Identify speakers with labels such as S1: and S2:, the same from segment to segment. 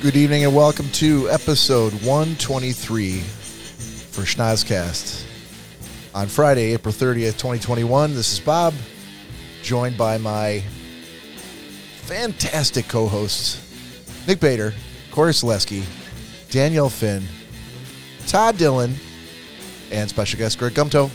S1: Good evening and welcome to episode 123 for Schnozcast. On Friday, April 30th, 2021, this is Bob, joined by my fantastic co hosts, Nick Bader, Corey Selesky, Danielle Finn, Todd Dillon, and special guest Greg Gumto.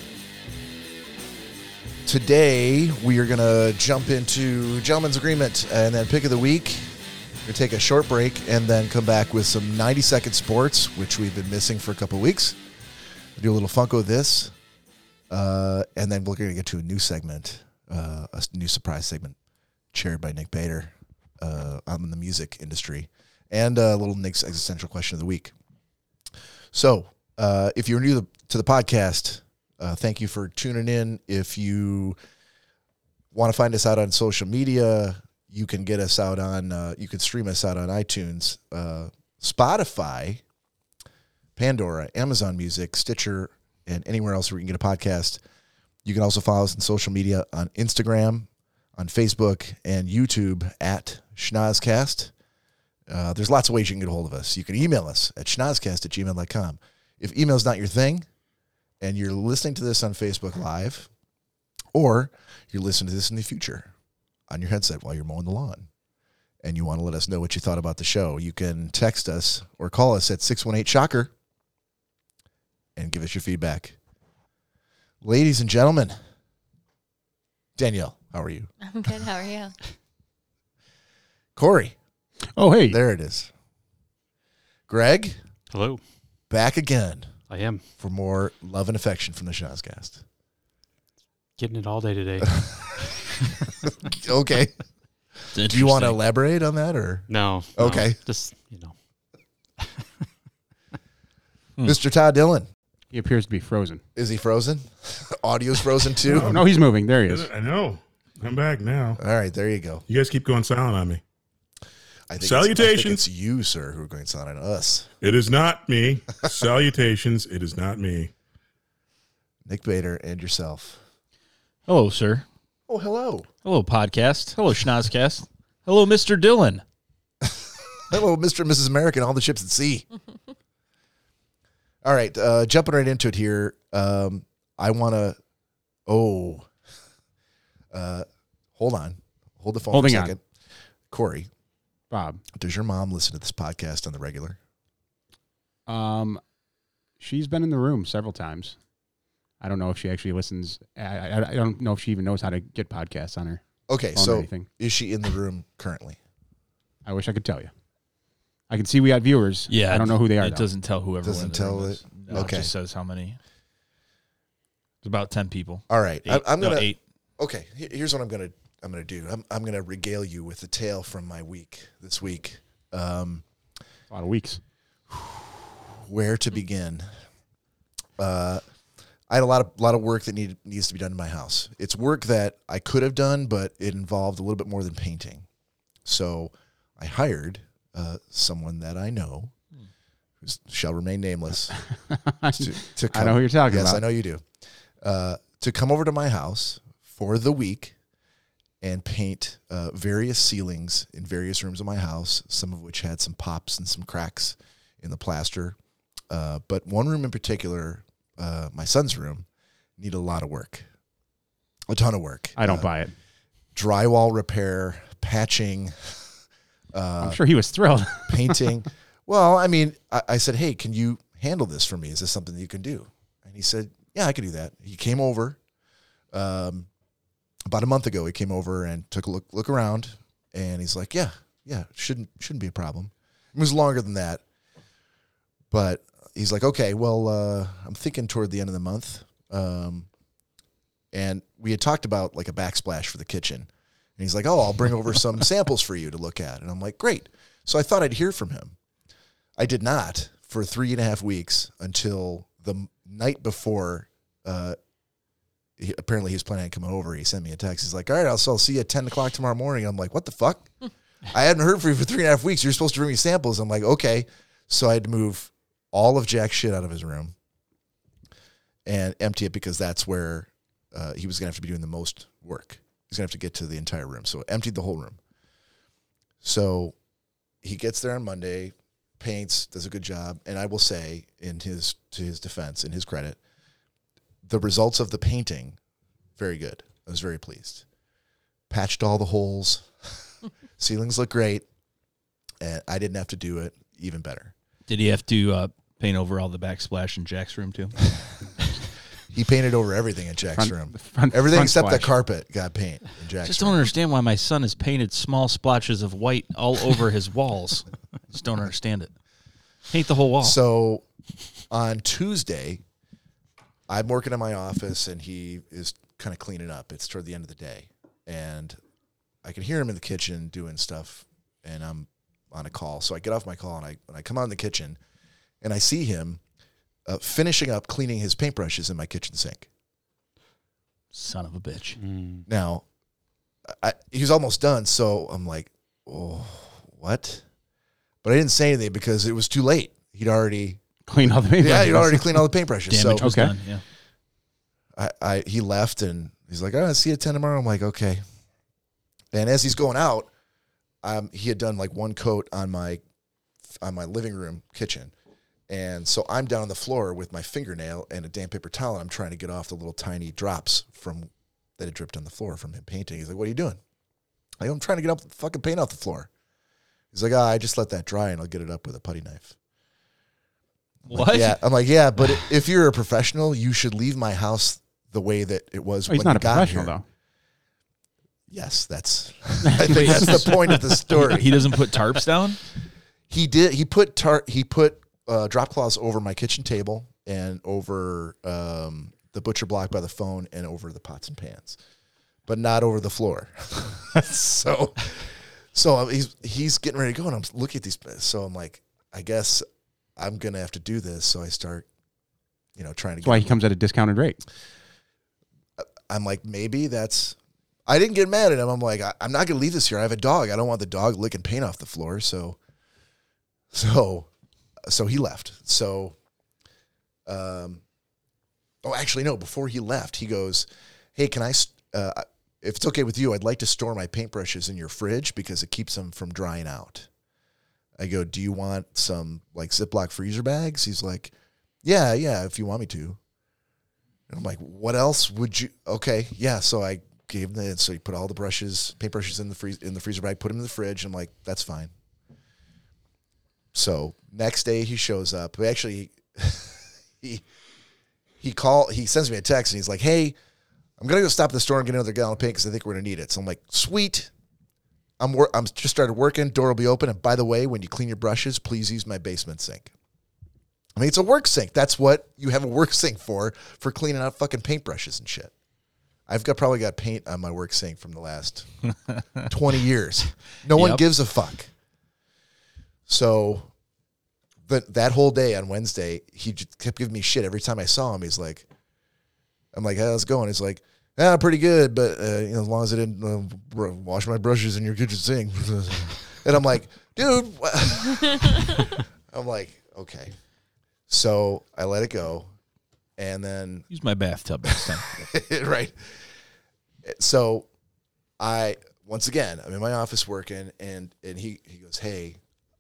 S1: Today, we are going to jump into Gentleman's Agreement and then Pick of the Week. We're going to take a short break and then come back with some 90 second sports, which we've been missing for a couple weeks. Do a little Funko this. Uh, and then we're going to get to a new segment, uh, a s- new surprise segment chaired by Nick Bader uh, on the music industry and a little Nick's existential question of the week. So, uh, if you're new to the, to the podcast, uh, thank you for tuning in. If you want to find us out on social media, you can get us out on, uh, you can stream us out on iTunes, uh, Spotify, Pandora, Amazon Music, Stitcher, and anywhere else where you can get a podcast. You can also follow us on social media on Instagram, on Facebook, and YouTube at Schnozcast. Uh, there's lots of ways you can get a hold of us. You can email us at schnozcast at gmail.com. If email's not your thing and you're listening to this on Facebook Live, or you're listening to this in the future on your headset while you're mowing the lawn and you want to let us know what you thought about the show, you can text us or call us at 618 Shocker and give us your feedback. Ladies and gentlemen, Danielle, how are you?
S2: I'm good. How are you?
S1: Corey,
S3: Oh, hey.
S1: there it is. Greg,
S4: Hello,
S1: back again
S4: I am
S1: for more love and affection from the Shazcast.
S4: getting it all day today.
S1: Okay. Do you want to
S3: Interesting.
S1: elaborate on that or?
S4: No, no,
S1: Okay.
S4: just you know,
S3: Hmm.
S1: Mr. Todd Dillon,
S3: He appears to be frozen.
S1: is he frozen? Audio's frozen too?
S3: Oh, no, he's moving. There he is.
S5: I know. I'm back now.
S1: All right, there you go.
S5: You guys keep going silent on me.
S1: I think it's- I think
S5: Salutations.
S1: it's you, sir, who are going silent on us.
S5: It is not me. Salutations. It is not me.
S1: Nick Bader and yourself.
S6: Hello, sir.
S1: Oh, hello.
S6: Hello, podcast. Hello, Schnozcast. Hello, Mr. Dillon.
S1: Hello, Mr. and Mrs. American, all the ships at sea. all right, uh, jumping right into it here. Um, I want to. Oh, uh, hold on, hold the phone
S3: Holding
S1: for a
S3: on.
S1: second. Corey,
S3: Bob.
S1: does your mom listen to this podcast on the regular?
S3: Um, she's been in the room several times. I don't know if she actually listens. I, I, I don't know if she even knows how to get podcasts on her
S1: Okay,
S3: phone or
S1: so
S3: anything.
S1: is she in the room currently?
S3: I wish I could tell you. I can see we got viewers.
S6: Yeah,
S3: I don't know who they are.
S6: It
S3: though.
S6: doesn't tell whoever.
S1: Doesn't
S6: in the room
S1: tell
S6: is.
S1: it?
S6: No,
S1: Okay.
S6: It just says how many. It's about ten people.
S1: All right, I,
S6: Eight.
S1: I'm
S6: No,
S1: gonna.
S6: eight.
S1: Okay, he- here's what I'm gonna I'm gonna do. I'm I'm gonna regale you with the tale from my week this week. Um,
S3: a lot of weeks.
S1: where to begin. Uh, I had a lot of lot of work that needed needs to be done in my house. It's work that I could have done, but it involved a little bit more than painting. So I hired uh, someone that I know, who shall remain nameless, to, to
S3: I know who you're talking
S1: yes,
S3: about.
S1: I know you do. Uh, to come over to my house for the week and paint uh, various ceilings in various rooms of my house, some of which had some pops and some cracks in the plaster. Uh, but one room in particular, uh, my son's room, need a lot of work, a ton of work.
S3: I don't
S1: Uh,
S3: buy it.
S1: drywall repair, patching, Uh,
S3: I'm sure he was thrilled.
S1: painting. well, I mean, I, I said, hey, can you handle this for me? Is this something that you can do? And he said, yeah, I can do that. He came over um, about a month ago. He came over and took a look look around, and he's like, yeah, yeah, shouldn't shouldn't be a problem. It was longer than that, but he's like, okay, well, uh, I'm thinking toward the end of the month. Um, and we had talked about like a backsplash for the kitchen. And he's like, oh, I'll bring over some samples for you to look at. And I'm like, great. So I thought I'd hear from him. I did not for three and a half weeks until the m- night before. Uh, he, apparently, he's planning on coming over. He sent me a text. He's like, all right, I'll, so I'll see you at 10 o'clock tomorrow morning. I'm like, what the fuck? I hadn't heard from you for three and a half weeks. You're supposed to bring me samples. I'm like, okay. So I had to move all of Jack's shit out of his room and empty it because that's where uh, he was going to have to be doing the most work. He's going to have to get to the entire room. So emptied the whole room. So he gets there on Monday, paints, does a good job, and I will say in his to his defense, in his credit, the results of the painting, very good. I was very pleased. Patched all the holes. Ceilings look great, and I didn't have to do it. Even better.
S6: Did he have to uh, paint over all the backsplash in Jack's room too?
S1: He painted over everything in Jack's
S3: Front-
S1: room.
S3: the front-
S1: Everything
S3: front
S1: except the
S3: splash.
S1: carpet got paint in Jack's
S6: Just
S1: room.
S6: don't understand why my son has painted small splotches of white all over his walls. Just don't understand it. Paint the whole wall.
S1: So on Tuesday, I'm working in my office and he is kind of cleaning up. It's toward the end of the day. And I can hear him in the kitchen doing stuff and I'm on a call. So I get off my call and I when I come out in the kitchen and I see him uh, finishing up cleaning his paintbrushes in my kitchen sink.
S6: Son of a bitch.
S4: Mm.
S1: Now, I, he was almost done, so I'm like, "Oh, what?" But I didn't say anything because it was too late. He'd already,
S3: Clean all the
S1: yeah,
S3: paintbrushes.
S1: he'd already cleaned all the paintbrushes.
S6: Damage
S1: so
S6: was
S3: Okay.
S6: done. Yeah.
S1: I, I he left and he's like, "All right, see you at ten tomorrow." I'm like, "Okay." And as he's going out, um, he had done like one coat on my on my living room kitchen, and so I'm down on the floor with my fingernail and a damp paper towel, and I'm trying to get off the little tiny drops from that had dripped on the floor from him painting. He's like, "What are you doing?" I go, "I'm trying to get up the fucking paint off the floor." He's like, "Ah, I just let that dry and I'll get it up with a putty knife." I'm like,
S6: What?
S1: yeah, I'm like, yeah, but if you're a professional, you should leave my house the way that it was
S3: Oh,
S1: when
S3: he's not
S1: you
S3: a
S1: got
S3: professional
S1: here.
S3: though.
S1: Yes, that's. I think that's the point of the story.
S6: He doesn't put tarps down?
S1: He did. He put tar, He put uh, drop cloths over my kitchen table and over um, the butcher block by the phone and over the pots and pans, but not over the floor. so, so he's he's getting ready to go, and I'm looking at these. So I'm like, I guess I'm gonna have to do this. So I start, you know, trying to.
S3: That's why he comes at a discounted rate.
S1: I'm like, maybe that's. I didn't get mad at him. I'm like, I, I'm not gonna leave this here. I have a dog. I don't want the dog licking paint off the floor. So, so, so he left. So, um, oh, actually, no. Before he left, he goes, "Hey, can I? s- Uh, if it's okay with you, I'd like to store my paintbrushes in your fridge because it keeps them from drying out." I go, "Do you want some like Ziploc freezer bags?" He's like, "Yeah, yeah, if you want me to." And I'm like, what else would you? Okay, yeah. So I gave him the so he put all the brushes, paintbrushes in the freeze in the freezer bag, put them in the fridge. I'm like, that's fine. So next day he shows up. We actually he he call he sends me a text and he's like, hey, I'm gonna go stop at the store and get another gallon of paint because I think we're gonna need it. So I'm like, sweet. I'm wor- I'm just started working. Door will be open. And by the way, when you clean your brushes, please use my basement sink. I mean, it's a work sink. That's what you have a work sink for, for cleaning out fucking paintbrushes and shit. I've got probably got paint on my work sink from the last 20 years. No one
S6: Yep.
S1: gives a fuck. So but that whole day on Wednesday, he just kept giving me shit every time I saw him. He's like, I'm like, how's it going? He's like, ah, pretty good, but uh, you know, as long as I didn't uh, br- wash my brushes in your kitchen sink. and I'm like, dude, wha-" I'm like, okay. So I let it go, and then
S6: Use my bathtub next time.
S1: right. So I once again I'm in my office working and and he he goes, Hey,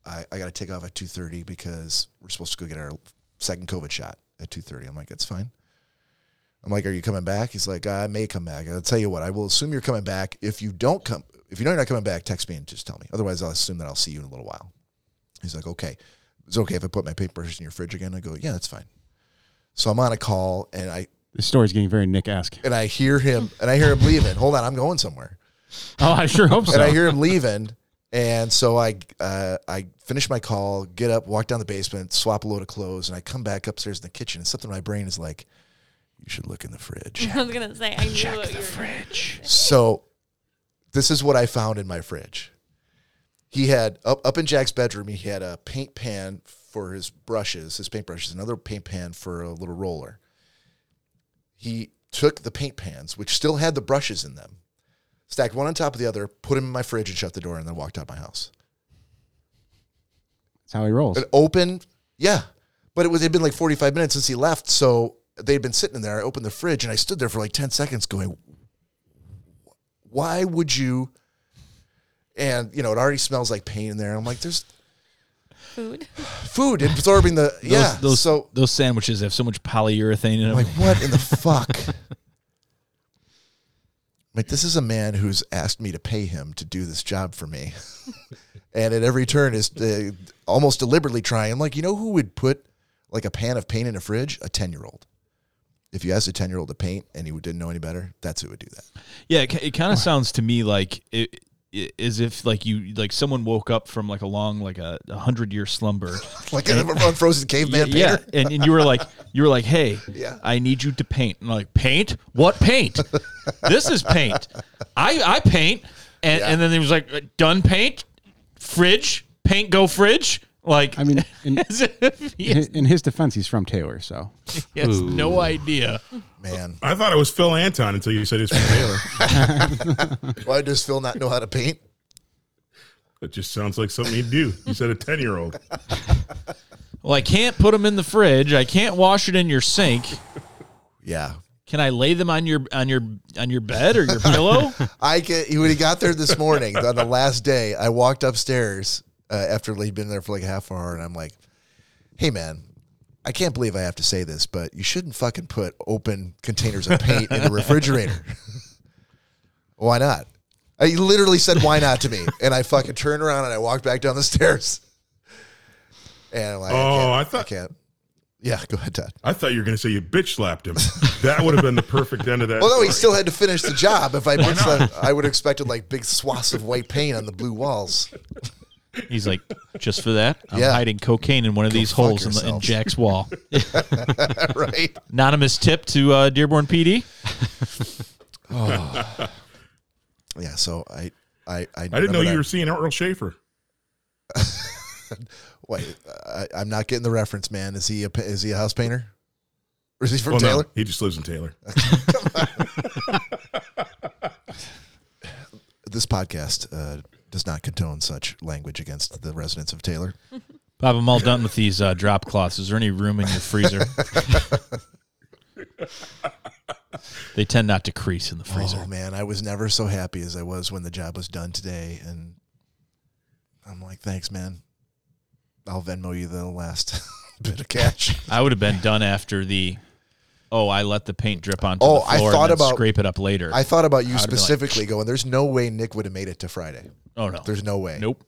S1: I, I gotta take off at two thirty because we're supposed to go get our second COVID shot at two thirty. I'm like, that's fine. I'm like, are you coming back? He's like, I may come back. I'll tell you what, I will assume you're coming back. If you don't come if you know you're not coming back, text me and just tell me. Otherwise I'll assume that I'll see you in a little while. He's like, Okay. It's okay if I put my paintbrushes in your fridge again. I go, Yeah, that's fine. So I'm on a call and I
S3: This story's getting very Nick-esque.
S1: and I hear him and I hear him leaving. Hold on, I'm going somewhere.
S3: Oh, I sure hope
S1: And I
S3: so.
S1: hear him leaving, and so I uh, I finish my call, get up, walk down the basement, swap a load of clothes, and I come back upstairs in the kitchen. And something in my brain is like, "You should look in the fridge."
S2: I was gonna say I knew what you were.
S1: so, this is what I found in my fridge. He had up up in Jack's bedroom. He had a paint pan for his brushes, his paintbrushes, another paint pan for a little roller. He took the paint pans, which still had the brushes in them, stacked one on top of the other, put them in my fridge, and shut the door, and then walked out my house.
S3: That's how he rolls.
S1: An open, yeah, but it was it had been like forty five minutes since he left, so they'd been sitting in there. I opened the fridge and I stood there for like ten seconds, going, "Why would you?" And you know, it already smells like paint in there. I'm like, "There's
S2: Food.
S1: Food absorbing the yeah.
S6: Those, those,
S1: so
S6: those sandwiches have so much polyurethane in
S1: I'm
S6: them.
S1: like, what in the fuck? like, this is a man who's asked me to pay him to do this job for me, and at every turn is uh, almost deliberately trying. I'm like, you know who would put like a pan of paint in a fridge? A ten year old. If you asked a ten year old to paint and he didn't know any better, that's who would do that.
S6: Yeah, it, ki- it kind of sounds to me like it, it, as if like you like someone woke up from like a long like a, a hundred year slumber.
S1: Like an unfrozen caveman
S6: yeah,
S1: painter.
S6: and, and you were like you were like, hey,
S1: Yeah.
S6: I need you to paint. And I'm like paint? What paint? this is paint. I I paint, and
S1: Yeah.
S6: and then he was like done paint, fridge paint go fridge. Like
S3: I mean, in,
S6: as if he
S3: in
S6: has,
S3: in his defense, he's from Taylor, so
S6: he has no idea.
S1: Man,
S5: I thought it was Phil Anton until you said it's from Taylor.
S1: why does Phil not know how to paint?
S5: it just sounds like something he'd do. You said a 10 year old.
S6: Well, I can't put them in the fridge. I can't wash it in your sink.
S1: Yeah,
S6: Can I lay them on your on your on your bed or your pillow?
S1: I get when he got there this morning on the last day. I walked upstairs uh, after he'd been there for like a half hour, and I'm like, "Hey, man, I can't believe I have to say this, but you shouldn't fucking put open containers of paint in the refrigerator. why not?" He literally said, "Why not?" to me, and I fucking turned around and I walked back down the stairs. And I'm like,
S5: Oh,
S1: can't-
S5: I thought-
S1: I can't." Yeah, go ahead, Todd.
S5: I thought you were going to say you bitch slapped him. That would have been the perfect end of that.
S1: Well, no, he
S5: story.
S1: still had to finish the job. If I missed that, I would have expected like big swaths of white paint on the blue walls.
S6: He's like, just for that, I'm
S1: Yeah.
S6: hiding cocaine in one of these
S1: fuck
S6: holes in, the, in
S1: yourself.
S6: Jack's wall.
S1: right?
S6: Anonymous tip to uh, Dearborn PD.
S1: Yeah. So I, I, I,
S5: I didn't know
S1: remember
S5: you were
S1: that.
S5: seeing Earl Schaefer.
S1: Wait, I, I'm not getting the reference, man. Is he a pa- is he a house painter? Or is he from
S5: Well, Oh, no,
S1: Taylor?
S5: he just lives in Taylor.
S1: This podcast uh, does not condone such language against the residents of Taylor.
S6: Bob, I'm all done with these uh, drop cloths. Is there any room in your freezer? they tend not to crease in the freezer.
S1: Oh man, I was never so happy as I was when the job was done today, and I'm like, thanks, man. I'll Venmo you the last bit of cash.
S6: I would have been done after the. Oh, I let the paint drip onto
S1: Oh,
S6: the floor
S1: I thought
S6: and then
S1: about-
S6: scrape it up later.
S1: I thought about you
S6: I'd be like-
S1: specifically going. There's no way Nick would have made it to Friday.
S6: oh no,
S1: There's no way.
S6: nope.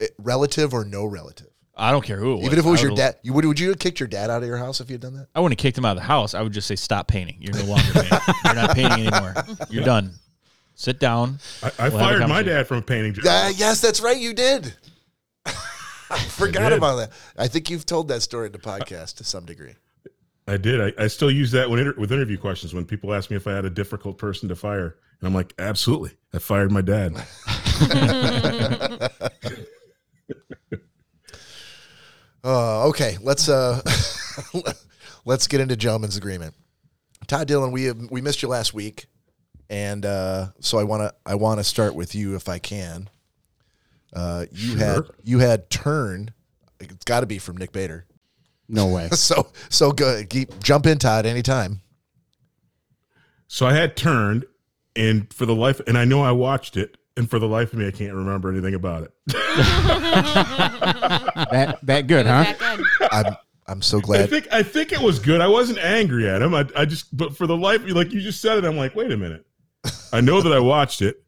S1: It- relative or no relative.
S6: I don't care who. It was.
S1: Even if it was
S6: I
S1: your
S6: would've-
S1: dad, you would would you have kicked your dad out of your house if you had done that?
S6: I wouldn't have kicked him out of the house. I would just say, stop painting. You're no longer painting. You're not painting anymore. You're done. Sit down.
S5: I, I
S6: We'll have a
S5: fired my
S6: conversation.
S5: dad from a painting job.
S1: Uh, yes, that's right. You did. I forgot
S5: did.
S1: about that. I think you've told that story in the podcast to some degree.
S5: I did. I, I still use that when inter- with interview questions when people ask me if I had a difficult person to fire, and I'm like, absolutely. I fired my dad.
S1: Uh, okay, let's uh, let's get into gentleman's agreement. Todd Dillon, we have, we missed you last week, and uh, so I want to I want to start with you if I can. Uh, you had
S5: Sure.
S1: you had turn. It's got to be from Nick Bader.
S3: no way.
S1: So so good. Keep, jump in, Todd, anytime.
S5: So I had turned, and for the life, and I know I watched it, and for the life of me, I can't remember anything about it.
S3: That that good, huh?
S2: Back end.
S1: I'm I'm so
S5: I
S1: glad.
S5: think I think it was good. I wasn't angry at him. I, I just, but for the life, of me, like you just said it, I'm like, wait a minute. I know that I watched it,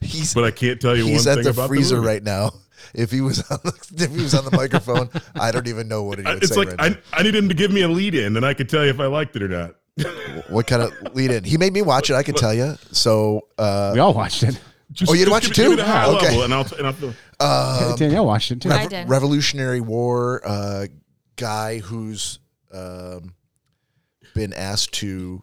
S1: He's
S5: but I can't tell you
S1: he's
S5: one
S1: at
S5: thing
S1: the
S5: about
S1: freezer
S5: the movie.
S1: right now. If he was on the, if he was on the microphone, I don't even know what he
S5: I-
S1: would
S5: It's
S1: say.
S5: like
S1: right
S5: I, I need him to give me a lead in, then I could tell you if I liked it or not.
S1: now. what kind of lead in? He made me watch it. I can tell you. So uh,
S3: We all watched it.
S5: Just,
S1: Oh, you had
S5: just
S1: watched
S5: give
S1: it
S5: me- give
S1: too?
S5: me
S1: Oh,
S5: the high
S1: Okay.
S5: level, and I'll, and I'll
S3: Danielle watched it too.
S2: I
S1: Rev-
S2: did.
S1: Revolutionary War uh, guy who's um, been asked to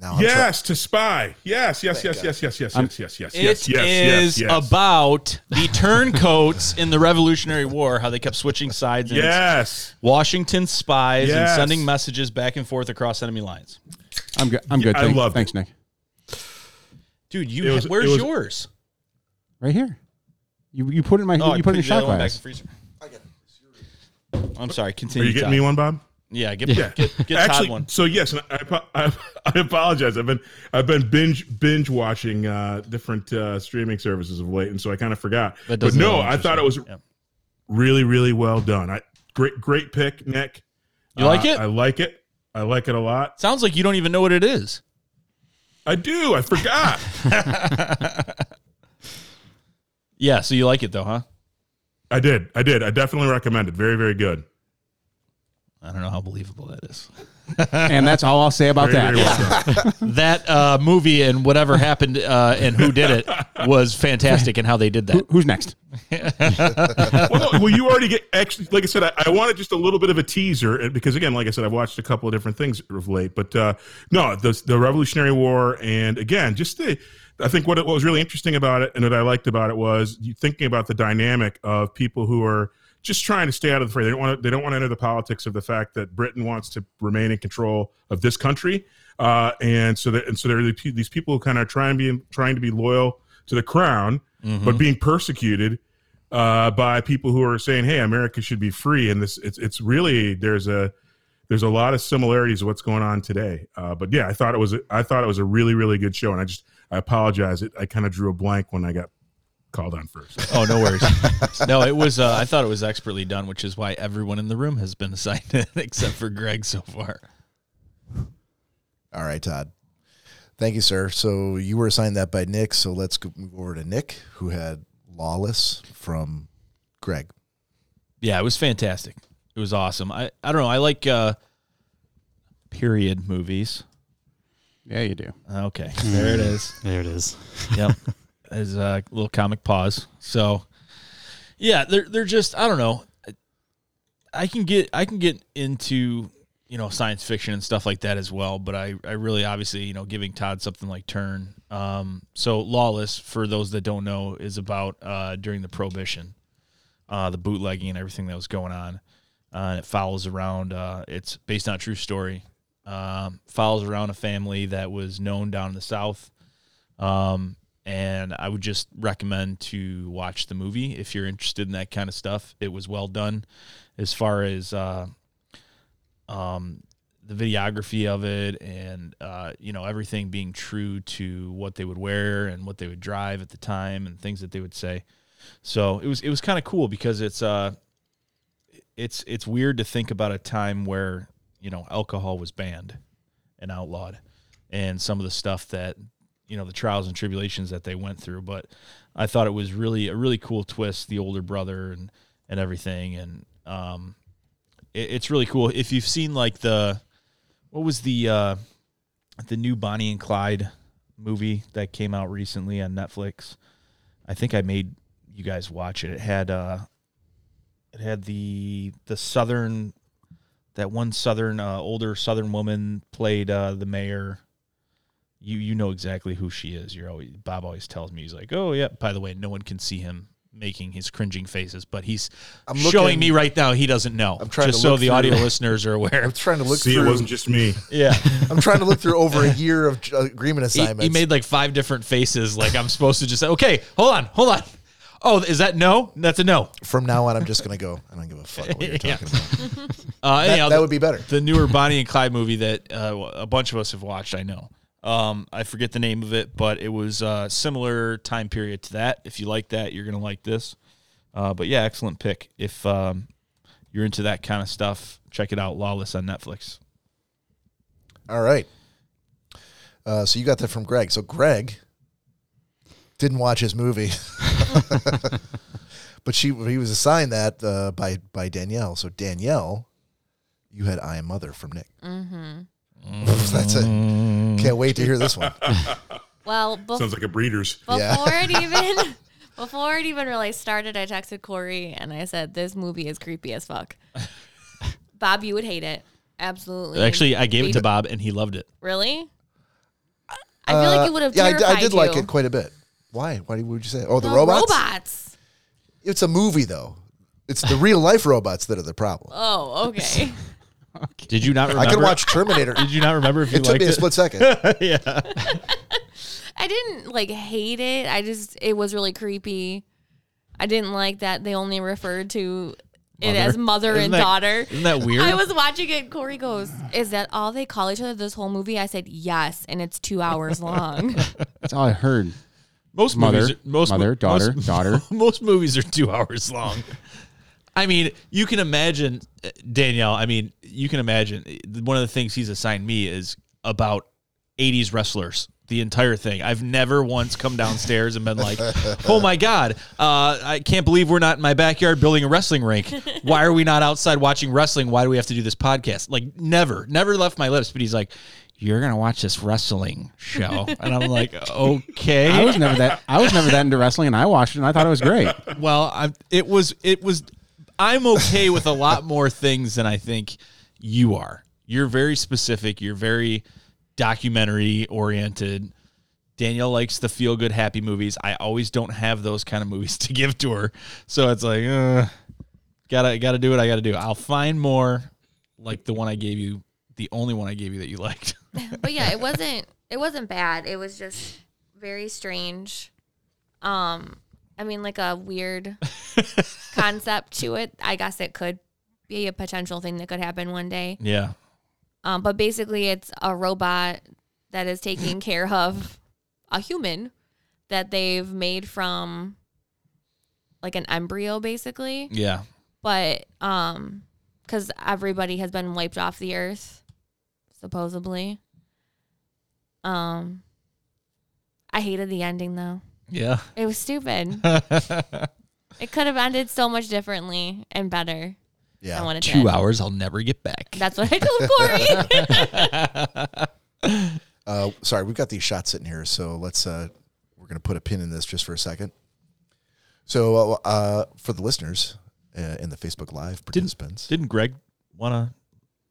S1: now. I'm try-
S5: Yes, to spy. Yes, yes, yes,
S1: God.
S5: yes, yes, yes, yes, yes, yes,
S6: It
S5: yes,
S6: is
S5: yes, yes, yes.
S6: about the turncoats in the Revolutionary War, how they kept switching sides and
S5: Yes.
S6: Washington spies and
S5: Yes.
S6: sending messages back and forth across enemy lines.
S3: I'm good. I'm good.
S5: I
S3: Thank-
S5: loved it.
S3: Thanks, Nick.
S6: Dude,
S5: It
S6: you
S5: was-
S6: where's
S5: it was-
S6: yours? Oh,
S3: Right here. You you put it in my you
S6: I
S3: put it in a
S6: the
S3: shot
S6: other one back in
S3: glass.
S6: the freezer. I'm sorry.
S5: Are
S6: Continue.
S5: you getting
S6: Todd.
S5: me one, Bob?
S6: Yeah, get
S5: Yeah.
S6: get, get
S5: Actually,
S6: Todd one.
S5: so yes, and I, apo- I, I apologize. I've been I've been binge binge watching uh, different uh, streaming services of late, and so I kind of forgot.
S6: That
S5: But
S6: doesn't
S5: no,
S6: sound
S5: I thought it was
S6: interesting.
S5: really, really well done. I great, great pick, Nick.
S6: You like it?
S5: uh, I like it. I like it a lot.
S6: Sounds like you don't even know what it is.
S5: I do. I forgot.
S6: Yeah, so you like it though, huh?
S5: I did. I did. I definitely recommend it. Very, very good.
S6: I don't know how believable that is.
S3: and that's all I'll say about
S5: Very, very
S3: that.
S5: well done.
S6: That uh, movie and whatever happened uh, and who did it was fantastic and how they did that.
S3: Who- Who's next?
S5: well, no, well, you already get actually, like I said, I, I wanted just a little bit of a teaser uh, because, again, like I said, I've watched a couple of different things of late. But uh, no, the, the Revolutionary War, and again, just the, I think what, it, what was really interesting about it and what I liked about it was you thinking about the dynamic of people who are just trying to stay out of the fray. They don't want to. They don't want to enter the politics of the fact that Britain wants to remain in control of this country, uh, and so that and so there are the pe- these people who kind of trying to be trying to be loyal to the crown, but being persecuted uh, by people who are saying, "Hey, America should be free." And this, it's it's really there's a there's a lot of similarities of what's going on today. Uh, but yeah, I thought it was a, I thought it was a really really good show, and I just I apologize. It, I kind of drew a blank when I got called on first.
S6: Oh, no worries. no, it was. Uh, I thought it was expertly done, which is why everyone in the room has been assigned it except for Greg so far.
S1: All right, Todd. Thank you, sir. So you were assigned that by Nick. So let's go, move over to Nick, who had Lawless from Greg.
S6: Yeah, it was fantastic. It was awesome. I, I don't know. I like uh, period movies.
S3: Yeah, you do.
S6: Okay, there it is.
S4: There it is.
S6: yep. There's a little comic pause. So, yeah, they're they're just I don't know. I can get I can get into you know science fiction and stuff like that as well, but I I really obviously you know giving Todd something like Turn. Um, so Lawless, for those that don't know, is about uh, during the Prohibition, uh, the bootlegging and everything that was going on. Uh, and it follows around. Uh, it's based on a true story. Um, follows around a family that was known down in the South. Um, and I would just recommend to watch the movie if you're interested in that kind of stuff. It was well done as far as uh, um, the videography of it and uh, you know everything being true to what they would wear and what they would drive at the time and things that they would say. So it was it was kind of cool because it's uh it's it's weird to think about a time where you know alcohol was banned and outlawed and some of the stuff that you know the trials and tribulations that they went through but i thought it was really a really cool twist the older brother and and everything and um it, it's really cool if you've seen like the what was the uh the new bonnie and clyde movie that came out recently on netflix i think i made you guys watch it it had uh it had the the southern that one southern uh, older southern woman played uh the mayor you you know exactly who she is. You're always Bob always tells me he's like, oh yeah. By the way, no one can see him making his cringing faces, but he's
S1: I'm
S6: showing
S1: looking-
S6: me right now he doesn't know.
S1: I'm trying
S6: just
S1: to
S6: so
S1: look
S6: the
S1: through-
S6: audio listeners are aware.
S1: I'm trying to look
S5: See,
S1: through.
S5: it wasn't just me.
S6: Yeah,
S1: I'm trying to look through over a year of j- uh, agreement
S6: he,
S1: assignments.
S6: he made like five different faces. Like I'm supposed to just say, okay, hold on, hold on. Oh, is that no? That's a no.
S1: From now on, I'm just gonna go. I don't give a fuck what you're
S6: Yeah.
S1: talking about.
S6: Uh, anyhow,
S1: That would be better.
S6: the newer Bonnie and Clyde movie that uh, a bunch of us have watched. I know. Um, I forget the name of it, but it was uh, similar time period to that. If you like that, you're gonna like this. Uh, but yeah, excellent pick. If um, you're into that kind of stuff, check it out. Lawless on Netflix.
S1: All right. Uh, so you got that from Greg. So Greg didn't watch his movie, but she he was assigned that uh, by by Danielle. So Danielle, you had I am Mother from Nick. Mm-hmm. That's it. Can't wait to hear this one.
S2: Well, bef-
S5: Sounds like a breeder's.
S2: before
S1: Yeah.
S2: it even before it even really started, I texted Corey and I said, "This movie is creepy as fuck." Bob, you would hate it. Absolutely.
S6: Actually, I gave it to
S2: Baby-
S6: Bob, and he loved it.
S2: Really? I feel like it would have
S1: Uh, yeah, I,
S2: terrified
S1: I did
S2: you.
S1: like it quite a bit. Why? Why would you say? Oh, the,
S2: The
S1: robots.
S2: robots.
S1: It's a movie though. It's the real life robots that are the problem.
S2: Oh, okay.
S6: Did you not
S1: I
S6: remember?
S1: could watch Terminator.
S6: Did you not remember if you
S1: It took
S6: liked
S1: me a
S6: it?
S1: split second.
S6: yeah.
S2: I didn't like hate it. I just it was really creepy. I didn't like that they only referred to it as mother
S6: Isn't
S2: and
S6: that-
S2: daughter.
S6: Isn't that weird?
S2: I was watching it. Corey goes, "Is that all they call each other this whole movie?" I said, "Yes," and it's two hours long.
S3: That's all I heard.
S6: most
S3: Mother,
S6: movies, are- most
S3: mother, daughter,
S6: most-
S3: daughter.
S6: Most movies are two hours long. I mean, you can imagine uh, Danielle. I mean, you can imagine uh, one of the things he's assigned me is about 80s wrestlers. The entire thing. I've never once come downstairs and been like, "Oh my god, uh, I can't believe we're not in my backyard building a wrestling rink. Why are we not outside watching wrestling? Why do we have to do this podcast?" Like, never, never left my lips. But he's like, "You're gonna watch this wrestling show," and I'm like, "Okay."
S3: I was never that. I was never that into wrestling, and I watched it, and I thought it was great.
S6: Well, I, it was it was. I'm okay with a lot more things than I think you are. You're very specific. You're very documentary oriented. Danielle likes the feel good happy movies. I always don't have those kind of movies to give to her, so it's like, uh, gotta gotta do what I gotta do. I'll find more like the one I gave you, the only one I gave you that you liked.
S2: but yeah, it wasn't it wasn't bad. It was just very strange. Um, I mean, like a weird concept to it. I guess it could be a potential thing that could happen one day.
S6: Yeah,
S2: Um, but basically, it's a robot that is taking care of a human that they've made from like an embryo, basically.
S6: yeah.
S2: But um, because everybody has been wiped off the earth, supposedly. Um, I hated the ending though.
S6: Yeah.
S2: It was stupid. it could have ended so much differently and better.
S1: Yeah.
S2: I wanted
S6: Two hours, I'll never get back.
S2: That's what I told Corey.
S1: Uh, sorry, we've got these shots sitting here, so let's. Uh, we're going to put a pin in this just for a second. So, uh, uh, for the listeners uh, and the Facebook Live participants,
S6: Didn't Greg want to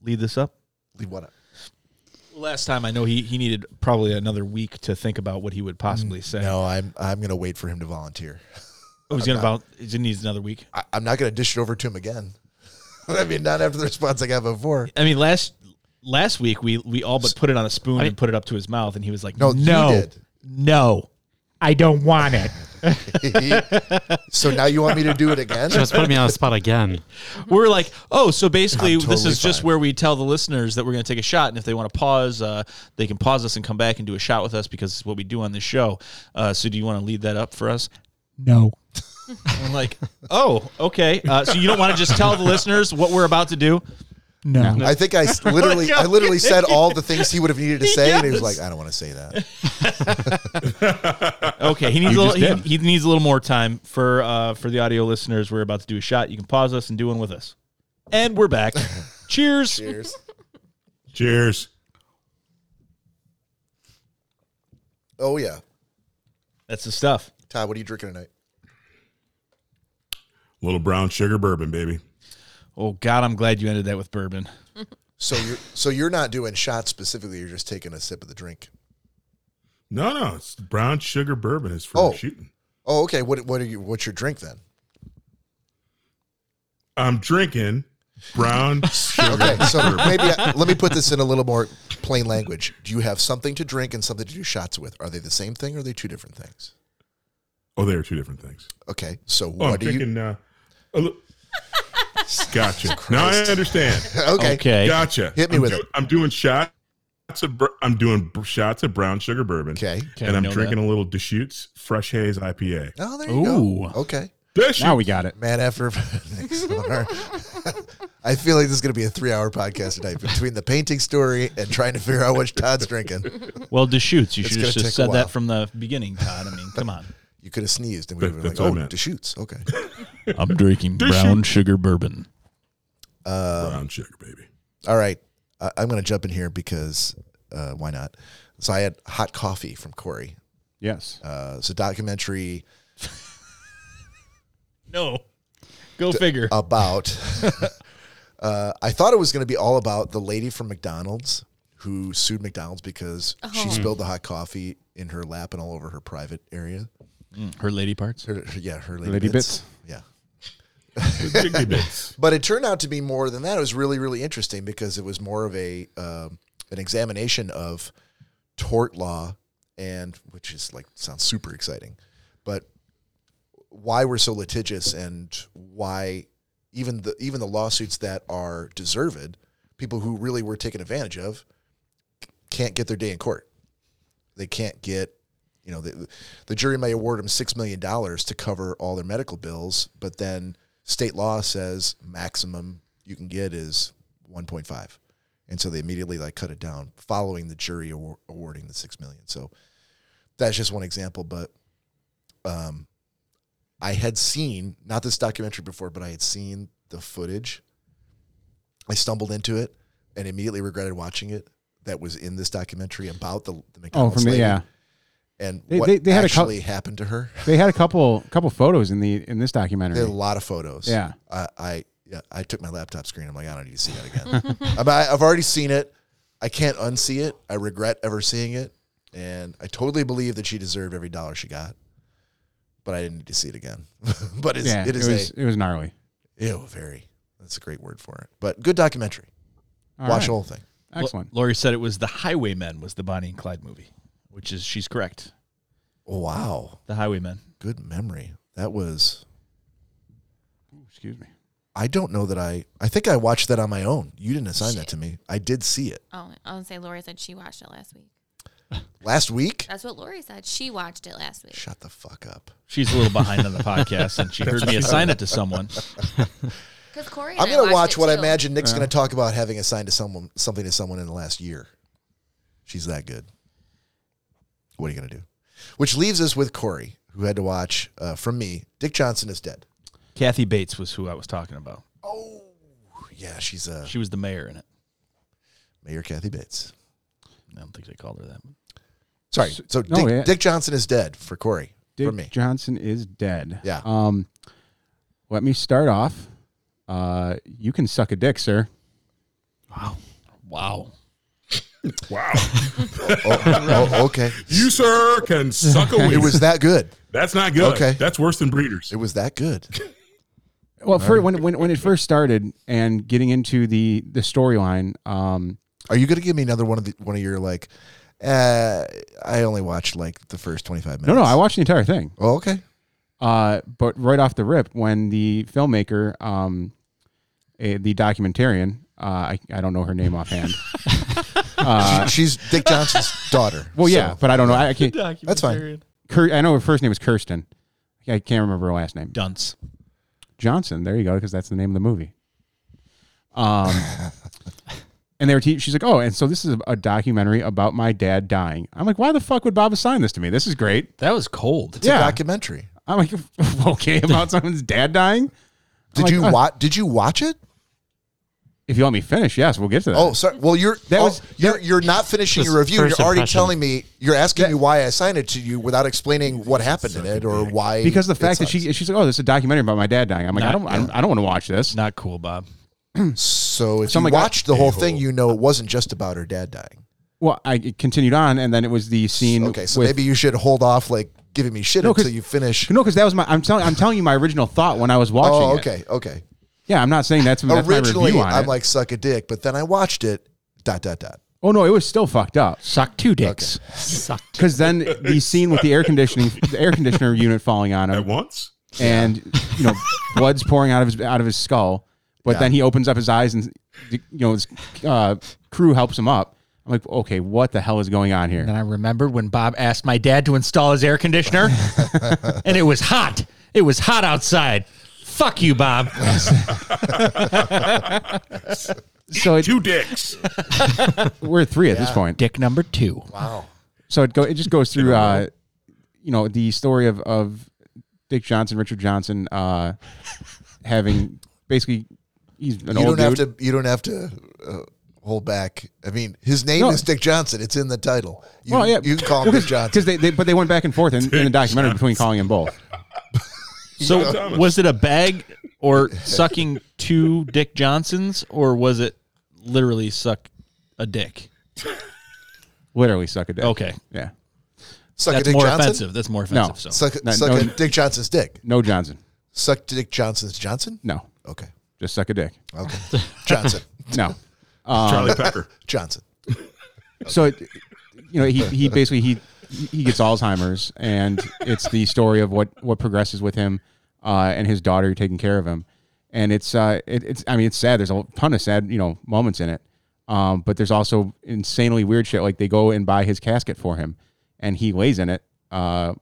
S6: lead this up?
S1: leave what up.
S6: Last time I know he, he needed probably another week to think about what he would possibly say.
S1: Mm, No, I'm I'm going to wait for him to volunteer.
S6: Oh, he's gonna about he needs another week.
S1: I, I'm not going to dish it over to him again. I mean, not after the response I got before.
S6: I mean last last week we we all but put it on a spoon and put it up to his mouth and he was like
S1: No,
S6: no
S1: you
S6: no,
S1: did.
S6: no.
S3: I don't want it.
S1: so now you want me to do it again?
S4: Just put me on the spot again.
S6: We're like oh so basically
S1: I'm
S6: this
S1: totally
S6: is just
S1: fine.
S6: where we tell the listeners that we're gonna take a shot and if they want to pause uh, they can pause us and come back and do a shot with us because it's what we do on this show. Uh, so do you want to lead that up for us?
S3: No.
S6: And I'm like oh okay uh, so you don't want to just tell the listeners what we're about to do?
S3: No.
S1: I think I s- literally, I literally said all the things he would have needed to say, and he was
S6: Oh Yes.
S1: like, "I don't want to say that."
S6: Okay, he needs a
S3: You
S6: little,
S3: just
S6: he, he needs a little more time for uh, for the audio listeners. We're about to do a shot. You can pause us and do one with us, and we're back. Cheers.
S1: Cheers.
S5: Cheers.
S1: Oh yeah,
S6: That's the stuff.
S1: Todd, what are you drinking tonight?
S5: Little brown sugar bourbon, baby.
S6: Oh God, I'm glad you ended that with bourbon.
S1: So you're so you're not doing shots specifically. You're just taking a sip of the drink.
S5: No, no, it's brown sugar bourbon is for
S1: Oh.
S5: shooting.
S1: Oh, okay. What what are you? What's your drink then?
S5: I'm drinking brown sugar.
S1: Okay, so maybe I, let me put this in a little more plain language. Do you have something to drink and something to do shots with? Are they the same thing or are they two different things?
S5: Oh, they are two different things.
S1: Okay, so
S5: Oh,
S1: what
S5: I'm
S1: do you?
S5: drinking. Uh, a li- gotcha. now I understand.
S1: Okay,
S6: Okay.
S5: Gotcha.
S1: Hit me
S5: I'm
S1: with
S5: do-
S1: it.
S5: I'm doing shots of. br- I'm doing br- shots of brown sugar bourbon.
S1: okay.
S6: Okay,
S5: and
S6: we
S5: I'm
S6: know that.
S5: drinking a little Deschutes Fresh Haze IPA.
S1: Oh, there you
S3: Ooh.
S1: go. Okay,
S5: Deschutes.
S3: Now we got it.
S1: man. After I feel like this is going to be a three-hour podcast tonight between the painting story and trying to figure out what Todd's drinking.
S6: Well, Deschutes, you
S1: It's
S6: should
S1: gonna
S6: have
S1: take a
S6: just said
S1: while.
S6: that from the beginning, Todd. I mean, come on.
S1: You could have sneezed and we would have been
S5: That's
S1: like,
S5: all I
S1: "Oh,
S5: meant.
S1: Deschutes." Okay.
S6: I'm drinking brown sugar bourbon.
S5: brown sugar, baby.
S1: All right, I, I'm going to jump in here because uh, why not? So I had hot coffee from Corey.
S3: Yes.
S1: Uh, it's a documentary
S6: No, go figure.
S1: about. uh, I thought it was going to be all about the lady from McDonald's who sued McDonald's because she spilled the hot coffee in her lap and all over her private area.
S6: Her lady parts.
S1: Her, her- yeah, her lady,
S3: Lady
S1: bits.
S3: bits.
S1: Yeah.
S5: Jiggly bits.
S1: But it turned out to be more than that. It was really, really interesting because it was more of a um, an examination of tort law, and which is like sounds super exciting, but why we're so litigious and why even the even the lawsuits that are deserved, people who really were taken advantage of, can't get their day in court. They can't get, you know, the, the jury may award them six million dollars to cover all their medical bills, but then state law says maximum you can get is 1.5 and so they immediately like cut it down following the jury awar- awarding the 6 million so that's just one example but um i had seen not this documentary before but i had seen the footage i stumbled into it and immediately regretted watching it that was in this documentary about the, the
S3: Oh,
S1: McDonald's
S3: from the,
S1: lady
S3: yeah,
S1: and
S3: They-
S1: what
S3: they- they had a cou-
S1: actually happened to her.
S3: they had a couple couple photos in the in this
S1: They had a
S3: documentary.
S1: lot of photos.
S3: Yeah.
S1: I, I yeah, I took my laptop screen. I'm like, I don't need to see that again. I'm, I, I've already seen it. I can't unsee it. I regret ever seeing it, and I totally believe that she deserved every dollar she got. But I didn't need to see it again. but it's,
S3: Yeah,
S1: it is
S3: it was it was gnarly.
S1: a ew, very. That's a great word for it. But good documentary.
S3: All
S1: Watch
S3: right.
S1: the whole thing.
S3: Excellent.
S6: L- Lori said it was the Highwaymen was the Bonnie and Clyde movie, which is she's correct.
S1: Wow,
S6: The Highwaymen.
S1: good memory. That was.
S3: Ooh, Excuse me.
S1: I don't know that I. I think I watched that on my own. You didn't assign that to me. I did see it
S2: Oh, I was gonna say Lori said she watched it last week.
S1: last week.
S2: That's what Lori said. She watched it last week.
S1: Shut the fuck up.
S6: She's a little behind on the podcast, and she heard me assign it to someone.
S2: Because Corey, and
S1: I'm
S2: I
S1: gonna
S2: watched
S1: watch
S2: it
S1: what I
S2: too.
S1: imagine Nick's gonna talk about having assigned to someone something to someone in the last year. She's that good. What are you gonna do? Which leaves us with Corey, who had to watch uh, from me. Dick Johnson is dead.
S6: Kathy Bates was who I was talking about.
S1: Oh, yeah, she's uh,
S6: She was the mayor in it.
S1: Mayor Kathy Bates.
S6: I don't think they called her that.
S1: Sorry.
S3: S-
S1: So
S3: no,
S1: Dick,
S3: yeah.
S1: Dick Johnson is dead for Corey.
S3: Dick
S1: for me,
S3: Johnson is dead.
S1: Yeah.
S3: Um, let me start off. Uh, you can suck a dick, sir.
S4: Wow.
S6: Wow.
S5: Wow.
S1: Oh, oh, okay.
S5: you, sir, can suck a
S1: It
S5: wig.
S1: was that good.
S5: That's not good.
S1: Okay.
S5: That's worse than breeders.
S1: It was that good.
S3: Well, for, when, when when it first started and getting into the the storyline, um,
S1: Are you gonna give me another one of the, one of your like? Uh, I only watched like the first 25 minutes.
S3: no, no, I watched the entire thing.
S1: Oh, okay.
S3: Uh, but right off the rip, when the filmmaker, um, eh, the documentarian, uh, I, I don't know her name offhand. uh,
S1: She's Dick Johnson's daughter.
S3: well, yeah,
S1: so-
S3: but I don't know. I, I can't.
S1: That's fine.
S3: Kir- I know her first name is Kirsten. I can't remember her last name.
S6: Dunce.
S3: Johnson. There you go, because that's the name of the movie. Um, and they were teaching. She's like, oh, and so this is a, a documentary about my dad dying. I'm like, why the fuck would Bob assign this to me? This is great.
S6: That was cold.
S1: It's
S3: yeah.
S1: a documentary.
S3: I'm like, okay, about someone's dad dying.
S1: Did
S3: like,
S1: you
S3: uh,
S1: watch? Did you watch it?
S3: If you let me finish, yes, we'll get to that.
S1: Oh, sorry. Well, you're
S3: That
S1: that
S3: was-
S1: was you're you're not finishing your
S4: Just
S1: review. You're
S4: first
S1: already
S4: impression.
S1: telling me you're asking me why I signed it to you without explaining what happened in it or why.
S3: because the
S1: it
S3: fact that
S1: sucks.
S3: she she's like, oh, this is a documentary about my dad dying. I'm like, I
S6: Not-
S3: don't, I don't, I don't want to watch this.
S6: Not cool, Bob.
S1: so if
S3: So
S1: you
S3: my God.
S1: watched the whole thing, you know it wasn't just about her dad dying.
S3: Well, I it continued on, and then it was the scene.
S1: Okay, so
S3: with-
S1: maybe you should hold off like giving me shit
S3: No, 'cause-
S1: until you finish.
S3: no, because that was my. I'm telling, I'm telling you my original thought when I was watching.
S1: Oh,
S3: it.
S1: okay, okay.
S3: Yeah, I'm not saying that's, that's my
S1: Originally,
S3: review on
S1: I'm
S3: it.
S1: like suck a dick, but then I watched it. Dot dot dot.
S3: oh no, it was still fucked up.
S6: Suck two dicks.
S4: Sucked.
S3: Because then the scene with the air conditioning, the air conditioner unit falling on
S5: At
S3: him,
S5: once?
S3: and you know, blood's pouring out of his out of his skull. But then he opens up his eyes, and you know, his uh, crew helps him up. I'm like, okay, what the hell is going on here?
S6: And I remembered when Bob asked my dad to install his air conditioner, and it was hot. It was hot outside. Fuck you, Bob.
S3: So it,
S5: Two dicks.
S3: we're at three at this point.
S6: Dick number two.
S1: Wow.
S3: So it go it just goes through uh you know the story of of Dick Johnson, Richard Johnson uh having basically he's an
S1: you
S3: old
S1: don't
S3: dude.
S1: have to. You don't have to uh, hold back. I mean, his name
S3: No.
S1: is Dick Johnson. It's in the title. You,
S3: well, yeah,
S1: you can call him Dick Johnson.
S3: because they, they but they went back and forth in, in the documentary between calling him both.
S5: Yeah,
S6: So
S5: Thomas.
S6: was it a bag or sucking two Dick Johnsons, or was it literally suck a dick?
S3: Literally suck a dick.
S6: Okay,
S3: Yeah.
S1: Suck
S6: that's
S1: a Dick
S6: more
S1: Johnson.
S6: offensive. That's more offensive. So
S1: Suck,
S3: No,
S1: suck
S3: no.
S1: a Dick Johnson's dick.
S3: No Johnson.
S1: Suck Dick Johnson's Johnson.
S3: No.
S1: Okay.
S3: Just suck a dick.
S1: Okay. Johnson.
S3: No.
S1: Uh,
S5: Charlie Pecker.
S1: Johnson.
S3: So it, you know, he, he basically he he gets Alzheimer's and it's the story of what what progresses with him uh, and his daughter taking care of him. And it's uh it, it's I mean it's sad. There's a ton of sad, you know, moments in it. Um, but there's also insanely weird shit like they go and buy his casket for him and he lays in it uh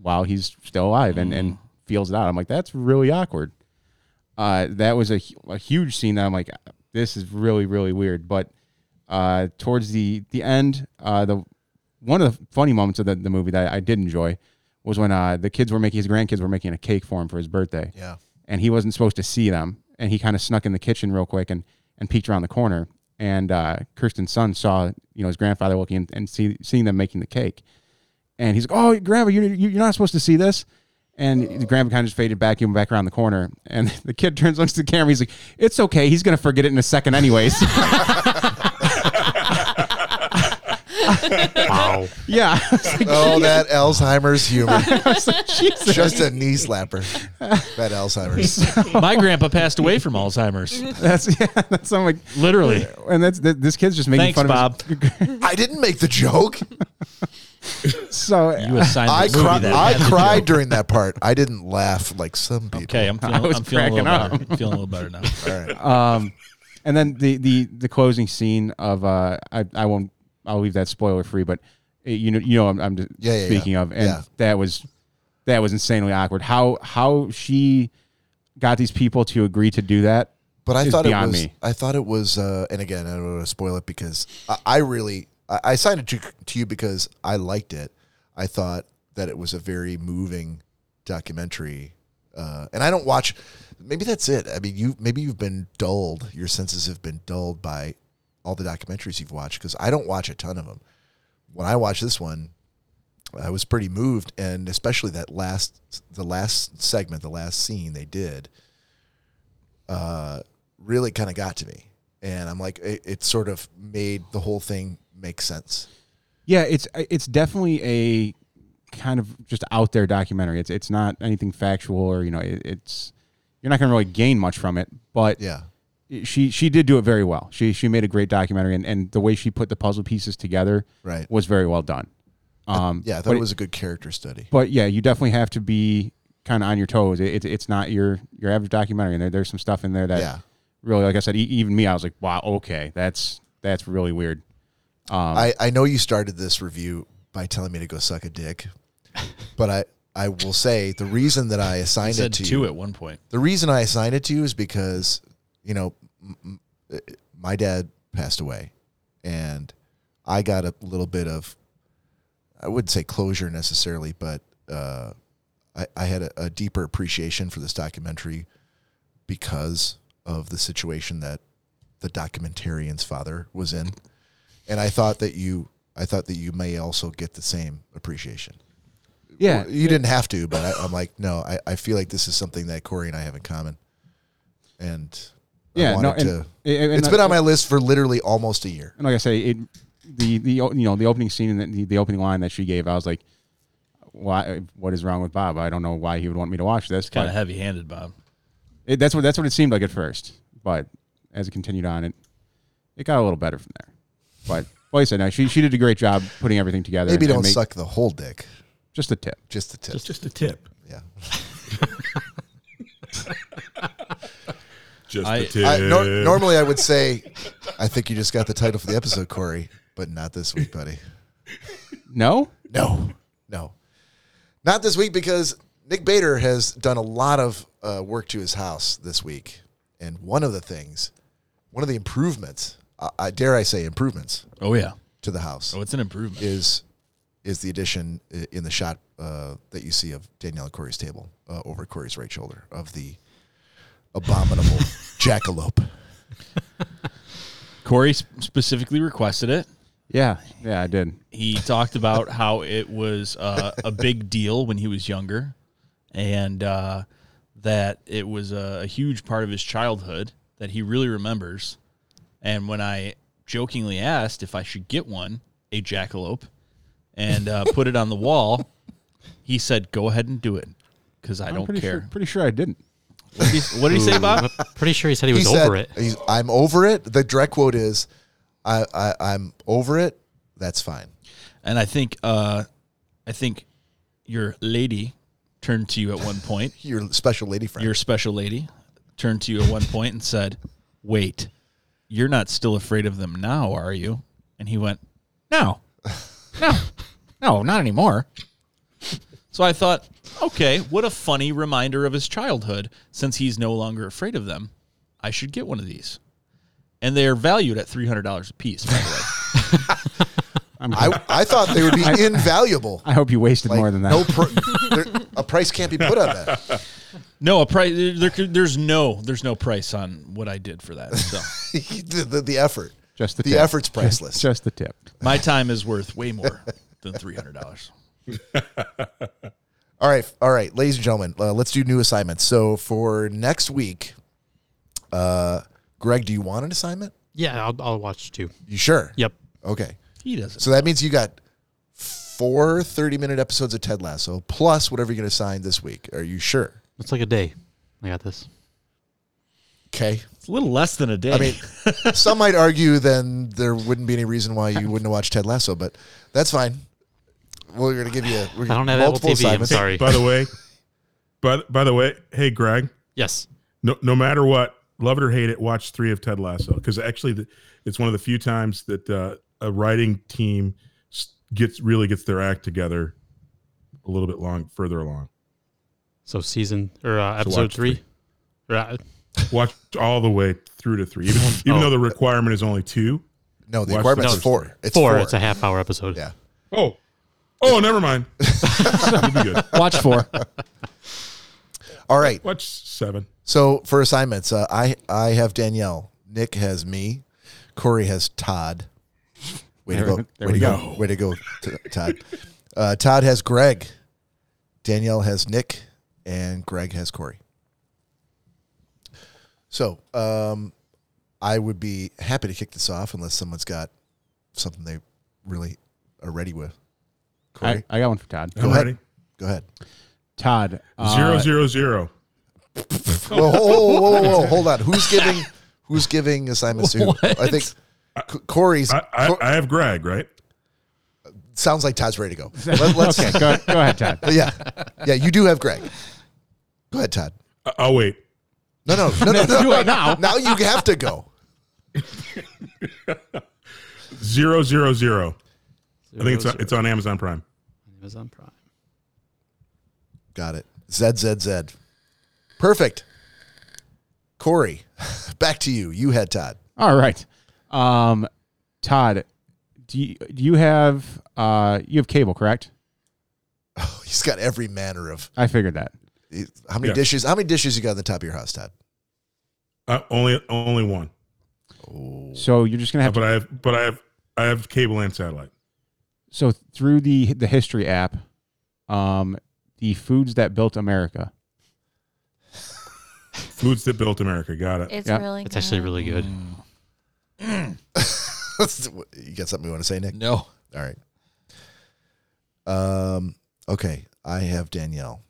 S3: while he's still alive and, and feels it out. I'm like, that's really awkward. uh, that was a, hu- a huge scene that I'm like, this is really really weird. But uh, towards the the end, uh, the one of the funny moments of the, the movie that I did enjoy was when uh, the kids were making his grandkids were making a cake for him for his birthday
S1: Yeah.
S3: and he wasn't supposed to see them. And he kind of snuck in the kitchen real quick and, and peeked around the corner. And uh, Kirsten's son saw you know his grandfather looking and, and see, seeing them making the cake. And he's like, "Oh, grandpa, you you- you're not supposed to see this." And the grandpa kind of just faded back, even back around the corner. And the kid turns looks to the camera. He's like, "It's okay. He's gonna forget it in a second, anyways."
S5: Wow.
S3: yeah, I was like,
S1: Oh, that Alzheimer's humor.
S3: Jesus.
S1: Just a knee slapper. That Alzheimer's.
S6: My grandpa passed away from Alzheimer's.
S3: that's yeah, that's I'm like,
S6: Literally.
S3: and that's th- this kid's just making
S6: Thanks,
S3: fun
S6: Bob.
S3: of his,
S1: I didn't make the joke.
S3: So
S6: You assigned
S1: I,
S6: the movie
S1: cri-
S6: that
S1: I
S6: had the
S1: cried
S6: joke.
S1: during that part. I didn't laugh like some people.
S6: Okay, I'm feeling,
S3: I was
S6: I'm feeling a little
S3: cracking
S6: better. I'm feeling a little better now.
S1: All right.
S3: um, and then the, the the closing scene of uh, I I won't I'll leave that spoiler free, but uh, you know you know I'm, I'm just
S1: Yeah, yeah, yeah.
S3: speaking of, and
S1: Yeah.
S3: that was that was insanely awkward. How how she got these people to agree to do that?
S1: But I
S3: is
S1: thought it
S3: beyond
S1: was.
S3: me.
S1: I thought it was. Uh, and again, I don't want to spoil it because I, I really I, I signed it to, to you because I liked it. I thought that it was a very moving documentary. Uh, and I don't watch. Maybe that's it. I mean, you maybe you've been dulled. Your senses have been dulled by all the documentaries you've watched because I don't watch a ton of them. When I watched this one, I was pretty moved, and especially that last the last segment, the last scene they did really kind of got to me. And I'm like, it, it sort of made the whole thing make sense.
S3: Yeah, it's it's definitely a kind of just out there documentary. It's it's not anything factual or you know it, it's you're not going to really gain much from it, but
S1: Yeah.
S3: she she did do it very well. She she made a great documentary, and, and the way she put the puzzle pieces together
S1: Right.
S3: was very well done. Um,
S1: Yeah. I thought
S3: but
S1: it was a good character study.
S3: but yeah, you definitely have to be kind of on your toes. It, it, it's not your your average documentary, and there, there's some stuff in there that
S1: Yeah.
S3: really, like I said, e- even me, I was like, wow, okay, that's that's really weird.
S1: I, I know you started this review by telling me to go suck a dick, but I, I will say the reason that I
S6: I
S1: assigned it
S6: said
S1: to
S6: two
S1: you,
S6: at one point.
S1: the reason I assigned it to you is because, you know, m- m- uh, my dad passed away and I got a little bit of, I wouldn't say closure necessarily, but uh, I, I had a, a deeper appreciation for this documentary because of the situation that the documentarian's father was in. And I thought that you, I thought that you may also get the same appreciation.
S3: Yeah,
S1: You didn't have to, but I, I'm like, no, I, I feel like this is something that Corey and I have in common. And I
S3: yeah, no,
S1: wanted
S3: and,
S1: to.
S3: and- and-
S1: it's been on my list for literally almost a year.
S3: and like I say, it the the you know the opening scene and the, the opening line that she gave, I was like, why? What is wrong with Bob? I don't know why he would want me to watch this.
S6: Kind
S3: but-
S6: of heavy handed, Bob.
S3: It, that's what that's what it seemed like at first, but as it continued on, it it got a little better from there. But like I said, no, she she did a great job putting everything together.
S1: Maybe
S3: and- and
S1: don't
S3: make-
S1: suck the whole dick,
S3: Just a tip.
S1: just the tip.
S5: It's just a tip.
S1: yeah.
S5: Just
S6: I-
S5: a tip.
S1: I, nor- normally, I would say, I think you just got the title for the episode, Corey, but not this week, buddy.
S3: No,
S1: No, no, not this week because Nick Bader has done a lot of uh, work to his house this week, and one of the things, one of the improvements, I, I dare I say improvements
S6: Oh, yeah.
S1: to the house
S6: Oh, it's an improvement.
S1: is is the addition i- in the shot uh, that you see of Danielle and Corey's table uh, over Corey's right shoulder of the abominable jackalope.
S6: Corey s- specifically requested it.
S3: yeah, yeah, I did.
S6: He talked about how it was uh, a big deal when he was younger and uh, that it was a, a huge part of his childhood that he really remembers. And when I jokingly asked if I should get one, a jackalope, and uh, put it on the wall, he said, Go ahead and do it because I
S3: I'm
S6: don't
S3: pretty
S6: care.
S3: Sure, pretty sure I didn't.
S6: What did he, what did he say, Bob?
S4: Pretty sure he said he was
S1: said-
S4: over it.
S1: he's- I'm over it. The direct quote is, I, I, I'm over it. That's fine.
S6: And I think uh, I think your lady turned to you at one point.
S1: Your special lady friend.
S6: Your special lady turned to you at one point and said, "Wait, you're not still afraid of them now, are you?" And he went, "No, no, no, not anymore." So I thought, okay, what a funny reminder of his childhood since he's no longer afraid of them. I should get one of these. And they're valued at $300 a piece, by the way.
S3: I'm, I,
S1: I, I thought they would be invaluable.
S3: hope you wasted
S1: Like,
S3: more than that.
S1: No pr- there- a price can't be put on that.
S6: No, a price. There, there- there's no, there's no price on what I did for that. So
S1: the, the, the effort.
S3: Just the
S1: the
S3: tip.
S1: effort's priceless.
S3: Just the tip.
S6: my time is worth way more than three hundred dollars.
S1: All right, all right, ladies and gentlemen, uh, let's do new assignments. So for next week, uh, Greg, do you want an assignment?
S4: Yeah, I'll, I'll watch too.
S1: You sure?
S4: Yep.
S1: Okay.
S6: He doesn't.
S1: So that means you got four 30 minute episodes of Ted Lasso plus whatever you're going to sign this week. Are you sure?
S4: It's like a day. I got this.
S1: Okay.
S6: It's a little less than a day.
S1: I mean, some might argue then there wouldn't be any reason why you wouldn't watch Ted Lasso, but that's fine. We're going to give you we're
S4: I don't have Apple
S1: multiple
S4: TV. I'm
S1: assignments.
S4: sorry.
S5: By the way, by, by the way, hey Greg,
S4: Yes.
S5: no, no matter what, love it or hate it, watch three of Ted Lasso because actually, the, it's one of the few times that uh, a writing team s- gets really gets their act together a little bit long further along.
S4: So season or uh, episode
S5: watch
S4: three.
S5: three.
S4: Or, uh,
S5: Watch all the way through to three, even, even
S4: Oh.
S5: though the requirement is only two.
S1: No, the
S5: Watch
S1: requirement's
S5: the-
S1: four. It's
S4: four.
S1: four.
S4: It's a half hour episode.
S1: Yeah.
S5: Oh, oh, never mind. You'll be good.
S3: Watch four.
S1: All right.
S5: Watch seven.
S1: So for assignments, uh, I I have Danielle. Nick has me. Corey has Todd. Way to
S3: There-
S1: go!
S3: there
S1: way to
S3: we
S1: go!
S3: go.
S1: Way to go, T- Todd. Uh, Todd has Greg. Danielle has Nick, and Greg has Corey. So um, I would be happy to kick this off unless someone's got something they really are ready with.
S3: I,
S1: Corey,
S3: I got one for Todd.
S5: I'm
S1: ahead.
S5: ready.
S1: go ahead.
S3: Todd. uh,
S5: Zero zero zero.
S1: Whoa, whoa, whoa, whoa, whoa, whoa, hold on. Who's giving? Who's giving assignments to? Who? I think C- Corey's
S5: I, I,
S1: Cor-
S5: I have Greg right.
S1: sounds like Todd's ready to go. Let, let's,
S3: Okay, go, go ahead, Todd.
S1: yeah, yeah. You do have Greg. Go ahead, Todd.
S5: I- I'll Uh, oh, wait.
S1: No, no, no, no, no.
S3: Do it now.
S1: Now you have to go.
S5: Zero zero zero. I think it's
S4: Zero,
S5: on, it's on Amazon Prime.
S4: zero. Amazon Prime.
S1: Got it. Z Z Z. Perfect. Corey, back to you. You had Todd.
S3: All right, um, Todd, do you, do you have uh, you have cable? Correct.
S1: He's got every manner of.
S3: I figured that.
S1: How many
S5: Yeah.
S1: dishes? How many dishes you got on the top of your house, Todd?
S5: Uh, only only one.
S3: So you're just gonna have to,
S5: Uh, But I have but I have I have cable and satellite.
S3: so through the the history app, um, the foods that built America.
S5: Foods that built America. Got it.
S2: It's
S3: Yeah.
S2: really.
S4: It's actually
S2: good.
S4: really good.
S1: Mm. you got something you want to say, Nick?
S6: No,
S1: All right. Um. Okay, I have Danielle.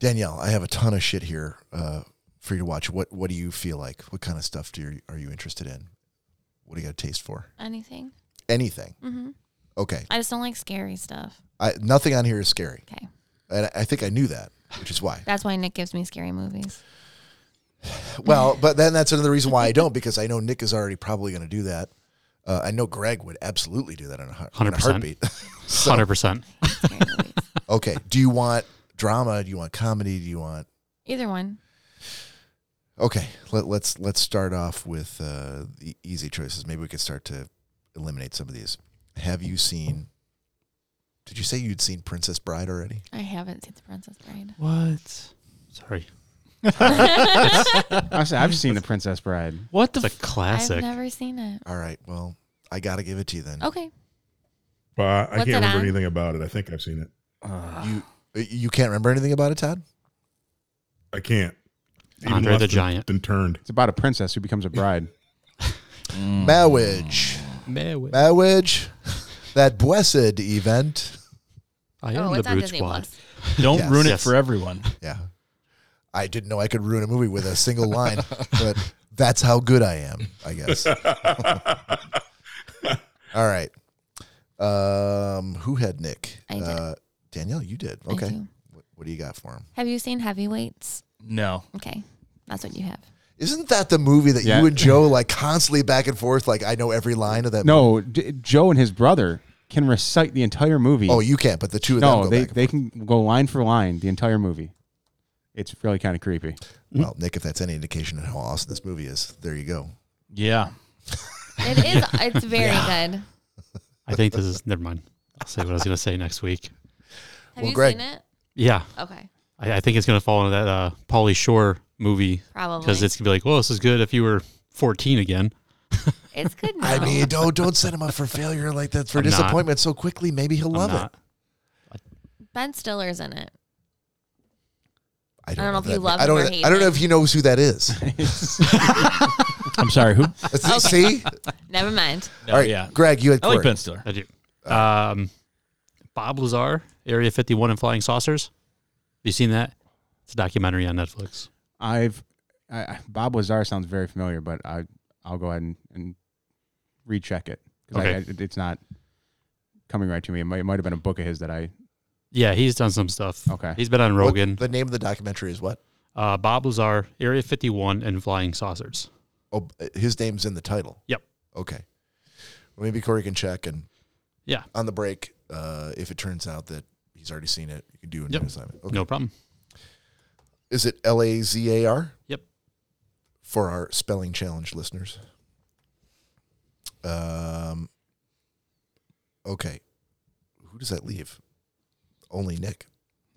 S1: Danielle, I have a ton of shit here uh, for you to watch. What What do you feel like? What kind of stuff do you are you interested in? What do you got a taste for?
S2: Anything.
S1: Anything?
S2: hmm
S1: Okay.
S2: I just don't like scary stuff.
S1: I, nothing on here is scary,
S2: Okay,
S1: and I, I think I knew that, which is why.
S2: that's why Nick gives me scary movies.
S1: Well, but then that's another reason why I don't because I know Nick is already probably going to do that. Uh, I know Greg would absolutely do that in a, heart- in a
S4: 100%.
S1: heartbeat. So-
S4: Hundred percent.
S2: Scary movies.
S1: okay. Do you want drama? Do you want comedy? Do you want
S2: Either one.
S1: Okay, let, let's let's start off with uh, the easy choices. Maybe we could start to eliminate some of these. Have you seen? Did you say you'd seen Princess Bride already?
S2: I haven't seen The Princess Bride.
S4: What? Sorry.
S3: Honestly, I've seen the Princess Bride.
S4: What the? It's a classic.
S2: I've never seen it.
S1: All right, well, I gotta give it to you then.
S2: Okay.
S5: Well, I- I
S2: What's
S5: can't
S2: it
S5: remember
S2: on?
S5: anything about it. I think I've seen it.
S1: You you can't remember anything about it, Todd?
S5: I can't.
S4: Andre
S5: left
S4: the
S5: and-
S4: Giant.
S5: And turned.
S3: It's about a princess who becomes a bride.
S1: Marriage,
S4: I
S1: marriage, that blessed event.
S2: Oh,
S4: am the Brute Squad.
S6: don't
S1: Yes.
S6: ruin it
S4: Yes.
S6: for everyone.
S1: Yeah, I didn't know I could ruin a movie with a single line, but that's how good I am, I guess. All right. Um, who had Nick?
S2: I did.
S1: Uh, Danielle, you did.
S2: I
S1: Okay.
S2: do.
S1: What, what do you got for him?
S2: Have you seen Heavyweights?
S6: No,
S2: Okay, that's what you have.
S1: Isn't that the movie that
S3: Yeah.
S1: you and Joe like constantly back and forth? Like I know every line of that.
S3: No, D- Joe and his brother can recite the entire movie.
S1: Oh, you can't. But the two of them
S3: no,
S1: go
S3: they
S1: back.
S3: they can go line for line the entire movie. It's really kind of creepy.
S1: well, Nick, if that's any indication of how awesome this movie is, there you go.
S6: Yeah.
S2: It is. It's very good.
S4: I think this is never mind. I'll say what I was going to say next week.
S2: Have
S1: Well,
S2: you
S1: Greg-
S2: seen it?
S4: Yeah,
S2: Okay,
S4: I, I think it's going to fall into that uh, Pauly Shore movie
S2: probably.
S4: because it's going to be like, well, this is good if you were 14 again.
S2: it's good. Now.
S1: I mean, don't don't set him up for failure like that for
S4: I'm not.
S1: disappointment so quickly. Maybe he'll
S4: I'm
S1: love it.
S4: not.
S2: Ben Stiller's in it.
S1: I
S2: don't know if
S1: that
S2: you
S1: ma-
S2: love
S1: I
S2: him
S1: don't.
S2: or
S1: know-
S2: hate
S1: I don't know
S2: him.
S1: if he knows who that is.
S6: I'm sorry. Who?
S1: See,
S2: Never mind.
S1: all right,
S6: yeah.
S1: Greg, you had
S6: I like
S1: Corey.
S6: Ben Stiller.
S4: I do. Um, Bob Lazar, Area 51 and Flying Saucers. Have you seen that? It's a documentary on Netflix.
S3: I've I, I- Bob Lazar sounds very familiar, but I I'll go ahead and, and recheck it because
S4: Okay.
S3: it's not coming right to me. It might, it might have been a book of his that I
S4: Yeah, he's done some stuff.
S3: Okay.
S4: He's been on
S1: What-
S4: Rogan.
S1: the name of the documentary is what?
S4: Uh, Bob Lazar, Area 51 and Flying Saucers.
S1: Oh, his name's in the title.
S4: Yep.
S1: Okay. Well, maybe Corey can check and
S4: Yeah.
S1: on the break, uh, if it turns out that he's already seen it, you can do a
S4: Yep.
S1: new assignment. Okay.
S4: No problem.
S1: Is it L A Z A R?
S4: Yep.
S1: For our spelling challenge listeners. Um. Okay. Who does that leave? Only Nick.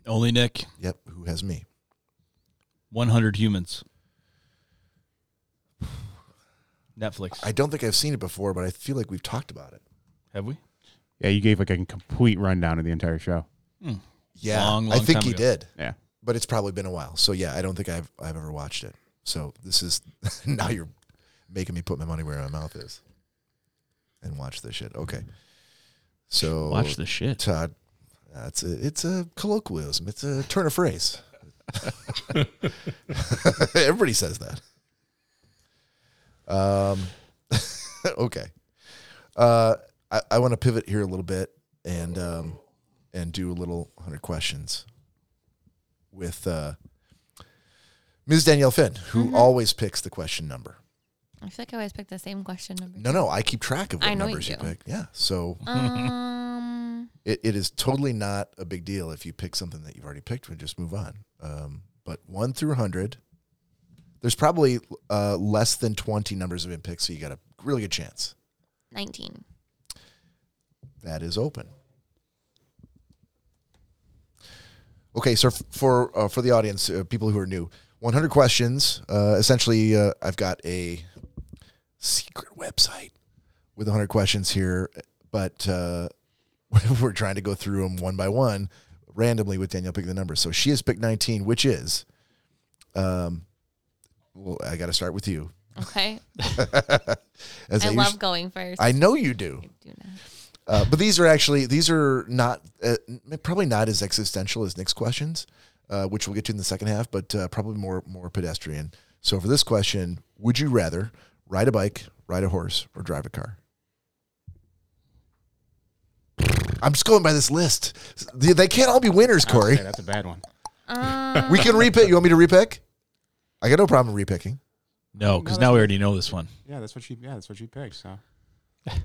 S6: Only Nick.
S1: Yep. Who has me?
S6: 100 Humans. Netflix.
S1: I don't think I've seen it before, but I feel like we've talked about it.
S6: Have we?
S3: yeah you gave like a complete rundown of the entire show.
S1: Yeah,
S6: Long,
S1: I
S6: long
S1: think
S6: time
S1: he
S6: ago.
S1: did.
S3: Yeah.
S1: but it's probably been a while. So yeah, I don't think I've I've ever watched it. So this is now you're making me put my money where my mouth is and watch this shit. Okay, so
S6: Watch the shit.
S1: Todd. That's a, it's a colloquialism. It's a turn of phrase. Everybody says that. Um, okay. Uh, I, I want to pivot here a little bit and um, and do a little hundred questions with uh, Ms. Danielle Finn, who
S2: Mm-hmm.
S1: always picks the question number.
S2: I feel like I always pick the same question number.
S1: No, no, I keep track of what
S2: I know
S1: numbers
S2: you
S1: you
S2: do.
S1: pick. Yeah, so
S2: Um,
S1: it, it is totally not a big deal if you pick something that you've already picked. We just move on. Um, but one through hundred, there's probably uh, less than twenty numbers have been picked, so you got a really good chance.
S2: nineteen.
S1: That is open. Okay, so f- for uh, for the audience, uh, people who are new, 100 questions. Uh, essentially, uh, I've got a secret website with 100 questions here, but uh, we're trying to go through them one by one, randomly with Danielle picking the numbers. So she has picked 19, which is, um, well, I got to start with you.
S2: Okay,
S1: As
S2: I
S1: usu-
S2: love going first.
S1: I know you do.
S2: do not.
S1: Uh, but these are actually these are not uh, n- probably not as existential as Nick's questions, uh, which we'll get to in the second half, but uh, probably more more pedestrian. So for this question, would you rather ride a bike, ride a horse, or drive a car? I'm just going by this list. They they can't all be winners, Corey.
S3: Okay, that's a bad one.
S2: Um,
S1: We can repick. You want me to repick? I got no problem repicking.
S6: No, because now we already know this one.
S3: Yeah, that's what she yeah that's what she picked. So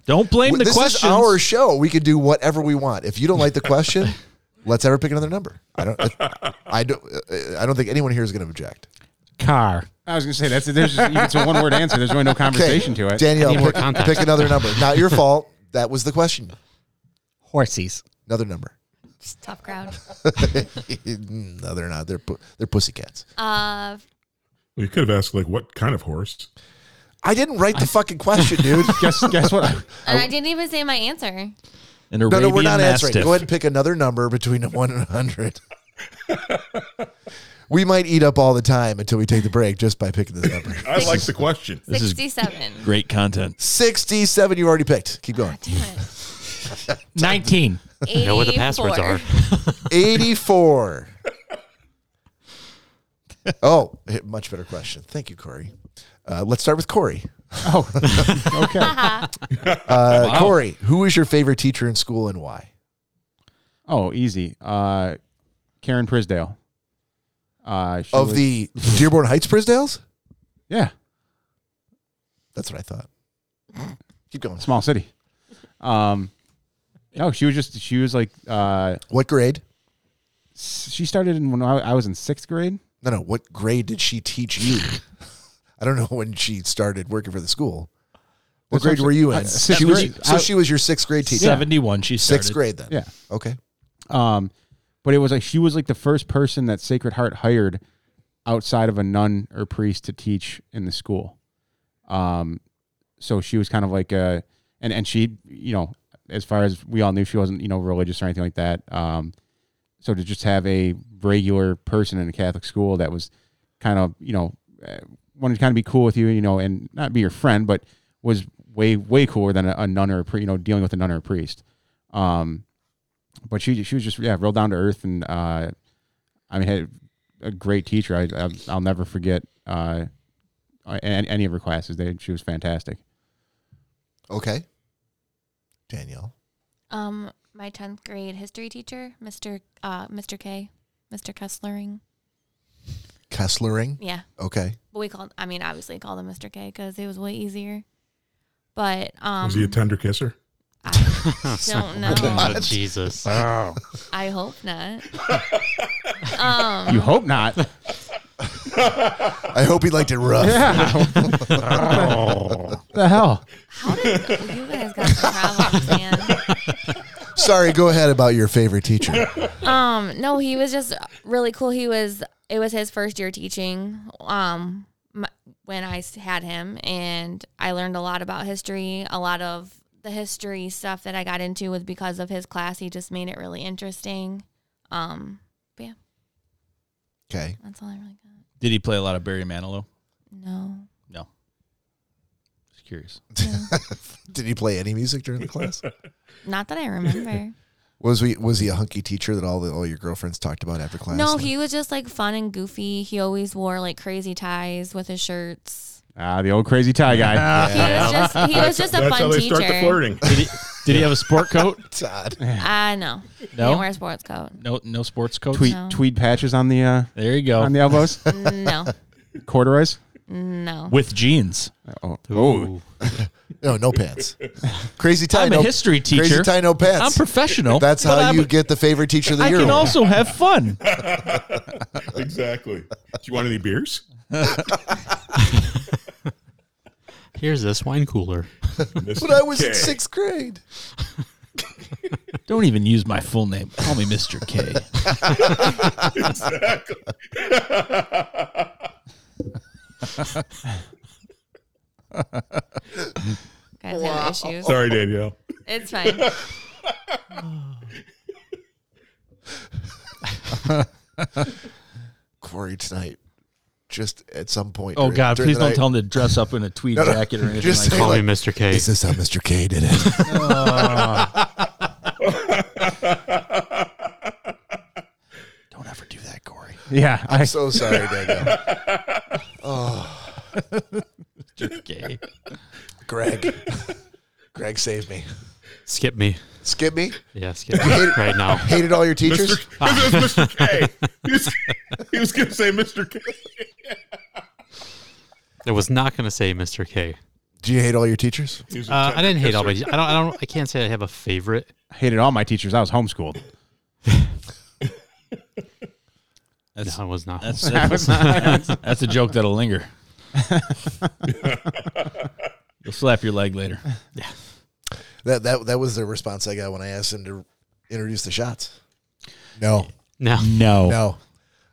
S6: Don't blame the
S1: this
S6: questions.
S1: is our show. We can do whatever we want. If you don't like the question, let's ever pick another number. I don't. I don't. uh, I don't think anyone here is going to object.
S6: car.
S3: I was gonna say that's there's just, it's a one word answer. There's really no conversation to it.
S1: Danielle,
S4: I need more
S1: pick,
S4: context.
S1: pick another number. Not your fault. That was the question.
S7: Horsies.
S1: Another number.
S2: Just tough crowd.
S1: no, they're not. They're pu- they're pussycats.
S2: Uh,
S5: We could have asked like what kind of horse.
S1: I didn't write the fucking question, dude.
S3: guess guess what?
S2: and I didn't even say my answer.
S6: An
S1: No,
S6: Arabian
S1: no, we're not
S6: Mastiff.
S1: answering. Go ahead and pick another number between one and hundred. we might eat up all the time until we take the break just by picking this number.
S5: I like the question.
S6: This is-
S2: Sixty-seven.
S6: Great content.
S1: Sixty-seven. You already picked. Keep going.
S2: Damn it.
S7: 19.
S4: You know what the passwords
S2: 84.
S4: are.
S1: 84. oh, eh, much better question. Thank you, Corey. Uh, let's start with Corey.
S3: Oh, Okay.
S1: Uh, Corey, who was your favorite teacher in school and why?
S3: Oh, easy. Uh, Karen Prisdale. Uh, she
S1: Of
S3: was-
S1: the Dearborn Heights Prisdales?
S3: yeah
S1: That's what I thought. Keep going.
S3: small city. Um, No, she was just she was like uh
S1: What grade?
S3: s- she started in when I I was in sixth grade.
S1: No, no. What grade did she teach you? I don't know when she started working for the school. What
S3: That's what
S1: grade
S3: I'm
S1: were you
S3: sa-
S1: in?
S3: uh, sixth
S1: She was-
S3: grade.
S1: so
S3: I-
S1: she was your sixth grade teacher.
S6: Seventy one. She started.
S1: Sixth grade then.
S3: Yeah.
S1: Okay.
S3: Um, but it was like she was like the first person that Sacred Heart hired outside of a nun or priest to teach in the school. Um, so she was kind of like a, and and she, you know, as far as we all knew, she wasn't you know religious or anything like that. Um, so to just have a regular person in a Catholic school that was kind of you know eh, wanted to kind of be cool with you, you know, and not be your friend, but was way way cooler than a, a nun or a pri- you know dealing with a nun or a priest. Um, but she she was just yeah real down to earth and uh, I mean had a great teacher I, I I'll never forget uh, a- any of her classes they she was fantastic
S1: Okay. Danielle.
S2: Um, my tenth grade history teacher, Mr. Uh, Mr. K, Mr. Kesslering.
S1: Kesslering.
S2: Yeah,
S1: Okay.
S2: but we called. I mean, obviously called him Mr. K because it was way easier. But um,
S5: Was he a tender kisser?
S2: I don't know.
S4: Oh, Jesus.
S2: I hope not. Um,
S3: you hope not
S1: I hope he liked it rough.
S3: yeah
S5: Oh.
S3: the hell
S2: how did you guys got some problems, man?
S1: Sorry. Go ahead about your favorite teacher.
S2: Um, no, he was just really cool. He was it was his first year teaching. Um, m when I s- had him, and I learned a lot about history. A lot of the history stuff that I got into was because of his class. He just made it really interesting. Um, but yeah,
S1: Okay.
S2: that's all I really got.
S6: Did he play a lot of Barry Manilow?
S2: No,
S6: No. Just curious.
S1: Did he play any music during the class?
S2: not that I remember.
S1: Was we was he a hunky teacher that all the, all your girlfriends talked about after class?
S2: no,
S1: Like,
S2: he was just like fun and goofy. He always wore like crazy ties with his shirts.
S3: ah the old crazy tie guy
S2: He was just he was just a
S5: That's how
S2: fun
S5: they
S2: teacher.
S5: start the flirting.
S6: Did he, did he have a sport coat?
S1: Todd.
S2: Ah, no.
S6: No?
S2: He didn't wear a sports coat.
S6: No, no sports coat.
S3: tweed
S2: No.
S3: tweed patches on the uh,
S6: There you go.
S3: on the elbows
S2: No,
S3: corduroys
S2: no.
S6: With jeans.
S3: oh,
S4: Ooh.
S1: No, no pants. Crazy tie.
S6: I'm
S1: no,
S6: a history
S1: Crazy
S6: teacher.
S1: tie, no pants.
S6: I'm professional.
S1: That's
S6: but
S1: how
S6: I'm-
S1: you get the favorite teacher of the
S6: I
S1: year.
S6: can
S1: award.
S6: also have fun.
S5: exactly. Do you want any beers?
S4: Here's this wine cooler.
S1: but I was in
S5: Okay.
S1: sixth grade.
S6: Don't even use my full name. Call me Mr. K.
S5: Exactly.
S2: Guys have issues.
S5: Sorry, Danielle.
S2: It's fine.
S1: Corey tonight. Just at some point.
S6: Oh
S1: during-
S6: God!
S1: during
S6: Please
S1: the
S6: don't
S1: night,
S6: tell him to dress up in a tweed jacket or anything.
S1: Just
S6: like
S1: say
S4: Call
S1: like,
S4: me Mr. K.
S1: Is this how Mr. K did it?
S6: that. Don't ever do that, Corey.
S3: yeah I,
S1: so sorry, Daniel.
S6: Mr. K.
S1: Greg. Greg saved me.
S4: Skip me.
S1: Skip me.
S4: Yeah, skip me right now.
S1: Hated all your teachers.
S5: Mr. It was Mr. K. He was, he was going to say Mr. K.
S4: I was not going to say Mr. K.
S1: Do you hate all your teachers?
S5: He was a
S4: Uh, I
S5: tender
S4: didn't hate
S5: kisser.
S4: all my. I don't. I don't. I can't say I have a favorite.
S3: hated all my teachers I was homeschooled
S6: That's,
S4: No, I was not.
S6: that's, that's, that's, a joke that'll linger. You'll slap your leg later.
S1: That that that was the response I got when I asked him to introduce the shots. No,
S4: no.
S6: No.
S1: no,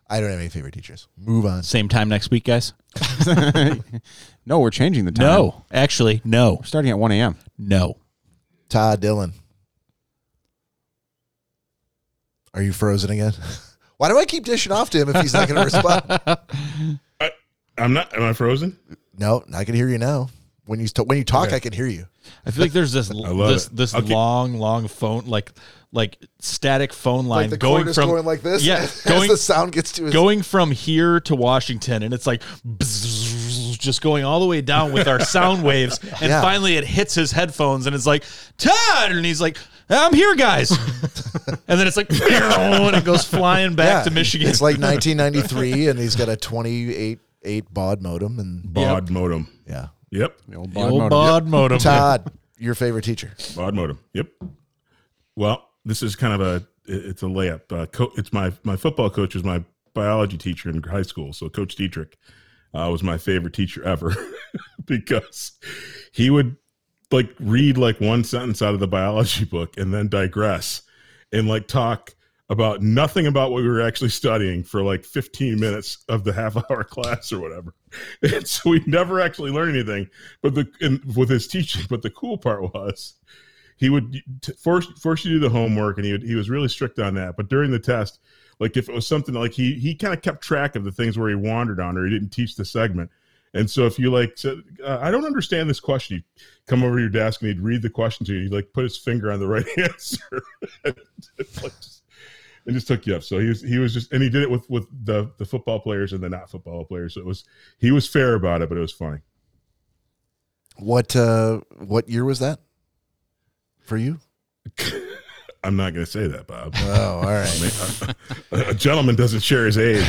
S1: I don't have any favorite teachers. Move on.
S6: Same time next week, guys.
S3: no we're changing the time
S6: No, actually, no,
S3: we're starting at 1 a.m
S6: no.
S1: Todd Dillon. Are you frozen again? Why do I keep dishing off to him if he's not going to respond?
S5: I'm not. Am I frozen?
S1: No, I can hear you now. When you t- when you talk, I can hear you.
S6: I feel like there's this
S5: love
S6: this
S5: it.
S6: this
S5: Okay.
S6: long, long phone like like static phone line
S1: Like the
S6: going
S1: cord is
S6: from
S1: going like this.
S6: Yeah,
S1: as
S6: going
S1: the sound gets to his.
S6: going from here to Washington, and it's like bzzz, just going all the way down with our sound waves, and
S1: Yeah.
S6: finally it hits his headphones, and it's like Todd, and he's like, "I'm here, guys," and then it's like, and it goes flying
S1: Yeah,
S6: back to Michigan.
S1: It's like 1993, and he's got a 28 8 baud modem, and
S5: Bod modem.
S1: yeah.
S5: Yep.
S3: the old
S6: The
S3: bod
S6: old
S3: modem.
S6: bod modem.
S1: Todd, your favorite teacher.
S5: Bod modem. Yep. Well, this is kind of a it- it's a layup. Uh, co- it's my my football coach was my biology teacher in high school. So Coach Dietrich uh, was my favorite teacher ever because he would like read like one sentence out of the biology book and then digress and like talk about nothing about what we were actually studying for like 15 minutes of the half hour class or whatever. And so we never actually learned anything, but the, and with his teaching, but the cool part was he would t- force force you to do the homework, and he would, he was really strict on that. But during the test, like if it was something like he he kind of kept track of the things where he wandered on or he didn't teach the segment. And so if you like said, uh, I don't understand this question, he'd come over to your desk and he'd read the question to you. And he'd like put his finger on the right answer, and, like, just, and just took you up. So he was he was just and he did it with with the the football players and the not football players. So it was he was fair about it, but it was funny.
S1: What uh, what year was that for you?
S5: I'm not going to say that, Bob.
S1: Oh, all right.
S5: I mean, a, a gentleman doesn't share his age.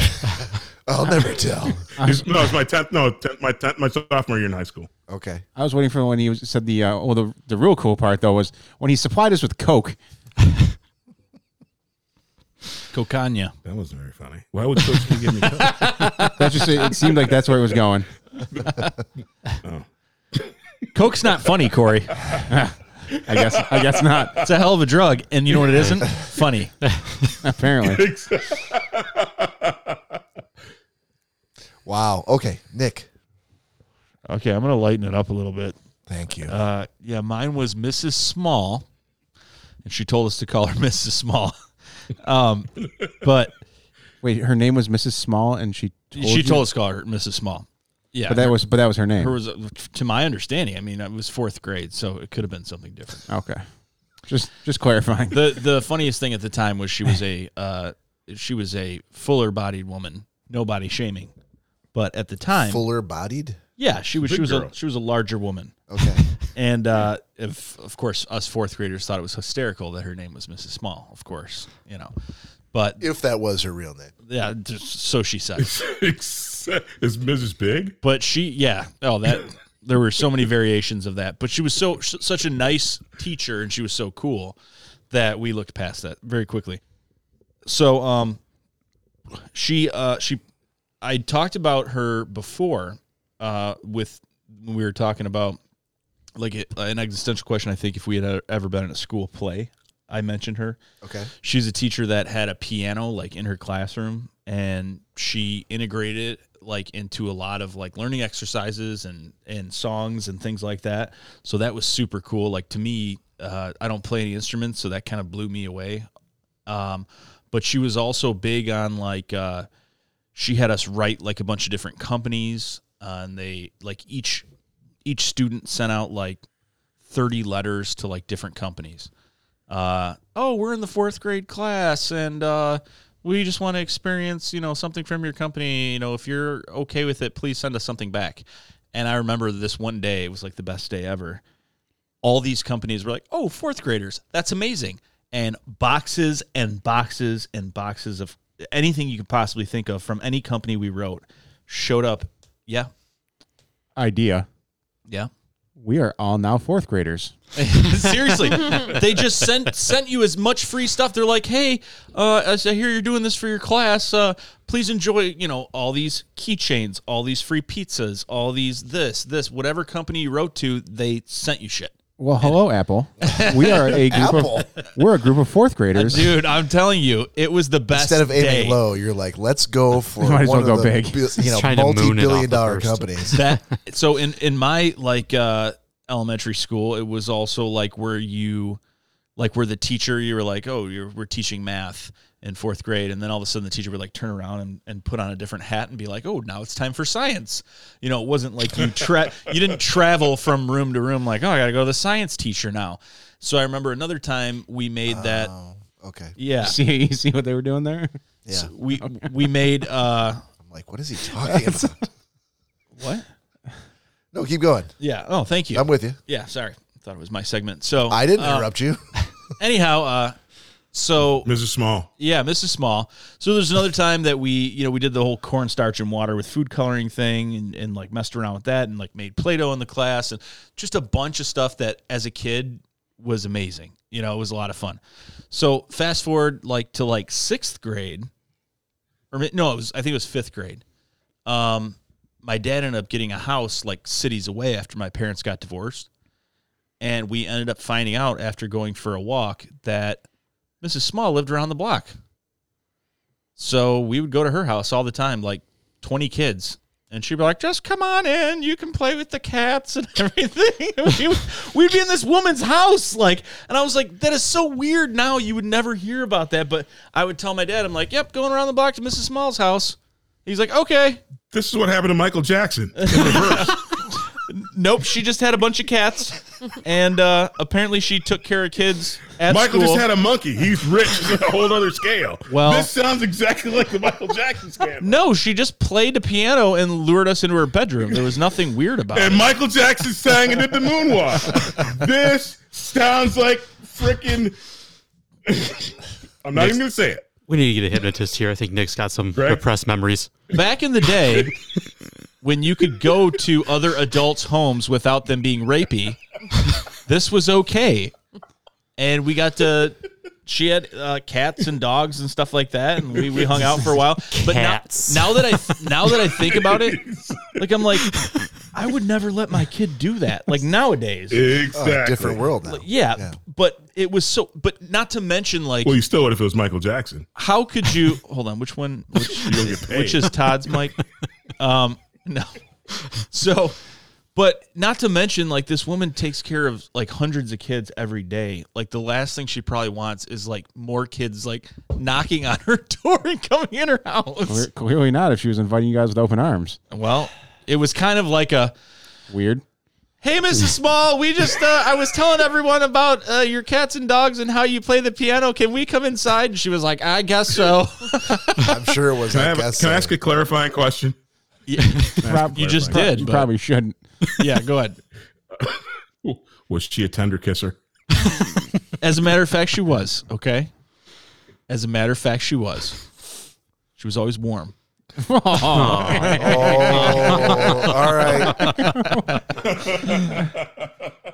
S1: I'll never tell.
S5: He's- no, it's my tenth. No, tenth, my tenth, my sophomore year in high school.
S1: Okay.
S3: I was waiting for when he was, said the uh, well the the real cool part though was when he supplied us with Coke.
S6: Cocaña.
S5: That wasn't very funny. Why would Coach be giving me?
S3: That's just it, it seemed like that's where it was going.
S6: Coke's not funny, Corey.
S3: I guess I guess not.
S6: It's a hell of a drug, and you know what it isn't? Funny.
S3: Apparently,
S5: Coke?
S1: Wow. Okay, Nick.
S8: Okay, I'm going to lighten it up a little bit.
S1: Thank you.
S8: Uh,
S6: Yeah, mine was Mrs. Small, and she told us to call her Mrs. Small. Um, but
S3: wait, her name was Mrs. Small, and she told
S6: she
S3: you-
S6: told us to call her Mrs. Small. Yeah,
S3: but that was but that was her name.
S6: her was to my understanding. I mean, it was fourth grade, so it could have been something different.
S3: okay, just just clarifying.
S6: the The funniest thing at the time was she was a uh, she was a fuller bodied woman. No body shaming, but at the time,
S1: Fuller bodied.
S6: yeah, she was she
S5: Big
S6: was
S5: girl.
S6: a she was a larger woman.
S1: Okay.
S6: And uh, if, of course, us fourth graders thought it was hysterical that her name was Mrs. Small. Of course, you know, but
S1: if that was her real name.
S6: yeah, just so she said.
S5: Is Mrs. Big?
S6: But she, yeah, oh that there were so many variations of that. But she was so s- such a nice teacher, and she was so cool that we looked past that very quickly. So, um, she, uh, she, I talked about her before, uh, with when we were talking about like a, an existential question. I think if we had uh, ever been in a school play, I mentioned her
S1: Okay.
S6: she's a teacher that had a piano like in her classroom and she integrated it like into a lot of like learning exercises and and songs and things like that so that was super cool like to me uh, i don't play any instruments so that kind of blew me away um, but she was also big on like uh, she had us write like a bunch of different companies uh, and they like each each student sent out like 30 letters to like different companies uh, oh, we're in the fourth grade class and uh, we just want to experience, you know, something from your company. You know, if you're okay with it, please send us something back. And I remember this one day, it was like the best day ever. All these companies were like, oh, fourth graders, that's amazing. And boxes and boxes and boxes of anything you could possibly think of from any company we wrote showed up. Yeah.
S3: Idea:
S6: Yeah.
S3: We are all now fourth graders.
S6: Seriously, they just sent sent you as much free stuff. They're like, hey, uh, as I hear you're doing this for your class. Uh, please enjoy, you know, all these keychains, all these free pizzas, all these this, this, whatever company you wrote to, they sent you shit.
S3: Well, hello, Apple. We are a group
S1: Apple.
S3: of we're a group of fourth graders.
S6: Dude, I'm telling you, it was the best.
S1: Instead of aiming
S6: day.
S1: low, you're like, let's go for
S3: Might as
S1: one
S3: well
S1: of
S3: go
S1: the
S3: big.
S1: bu- you know
S4: trying to moon it off the
S1: multi-billion-dollar
S4: first.
S1: companies.
S6: that so in in my like uh elementary school it was also like where you like where the teacher you were like oh you're we're teaching math in fourth grade and then all of a sudden the teacher would like turn around and, and put on a different hat and be like oh now it's time for science you know it wasn't like you tra- you didn't travel from room to room like oh i gotta go to the science teacher now so i remember another time we made that
S1: Oh, okay.
S6: yeah
S3: See, you see what they were doing there?
S1: Yeah.
S6: So we we made uh
S1: I'm like, what is he talking about?
S6: what
S1: No, keep going.
S6: yeah oh thank you
S1: I'm with you.
S6: yeah sorry thought it was my segment so
S1: I didn't
S6: uh,
S1: interrupt you.
S6: anyhow uh so
S5: Mrs. Small.
S6: yeah mrs small so there's another time that we you know we did the whole cornstarch and water with food coloring thing and, and like messed around with that and like made play-doh in the class and just a bunch of stuff that as a kid was amazing. You know, it was a lot of fun. So fast forward like to like sixth grade, or mi- no, it was I think it was fifth grade. Um, my dad ended up getting a house like cities away after my parents got divorced, and we ended up finding out after going for a walk that Mrs. Small lived around the block. So we would go to her house all the time, like 20 kids. And she'd be like, just come on in. You can play with the cats and everything. And we would, we'd be in this woman's house. Like, and I was like, that is so weird now. You would never hear about that. But I would tell my dad, I'm like, yep, going around the block to Mrs. Small's house. He's like, okay.
S5: This is what happened to Michael Jackson.
S6: Nope. She just had a bunch of cats. And uh, apparently she took care of kids at
S5: Michael
S6: school.
S5: just had a monkey. He's rich. It's on a whole other scale.
S6: Well-
S5: this sounds exactly like the Michael Jackson scandal.
S6: no, she just played the piano and lured us into her bedroom. There was nothing weird about it.
S5: And Michael Jackson sang and did the moonwalk. this sounds like freaking. I'm not even going to say it.
S4: We need to get a hypnotist here. I think Nick's got some
S5: Greg?
S4: repressed memories.
S6: back in the day when you could go to other adults' homes without them being rapey, this was okay. And we got to she had uh, cats and dogs and stuff like that, and we, we hung out for a while. But now,
S4: Cats.
S6: now that I th- now that I think about it, like I'm like, I would never let my kid do that. Like nowadays,
S5: Exactly.
S1: Oh, different world now.
S6: yeah.
S1: Yeah.
S6: But it was so. But not to mention like
S5: Well, you still would if it was Michael Jackson.
S6: how could you hold on which one which, which is todd's mic um no so but not to mention like this woman takes care of like hundreds of kids every day like the last thing she probably wants is like more kids like knocking on her door and coming in her house
S3: Clear- Clearly not. If she was inviting you guys with open arms,
S6: well it was kind of like a
S3: weird.
S6: Hey, Mrs. Small, we just, uh, I was telling everyone about uh, your cats and dogs and how you play the piano. Can we come inside? And she was like, I guess so.
S1: I'm sure it was.
S5: Can I,
S1: I,
S5: have,
S1: guess.
S5: can I
S1: so.
S5: ask a clarifying question?
S3: Prob-
S6: you just
S3: prob-
S6: did.
S3: you
S6: but-
S3: probably shouldn't.
S6: yeah, go ahead.
S5: Was she a tender kisser?
S6: As a matter of fact, she was. Okay. As a matter of fact, she was. She was always warm.
S1: Oh, all right.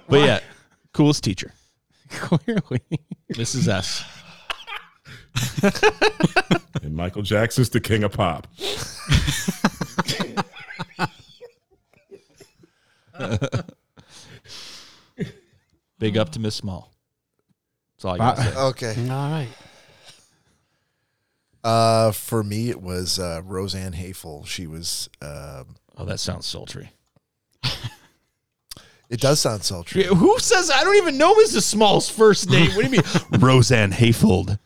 S6: But yeah, coolest teacher,
S3: Clearly,
S6: Mrs. S.
S5: And Michael Jackson's the king of pop.
S6: Big up to Miss Small. That's all I got to say.
S1: Okay.
S4: All right.
S1: Uh, for me, it was uh, Roseanne Hayful. She was. Um,
S6: Oh, that sounds sultry.
S1: it does sound sultry.
S6: Who says I don't even know Mrs. Small's first name? What do you mean, Roseanne Hayfold?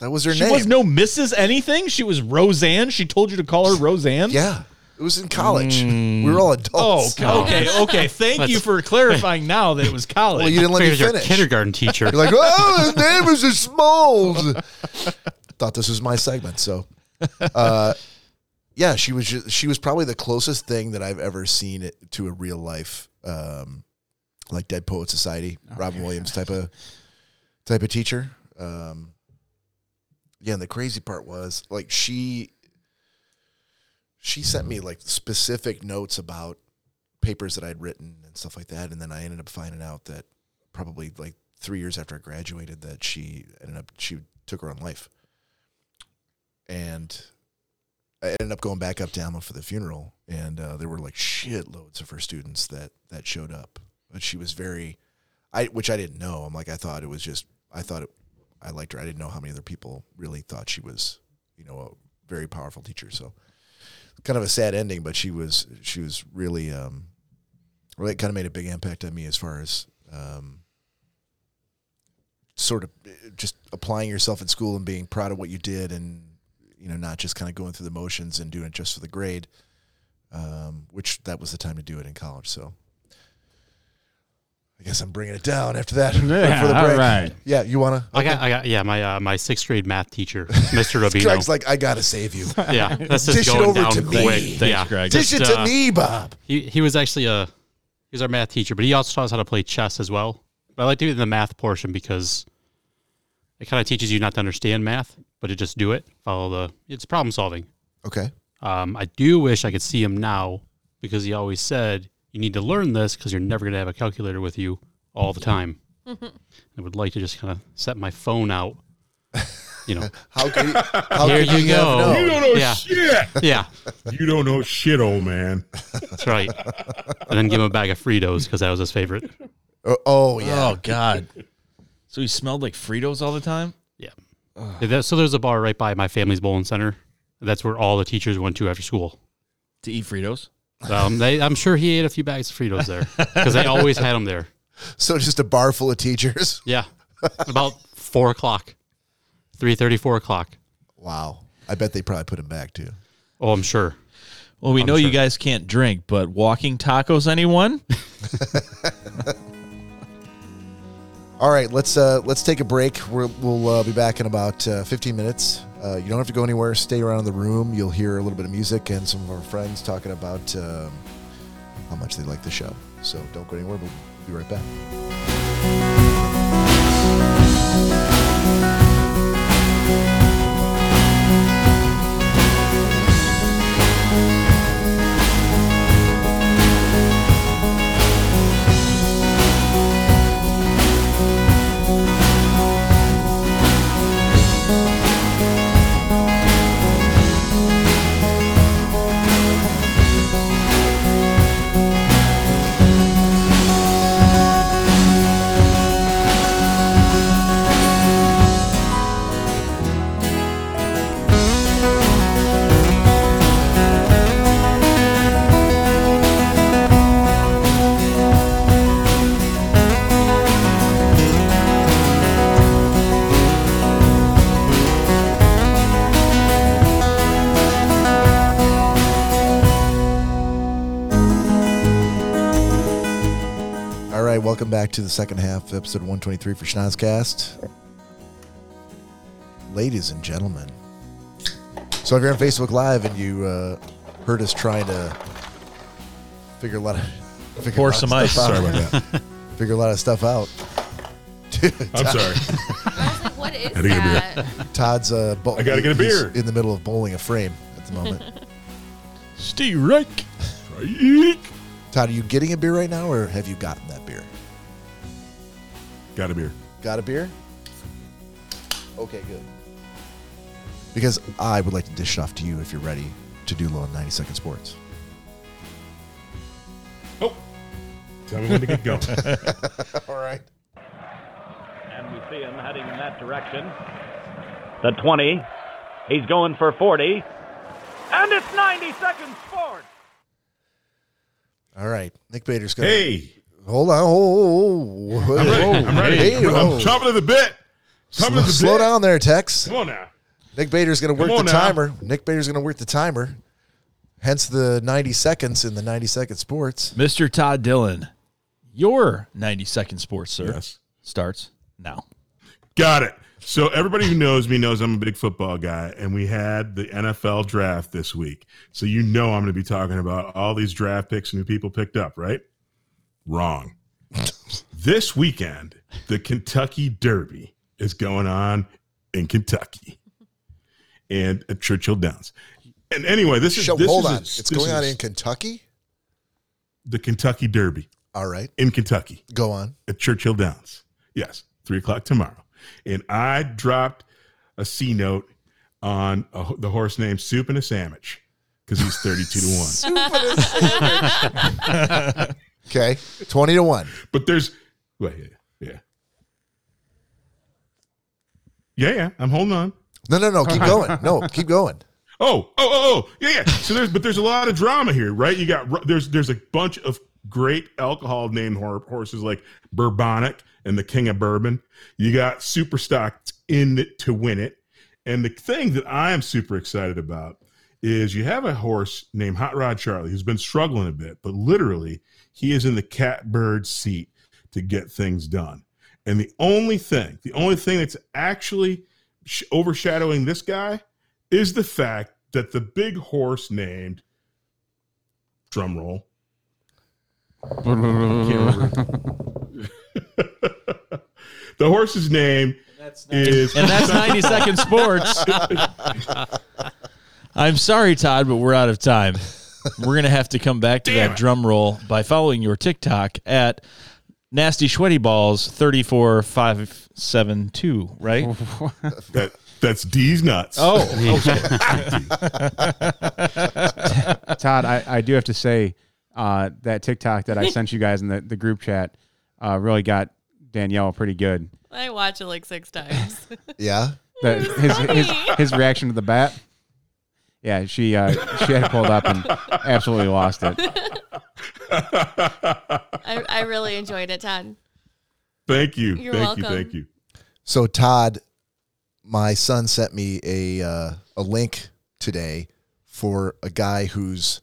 S1: That was her
S6: She
S1: name.
S6: was no Mrs. Anything. She was Roseanne. She told you to call her Roseanne.
S1: yeah, it was in college. We were all
S6: Oh,
S1: adults.
S6: okay, okay. Thank you for clarifying now that it was college.
S1: Well, you didn't let me
S4: Figured your
S1: finish.
S4: kindergarten teacher.
S1: You're like, oh, his name is just Smalls. Thought this was my segment, so. Uh, yeah, she was ju- she was probably the closest thing that I've ever seen it, to a real life, um, like Dead Poet Society, Robin Williams type of type of teacher. Um, yeah, and the crazy part was like she she sent me like specific notes about papers that I'd written and stuff like that, and then I ended up finding out that probably like three years after I graduated that she ended up she took her own life, and I ended up going back up to Alma for the funeral, and uh, there were like shitloads of her students that that showed up, but she was very, I which I didn't know. I'm like I thought it was just I thought it, I liked her. I didn't know how many other people really thought she was you know a very powerful teacher. So kind of a sad ending, but she was she was really um really kind of made a big impact on me as far as um sort of uh, just applying yourself in school and being proud of what you did and you know not just kind of going through the motions and doing it just for the grade um which that was the time to do it in college so I guess I'm bringing it down after that
S3: Yeah,
S1: for the
S3: all
S1: break.
S3: right.
S1: Yeah, you want to?
S4: I got, I got, yeah, my uh, my sixth grade math teacher, Mr.
S1: Greg's
S4: Robino.
S1: like, I gotta save you.
S4: yeah, that's
S1: Dish
S4: just
S1: it
S4: going
S1: over
S4: down
S1: to me.
S4: quick.
S1: Thanks,
S4: yeah.
S6: Greg.
S1: Dish it
S4: Just,
S1: to
S4: uh,
S1: me, Bob.
S4: He he was actually a he was our math teacher, but he also taught us how to play chess as well. But I like doing the math portion because it kind of teaches you not to understand math, but to just do it. Follow the it's problem solving.
S1: Okay.
S4: Um, I do wish I could see him now because he always said you need to learn this because you're never going to have a calculator with you all the time. I would like to just kind of set my phone out. You know,
S1: How could how
S4: Here
S1: could
S4: you
S1: have
S4: go.
S1: known?
S5: You don't know
S4: Yeah.
S5: shit.
S4: yeah,
S5: You don't know shit, old man.
S4: that's right. And then give him a bag of Fritos because that was his favorite.
S1: Oh, oh, yeah.
S6: Oh God. So he smelled like Fritos all the time.
S4: Yeah. Yeah, that- so there's a bar right by my family's bowling center. That's where all the teachers went to after school.
S6: To eat Fritos.
S4: Um, they, I'm sure he ate a few bags of Fritos there because they always had them there.
S1: So just a bar full of teachers.
S4: Yeah, about four o'clock, three thirty, four o'clock.
S1: Wow. I bet they probably put him back too.
S4: Oh, I'm sure.
S6: Well, we know you
S4: sure.
S6: guys can't drink, but walking tacos, anyone?
S1: All right, let's uh, let's take a break. We're, we'll uh, be back in about uh, 15 minutes. Uh, you don't have to go anywhere. Stay around in the room. You'll hear a little bit of music and some of our friends talking about um, how much they like the show. So don't go anywhere. We'll be right back. All right, welcome back to the second half, of episode 123 for Schnozcast. Ladies and gentlemen. So if you're on Facebook Live and you uh, heard us trying to figure a lot of figure
S6: Pour
S1: a lot of
S6: some
S1: stuff
S6: ice.
S1: out-
S5: Sorry about that.
S1: figure a lot of stuff out.
S5: I'm sorry.
S2: I was like, what is
S5: gotta get a beer.
S2: that?
S1: Todd's uh, bo-
S5: I gotta get a
S1: he's
S5: beer.
S1: in the middle of bowling a frame at the moment.
S6: Steve Reich.
S5: Eek.
S1: Todd, are you getting a beer right now, or have you gotten that beer?
S5: Got a beer.
S1: Got a beer? Okay, good. Because I would like to dish it off to you if you're ready to do low on 90 second sports.
S5: Oh. Tell me when to get going.
S1: All right.
S9: And we see him heading in that direction. The 20. He's going for 40. And it's 90 seconds forward.
S1: All right. Nick Bader's going.
S5: hey.
S1: Hold on. Oh, oh, oh.
S5: I'm ready.
S1: Whoa.
S5: I'm ready.
S1: Hey,
S5: I'm,
S1: whoa.
S5: I'm chomping at the bit. Chomping
S1: Slow,
S5: at the
S1: slow
S5: bit.
S1: down there, Tex.
S5: Come on now.
S1: Nick Bader's going to work
S5: Come
S1: the
S5: on now.
S1: timer. Nick Bader's going to work the timer. Hence the 90 seconds in the 90 second sports.
S6: Mr. Todd Dillon, your 90 second sports, sir,
S5: Yes.
S6: starts now.
S5: Got it. So everybody who knows me knows I'm a big football guy, and we had the NFL draft this week. So you know I'm going to be talking about all these draft picks and who people picked up, right? Wrong. this weekend, the Kentucky Derby is going on in Kentucky and at Churchill Downs. And anyway, this is
S1: Show,
S5: this
S1: hold
S5: is a-
S1: on. it's
S5: this
S1: going on
S5: is
S1: in Kentucky?
S5: the Kentucky Derby
S1: All right.
S5: in Kentucky
S1: Go on.
S5: at Churchill Downs. Yes, three o'clock tomorrow. And I dropped a C note on a, the horse named Soup and a Sandwich because he's 32 to 1.
S1: Okay. 20 to 1.
S5: But there's, wait, yeah, yeah. Yeah, yeah, I'm holding on.
S1: No, no, no. Keep going. No, keep going.
S5: Oh, oh, oh, oh, yeah, yeah. So there's, but there's a lot of drama here, right? You got ru- there's there's a bunch of great alcohol named hor- horses like Bourbonic and the King of Bourbon. You got Super Stocked in it to win it, and the thing that I am super excited about is you have a horse named Hot Rod Charlie who's been struggling a bit, but literally he is in the catbird seat to get things done. And the only thing, the only thing that's actually sh- overshadowing this guy is the fact that the big horse named drumroll the horse's name is
S6: And that's 90 second sports. I'm sorry, Todd, but we're out of time. We're going to have to come back to
S5: Damn
S6: that
S5: it.
S6: drum roll by following your TikTok at Nasty Sweaty Balls 34572, right?
S5: That that's D's nuts.
S6: oh,
S3: Todd, I, I do have to say uh, that TikTok that I sent you guys in the, the group chat uh, really got Danielle pretty good.
S2: I watch it like six times.
S1: Yeah.
S3: The, his, his his reaction to the bat. Yeah, she uh, she had it pulled up and absolutely lost it.
S2: I, I really enjoyed it, Todd.
S5: Thank you.
S2: You're
S5: thank you.
S2: welcome.
S5: Thank you.
S1: So Todd, my son sent me a uh, a link today for a guy who's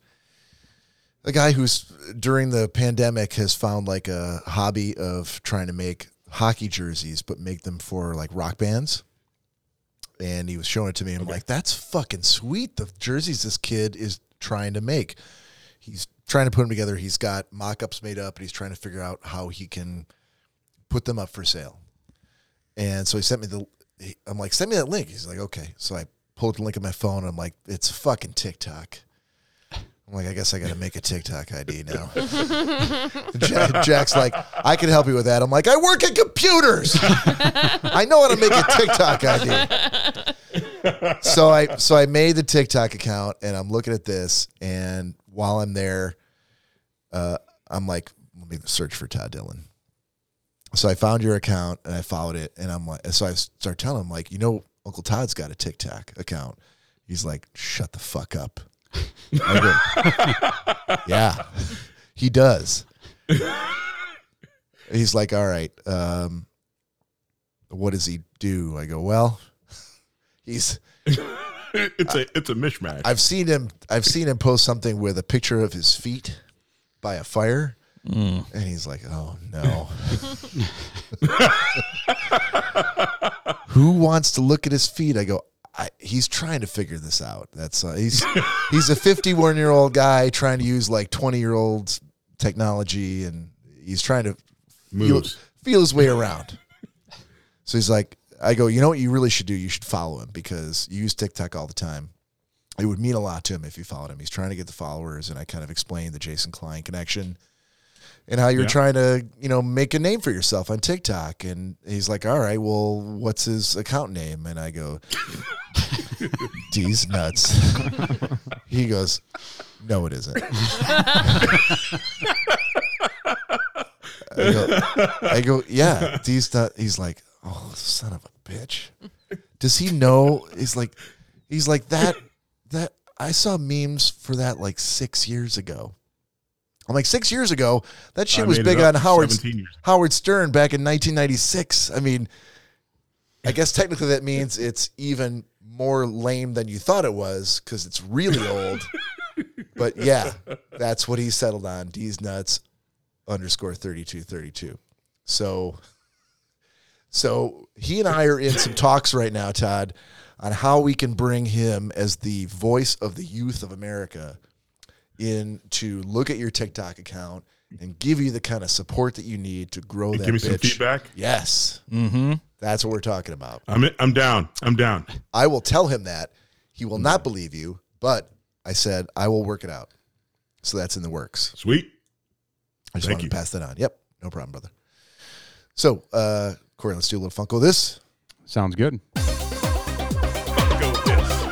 S1: a guy who's during the pandemic has found like a hobby of trying to make hockey jerseys, but make them for like rock bands. And he was showing it to me. and I'm like, that's fucking sweet. The jerseys this kid is trying to make. He's trying to put them together. He's got mock ups made up and he's trying to figure out how he can put them up for sale. And so he sent me the. He, I'm like, send me that link. He's like, okay. So I pulled the link on my phone. And I'm like, it's fucking TikTok. I'm like, I guess I got to make a TikTok ID now. Ja- Jack's like, I can help you with that. I'm like, I work at computers. I know how to make a TikTok ID. So I so I made the TikTok account and I'm looking at this and while I'm there, uh, I'm like, let me search for Todd Dillon so I found your account and I followed it, and I'm like, so I start telling him like, you know, Uncle Todd's got a TikTok account. He's like, shut the fuck up. I go, yeah, he does. He's like, all right, um, what does he do? I go, well, he's
S5: It's a it's a mishmash.
S1: I've seen him. I've seen him post something with a picture of his feet by a fire, and he's like, "Oh no, who wants to look at his feet?" I go, I, "He's trying to figure this out." That's uh, he's he's a fifty-one year old guy trying to use like twenty-year-old technology, and he's trying to feel,
S5: Moves.
S1: feel his way around. So he's like, I go, you know what you really should do? You should follow him because you use TikTok all the time. It would mean a lot to him if you followed him. He's trying to get the followers, and I kind of explained the Jason Klein connection and how you're
S5: Yeah.
S1: trying to, you know, make a name for yourself on TikTok. And he's like, all right, well, what's his account name? And I go, D's nuts. he goes, no, it isn't. I go, I go, yeah, D's not. He's like, oh, son of a bitch. Does he know? He's like, he's like that. That I saw memes for that like six years ago. I'm like six years ago. That shit
S5: I
S1: was
S5: made it
S1: big on
S5: up
S1: Howard
S5: 17 years.
S1: Howard Stern back in 1996. I mean, I guess technically that means it's even more lame than you thought it was because it's really old. but yeah, that's what he settled on. D's nuts underscore 3232. So, so he and I are in some talks right now, Todd, on how we can bring him as the voice of the youth of America in to look at your TikTok account and give you the kind of support that you need to grow that
S5: Give me
S1: bitch.
S5: some feedback.
S1: Yes,
S6: mm-hmm.
S1: that's what we're talking about.
S5: I'm in, I'm down. I'm down.
S1: I will tell him that. He will not believe you, but I said I will work it out. So that's in the works.
S5: Sweet.
S1: I just
S5: Thank
S1: wanted
S5: you.
S1: to pass that on. Yep, no problem, brother. So, uh, Corey, let's do a little Funko this.
S3: Sounds good.
S5: Funko this.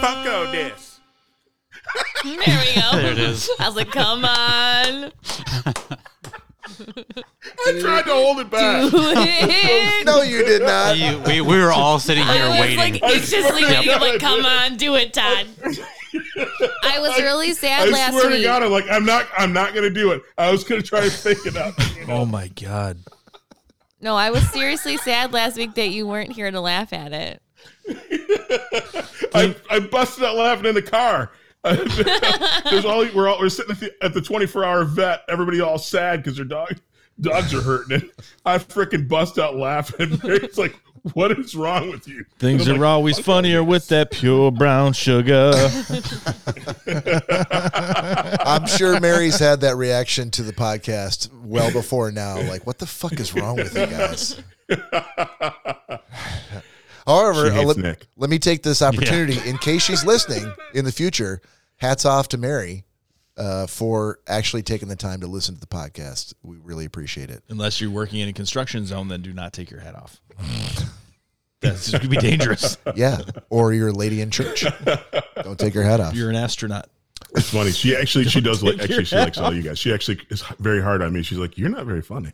S5: Funko this. Funko this.
S2: There we go.
S4: There it is.
S2: I was like, come on.
S5: I tried to hold it back.
S2: no,
S1: No, you did not.
S4: You- we, we were all sitting here
S2: I was
S4: waiting.
S2: like anxiously
S5: swear
S2: waiting,
S5: to God, I
S2: like, come
S5: did.
S2: on, do it, Todd. I was really sad
S5: I
S2: last
S5: swear
S2: week.
S5: to God, I'm like, I'm not, I'm not gonna do it. I was gonna try to fake it up.
S6: oh my God.
S2: No, I was seriously sad last week that you weren't here to laugh at it.
S5: I, I busted out laughing in the car. There's all we're all we're sitting at the, at the 24 hour vet. Everybody all sad because their dog dogs are hurting. And I freaking bust out laughing. It's like, what is wrong with you?
S6: Things
S5: And I'm
S6: are
S5: like,
S6: always funnier with that pure brown sugar.
S1: I'm sure Mary's had that reaction to the podcast well before now. Like, what the fuck is wrong with you guys? However,
S5: She hates
S1: let,
S5: Nick.
S1: let me take this opportunity in case she's listening in the future hats off to Mary uh, for actually taking the time to listen to the podcast. We really appreciate it.
S6: Unless you're working in a construction zone, then do not take your hat off. That's going to be dangerous.
S1: Yeah. Or you're a lady in church. Don't take your hat off.
S6: You're an astronaut.
S5: It's funny. She actually she does like
S6: take
S5: actually
S6: your
S5: she likes all you guys. She actually is very hard on me. She's like, you're not very funny.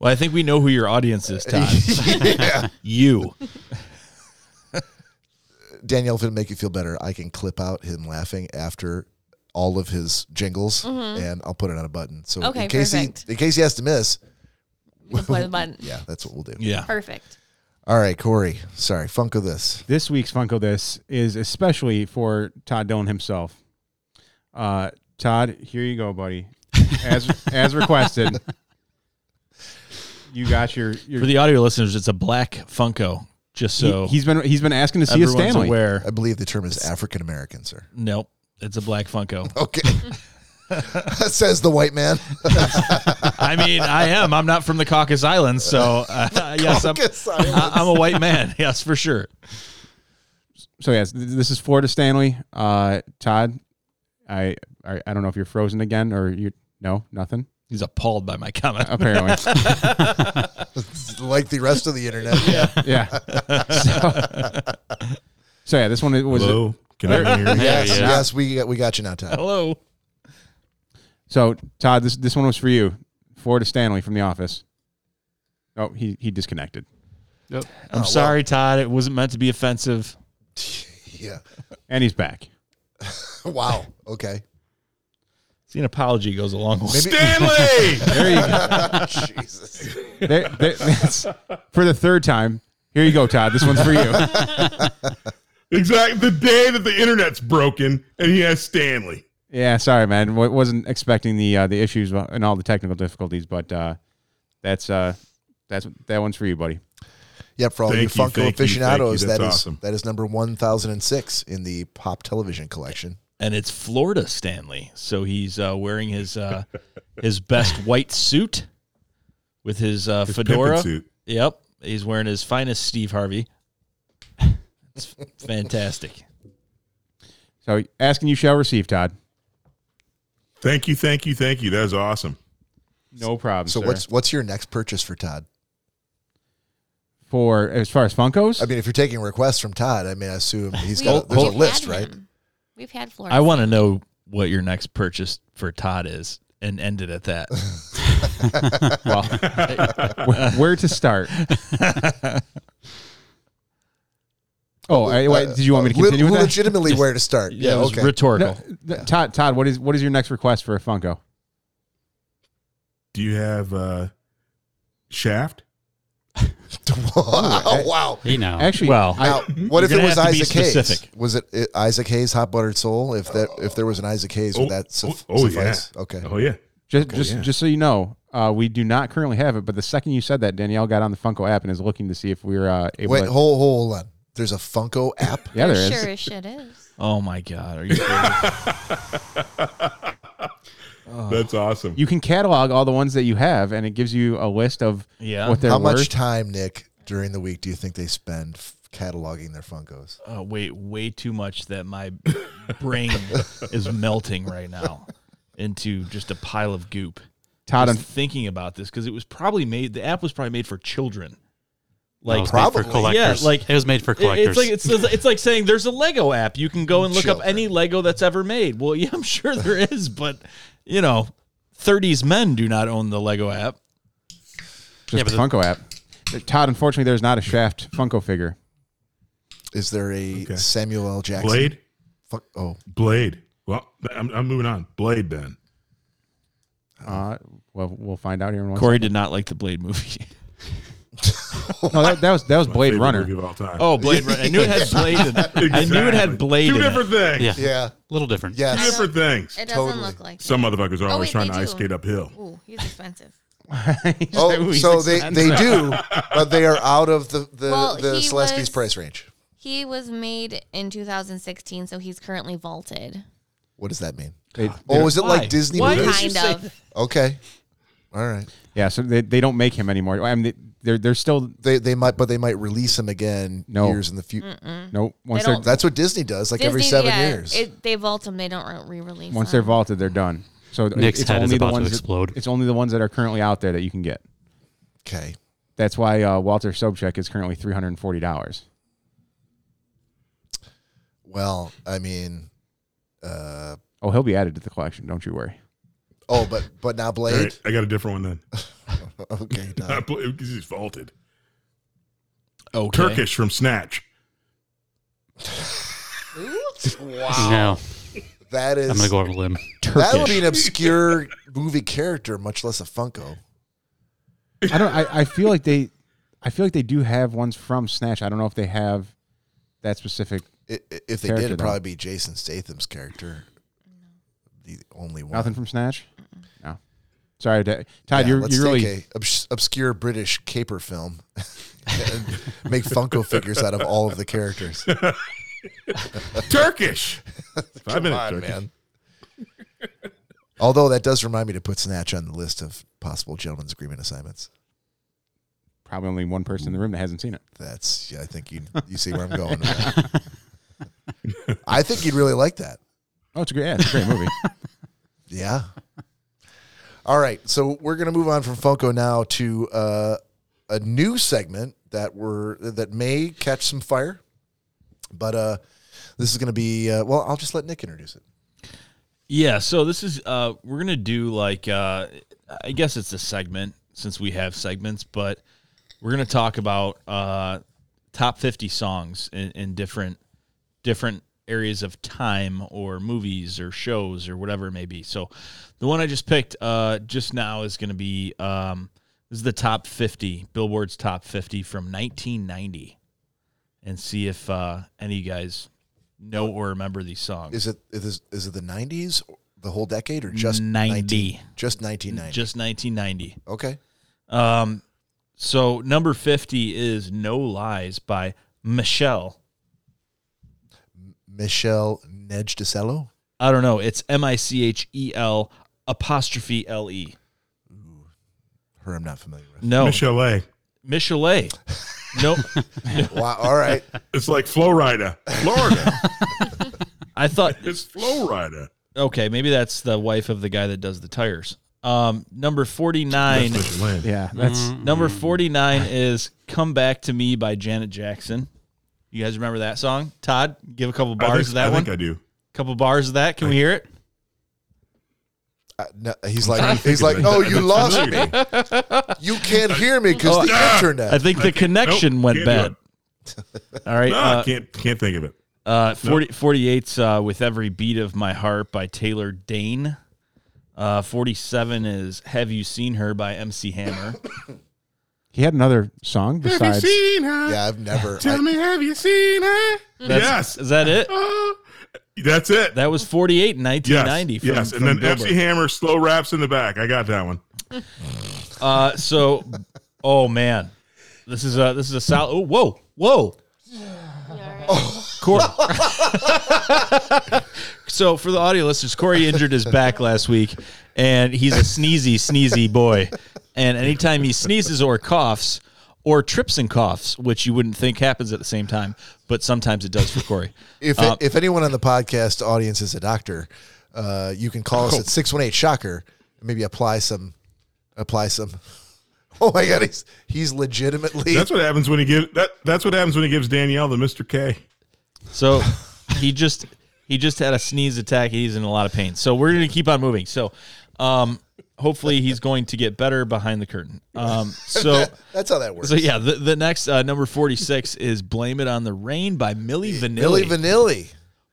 S6: Well, I think we know who your audience is, Todd. You.
S1: Danielle, if it'll make you feel better, I can clip out him laughing after all of his jingles and I'll put it on a button. So
S2: Mm-hmm. Okay,
S1: in case
S2: perfect.
S1: he in case he has to miss,
S2: You can play the button.
S1: yeah, that's what we'll do.
S6: Yeah.
S2: Perfect.
S1: All right, Corey. Sorry, Funko this.
S3: This week's Funko This is especially for Todd Doan himself. Uh, Todd, here you go, buddy. As as requested, you got your your.
S6: For the audio listeners, it's a black Funko, just so
S3: he, has been he's been asking to see a
S6: everyone's
S3: Stanley.
S6: aware.
S1: I believe the term is African American, sir.
S6: Nope. It's a black Funko.
S1: Okay. Says the white man.
S6: I mean, I am. I'm not from the Caucasus Islands, so uh, yes, I'm,
S1: Caucasus
S6: I- I'm a white man. Yes, for sure.
S3: So yes, th- this is Florida Stanley. Uh, Todd, I, I I don't know if you're frozen again or you no nothing
S6: He's appalled by my comment.
S3: apparently.
S1: like the rest of the internet.
S3: yeah. So, so yeah, this one it was
S5: Hello, can I hear you?
S1: Yes,
S4: yeah.
S1: yes, we got we got you now, Todd.
S6: Hello.
S3: So Todd, this this one was for you, Florida Stanley from the office. Oh, he he disconnected.
S8: I'm
S6: Oh,
S8: sorry, Todd. It wasn't meant to be offensive.
S1: Yeah.
S3: And he's back.
S1: Wow. Okay.
S6: See, an apology goes a long way.
S5: Stanley.
S3: There you go.
S1: Jesus.
S3: There- there- that's- for the third time. Here you go, Todd. This one's for you.
S5: exactly. The day that the internet's broken and he has Stanley.
S3: Yeah, sorry, man. W- wasn't expecting the uh, the issues and all the technical difficulties, but uh, that's uh, that's that one's for you, buddy.
S1: Yep, for all you
S5: Thank you,
S1: Funko
S5: thank you, thank you.
S1: aficionados,
S5: That's
S1: that is
S5: awesome.
S1: that is number one thousand and six in the pop television collection.
S6: and it's Florida Stanley. So he's uh, wearing his uh, his best white suit with his, uh,
S5: His
S6: fedora.
S5: pimpin' suit.
S6: Yep, he's wearing his finest Steve Harvey. It's fantastic.
S3: So asking you shall receive, Todd.
S5: Thank you, thank you, thank you. That is awesome.
S3: No problem.
S1: So
S3: sir.
S1: what's what's your next purchase for Todd?
S3: for as far as Funkos?
S1: I mean, if you're taking requests from Todd, I mean, I assume he's
S2: We-
S1: got there's a
S2: we've
S1: list,
S2: had
S1: right?
S2: him. We've had Florida.
S6: I want to know what your next purchase for Todd is, and end it at that.
S3: well, wh- where to start? oh, I, wait, did you want me to
S1: Le-
S3: continue with that?
S1: Uh, legitimately, where to start?
S6: Yeah,
S1: Yeah,
S6: it was
S1: okay.
S3: No,
S6: rhetorical.
S3: th- Todd, Todd, what is what is your next request for a Funko?
S5: Do you have uh Shaft?
S1: oh wow!
S4: Hey now,
S3: Actually,
S6: Well,
S3: I,
S1: Now, what if
S6: you're
S1: it
S6: gonna
S1: was
S6: have to be
S1: Isaac Hayes?
S6: specific.
S1: Was it, it Isaac Hayes hot buttered soul? If that if there was an Isaac Hayes,
S5: Uh, Oh,
S1: would that suf-
S5: oh, oh,
S1: suffice? Okay.
S5: Oh yeah.
S3: just just
S5: yeah.
S3: just so you know, uh, we do not currently have it. But the second you said that, Danielle got on the Funko app and is looking to see if we are uh, able.
S1: Wait,
S3: to,
S1: hold, hold on. There's a Funko app.
S3: yeah, there is.
S2: Sure as shit is.
S6: oh my God, are you? Crazy? Uh,
S5: That's awesome.
S3: You can catalog all the ones that you have, and it gives you a list of
S6: Yeah.
S3: what they're
S1: How
S3: worth.
S1: much time, Nick, during the week do you think they spend f- cataloging their Funkos?
S6: Oh, wait, way too much that my brain is melting right now into just a pile of goop.
S3: Todd,
S6: just thinking about this because it was probably made. The app was probably made for children.
S4: That
S6: Like
S4: was
S1: probably.
S4: made for collectors.
S6: Yeah, like-
S4: it was made Oh, for
S6: it- it's
S4: collectors.
S6: like it's, it's like saying there's a Lego app. You can go and look up
S1: Children.
S6: any Lego that's ever made. Well, yeah, I'm sure there is, but you know, 30s men do not own the Lego app.
S3: just
S4: Yeah,
S3: the
S4: but
S3: Funko app. Todd, unfortunately, there's not a Shaft Funko figure.
S1: Is there a
S5: Okay.
S1: Samuel L. Jackson?
S5: Blade?
S1: Fuck, oh,
S5: Blade. Well, I'm, I'm moving on. Blade then.
S3: Uh, well, we'll find out here in one.
S6: Corey did not like the Blade movie.
S3: second. No, that, that was that was Blade
S5: Favorite
S3: Runner.
S5: movie of all time.
S6: Oh, Blade! Runner. I knew it had Blade. In it. I knew it
S5: Exactly.
S6: had Blade.
S5: Two
S6: in it.
S5: different things.
S4: yeah,
S1: yeah.
S4: little different.
S5: Two
S1: Yes.
S5: different things.
S2: It doesn't
S1: Totally.
S2: look like. That.
S5: Some motherfuckers are
S2: Oh,
S5: always
S2: wait,
S5: trying
S2: they
S5: to ice
S2: do.
S5: skate uphill.
S2: Ooh, he's expensive.
S1: Oh, so they, they do, but they are out of the the,
S2: Well,
S1: the
S2: he
S1: Celesti's
S2: was-
S1: price range.
S2: He was made in 2016, so he's currently vaulted.
S1: What does that mean?
S3: They- they
S1: Oh,
S3: don't-
S1: is it
S6: Why?
S1: like Disney
S6: Why?
S1: movies?
S6: you
S2: Kind
S6: say
S2: of.
S1: Okay, all right.
S3: yeah. So they, they don't make him anymore. I mean, they're they're still
S1: They they might, but they might release him again
S3: No.
S1: years in the future.
S3: nope. Once
S2: Mm-hmm. They
S3: they are
S2: don't-
S1: That's what Disney does, like every
S2: Disney,
S1: seven
S2: yeah,
S1: years.
S2: it- they vault them. They don't re-release.
S3: once they're
S2: them.
S3: vaulted, they're done. So th-
S4: Nick's
S3: it's
S4: head is
S3: only
S4: about
S3: the
S4: to
S3: ones that-
S4: explode.
S3: it's only the ones that are currently out there that you can get.
S1: okay,
S3: That's why uh, Walter Sobchak is currently three hundred and forty dollars.
S1: well, I mean, uh,
S3: Oh, he'll be added to the collection. Don't you worry.
S1: oh, but but now
S5: All
S1: Blade.
S5: right, I got a different one then.
S1: okay, done.
S5: Because he's vaulted.
S6: Okay.
S5: Turkish from Snatch.
S4: No,
S1: that is
S4: I'm gonna go on a limb.
S1: that would be
S4: Turkish.
S1: an obscure movie character, much less a Funko.
S3: I don't. I, I feel like they, I feel like they do have ones from Snatch. I don't know if they have that specific.
S1: I- i- If they
S3: Character,
S1: did, it'd
S3: though.
S1: probably be Jason Statham's character. The only one.
S3: Nothing from Snatch. No. Sorry, Da- Todd.
S1: Yeah,
S3: you're
S1: let's
S3: you're
S1: take
S3: really
S1: a obs- obscure British caper film and make Funko figures out of all of the characters.
S5: Turkish. Five minute
S1: on,
S5: Turkish.
S1: man. Although that does remind me to put Snatch on the list of possible gentlemen's agreement assignments.
S3: probably only one person in the room that hasn't seen it.
S1: That's yeah, I think you you see where I'm going. With that. I think you'd really like that.
S3: Oh, it's a great. Yeah, it's a great movie.
S1: Yeah. All right, so we're gonna move on from Funko now to uh, a new segment that we're that may catch some fire, but uh, this is gonna be uh, well. I'll just let Nick introduce it.
S6: Yeah, so this is uh we're gonna do like uh I guess it's a segment since we have segments, but we're gonna talk about uh top fifty songs in, in different different areas of time or movies or shows or whatever it may be. So the one I just picked uh just now is gonna be um this is the top fifty, Billboard's top fifty from nineteen ninety. And see if uh any of you guys know or remember these songs.
S1: Is it is is it the '90s, the whole decade, or just
S6: 90.
S1: 19 just 1990?
S6: Just 1990.
S1: okay.
S6: Um, so number 50 is No Lies by Michelle.
S1: Michelle Nedjdicello.
S6: I don't know. It's M I C H E L apostrophe L E.
S1: Her, I'm not familiar with.
S6: No,
S5: Michelle A.
S6: Michelle. no,
S1: Wow. All right.
S5: It's like Florida. Florida.
S6: I thought
S5: it's Florida.
S6: okay, maybe that's the wife of the guy that does the tires. Um, number 49.
S5: Michelle A.
S3: yeah,
S1: Mm-hmm.
S3: that's
S6: number 49 is Come Back to Me by Janet Jackson. You guys remember that song? Todd, give a couple
S5: I
S6: bars
S5: think,
S6: of that
S5: I
S6: one.
S5: think I do.
S6: couple bars of that. Can we hear it?
S1: Uh, no, he's like
S5: think
S1: he's
S5: of
S1: like,
S5: it.
S1: oh,
S5: That
S1: you
S5: looks
S1: lost
S5: familiar.
S1: me. You can't hear me because
S6: Oh,
S1: the
S5: ah,
S1: internet.
S6: I think the connection
S5: Nope,
S6: went
S5: can't do
S6: bad. All right.
S5: No,
S6: uh,
S5: can't can't think of it.
S6: uh, 40, 48's uh, With Every Beat of My Heart by Taylor Dane. Uh, 47 is Have You Seen Her by MC Hammer.
S3: he had another song besides.
S5: seen her?
S1: yeah, I've never. I,
S5: me, have you seen her?
S6: That's-
S5: yes.
S6: Is that it?
S5: Oh, that's it.
S6: That was 48 in
S5: yes.
S6: 1990. from-
S5: yes.
S6: from
S5: and then
S6: Billboard.
S5: MC Hammer slow raps in the back. I got that one.
S6: Uh, so, oh, man. This is a, this is a solid. Oh, whoa. Whoa. Cor- so for the audio listeners, Corey injured his back last week, and he's a sneezy, sneezy boy. And anytime he sneezes or coughs or trips and coughs, which you wouldn't think happens at the same time, but sometimes it does for Corey.
S1: if
S6: Uh,
S1: if anyone on the podcast audience is a doctor, uh, you can
S6: Oh.
S1: call us at six one eight shocker. Maybe apply some, apply some. Oh my god, he's he's legitimately.
S5: That's what happens when he gives that. That's what happens when he gives Danielle the Mr. K.
S6: So he just he just had a sneeze attack. He's in a lot of pain. So we're gonna keep on moving. So um, hopefully he's going to get better behind the curtain. Um, so.
S1: that's how that works.
S6: So yeah, the, the next uh, number forty six is "Blame It on the Rain" by Millie Vanilli.
S1: Millie Vanilli.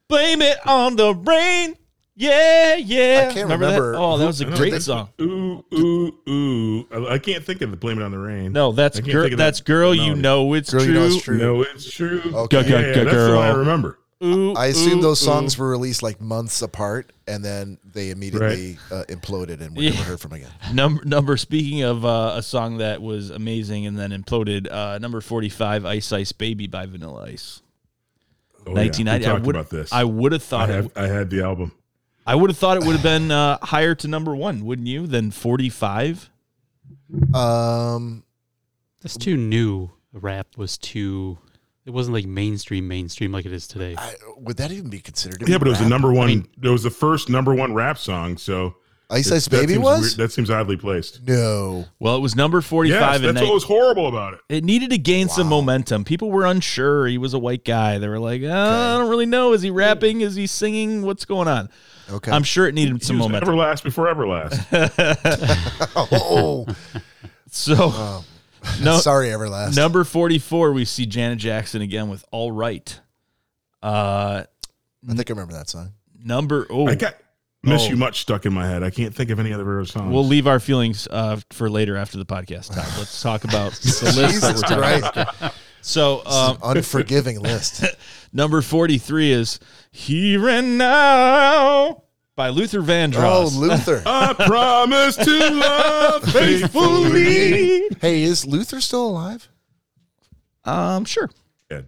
S6: Blame it on the rain, yeah, yeah.
S1: I can't
S6: That?
S1: remember
S6: Oh, that was a
S5: I don't
S6: great
S5: think-
S6: song.
S5: Ooh, ooh, ooh. I, I can't think of the Blame It on the Rain.
S6: No, that's
S5: I can't
S6: girl.
S5: think of that
S6: That's girl. You
S5: melody.
S6: know it's
S1: Girl,
S6: true.
S1: you know it's true.
S5: No, it's true.
S1: Okay.
S5: Yeah, yeah, that's the one I
S6: girl.
S5: remember.
S6: Ooh,
S1: I assume
S6: ooh,
S1: those
S6: ooh.
S1: songs were released like months apart, and then they immediately uh, imploded, and we
S6: Yeah.
S1: never heard from again.
S6: Number number. Speaking of uh, a song that was amazing and then imploded. Uh, number forty five, "Ice Ice Baby" by Vanilla Ice.
S5: Oh,
S6: Nineteen ninety.
S5: Yeah.
S6: I
S5: We talked
S6: would
S5: about this.
S6: I would have
S5: I
S6: thought it.
S5: have, I had the album.
S6: I would have thought it would have been uh, higher to number one, wouldn't you? Than forty five.
S1: Um,
S4: That's too new. Rap was too. It wasn't like mainstream, mainstream like it is today.
S1: I, would that even be considered?
S5: Yeah, but it was the
S1: rap?
S5: number one. it was the first number one rap song. So
S1: Ice Ice
S5: that
S1: Baby
S5: seems
S1: was.
S5: weird- that seems oddly placed.
S1: No,
S6: Well, it was number
S5: Yes,
S6: 45
S5: that's
S6: and
S5: what was horrible about it.
S6: it needed to gain some momentum. People were unsure. He was a white guy. They were like, uh, I don't really know. Is he rapping? Is he singing? What's going on?
S1: okay.
S6: I'm sure it needed
S5: It
S6: some
S5: was
S6: momentum.
S5: Everlast before Everlast.
S1: oh,
S6: So, no,
S1: sorry, Everlast.
S6: number 44, we see Janet Jackson again with All Right. Uh,
S1: I think I remember that song.
S6: number, oh,
S5: I got Miss
S6: Oh.
S5: You Much stuck in my head. I can't think of any other Rivera songs.
S6: we'll leave our feelings uh, for later after the podcast. Todd. Let's talk about the list that we're
S1: Jesus
S6: talking about.
S1: Christ,
S6: So, um,
S1: unforgiving list. Oh,
S6: Number 43 is Here and Now by Luther
S1: Oh,
S6: Vandross.
S1: Luther.
S5: I promise to love faithfully.
S1: hey, is Luther still alive?
S6: um, sure.
S5: Yeah.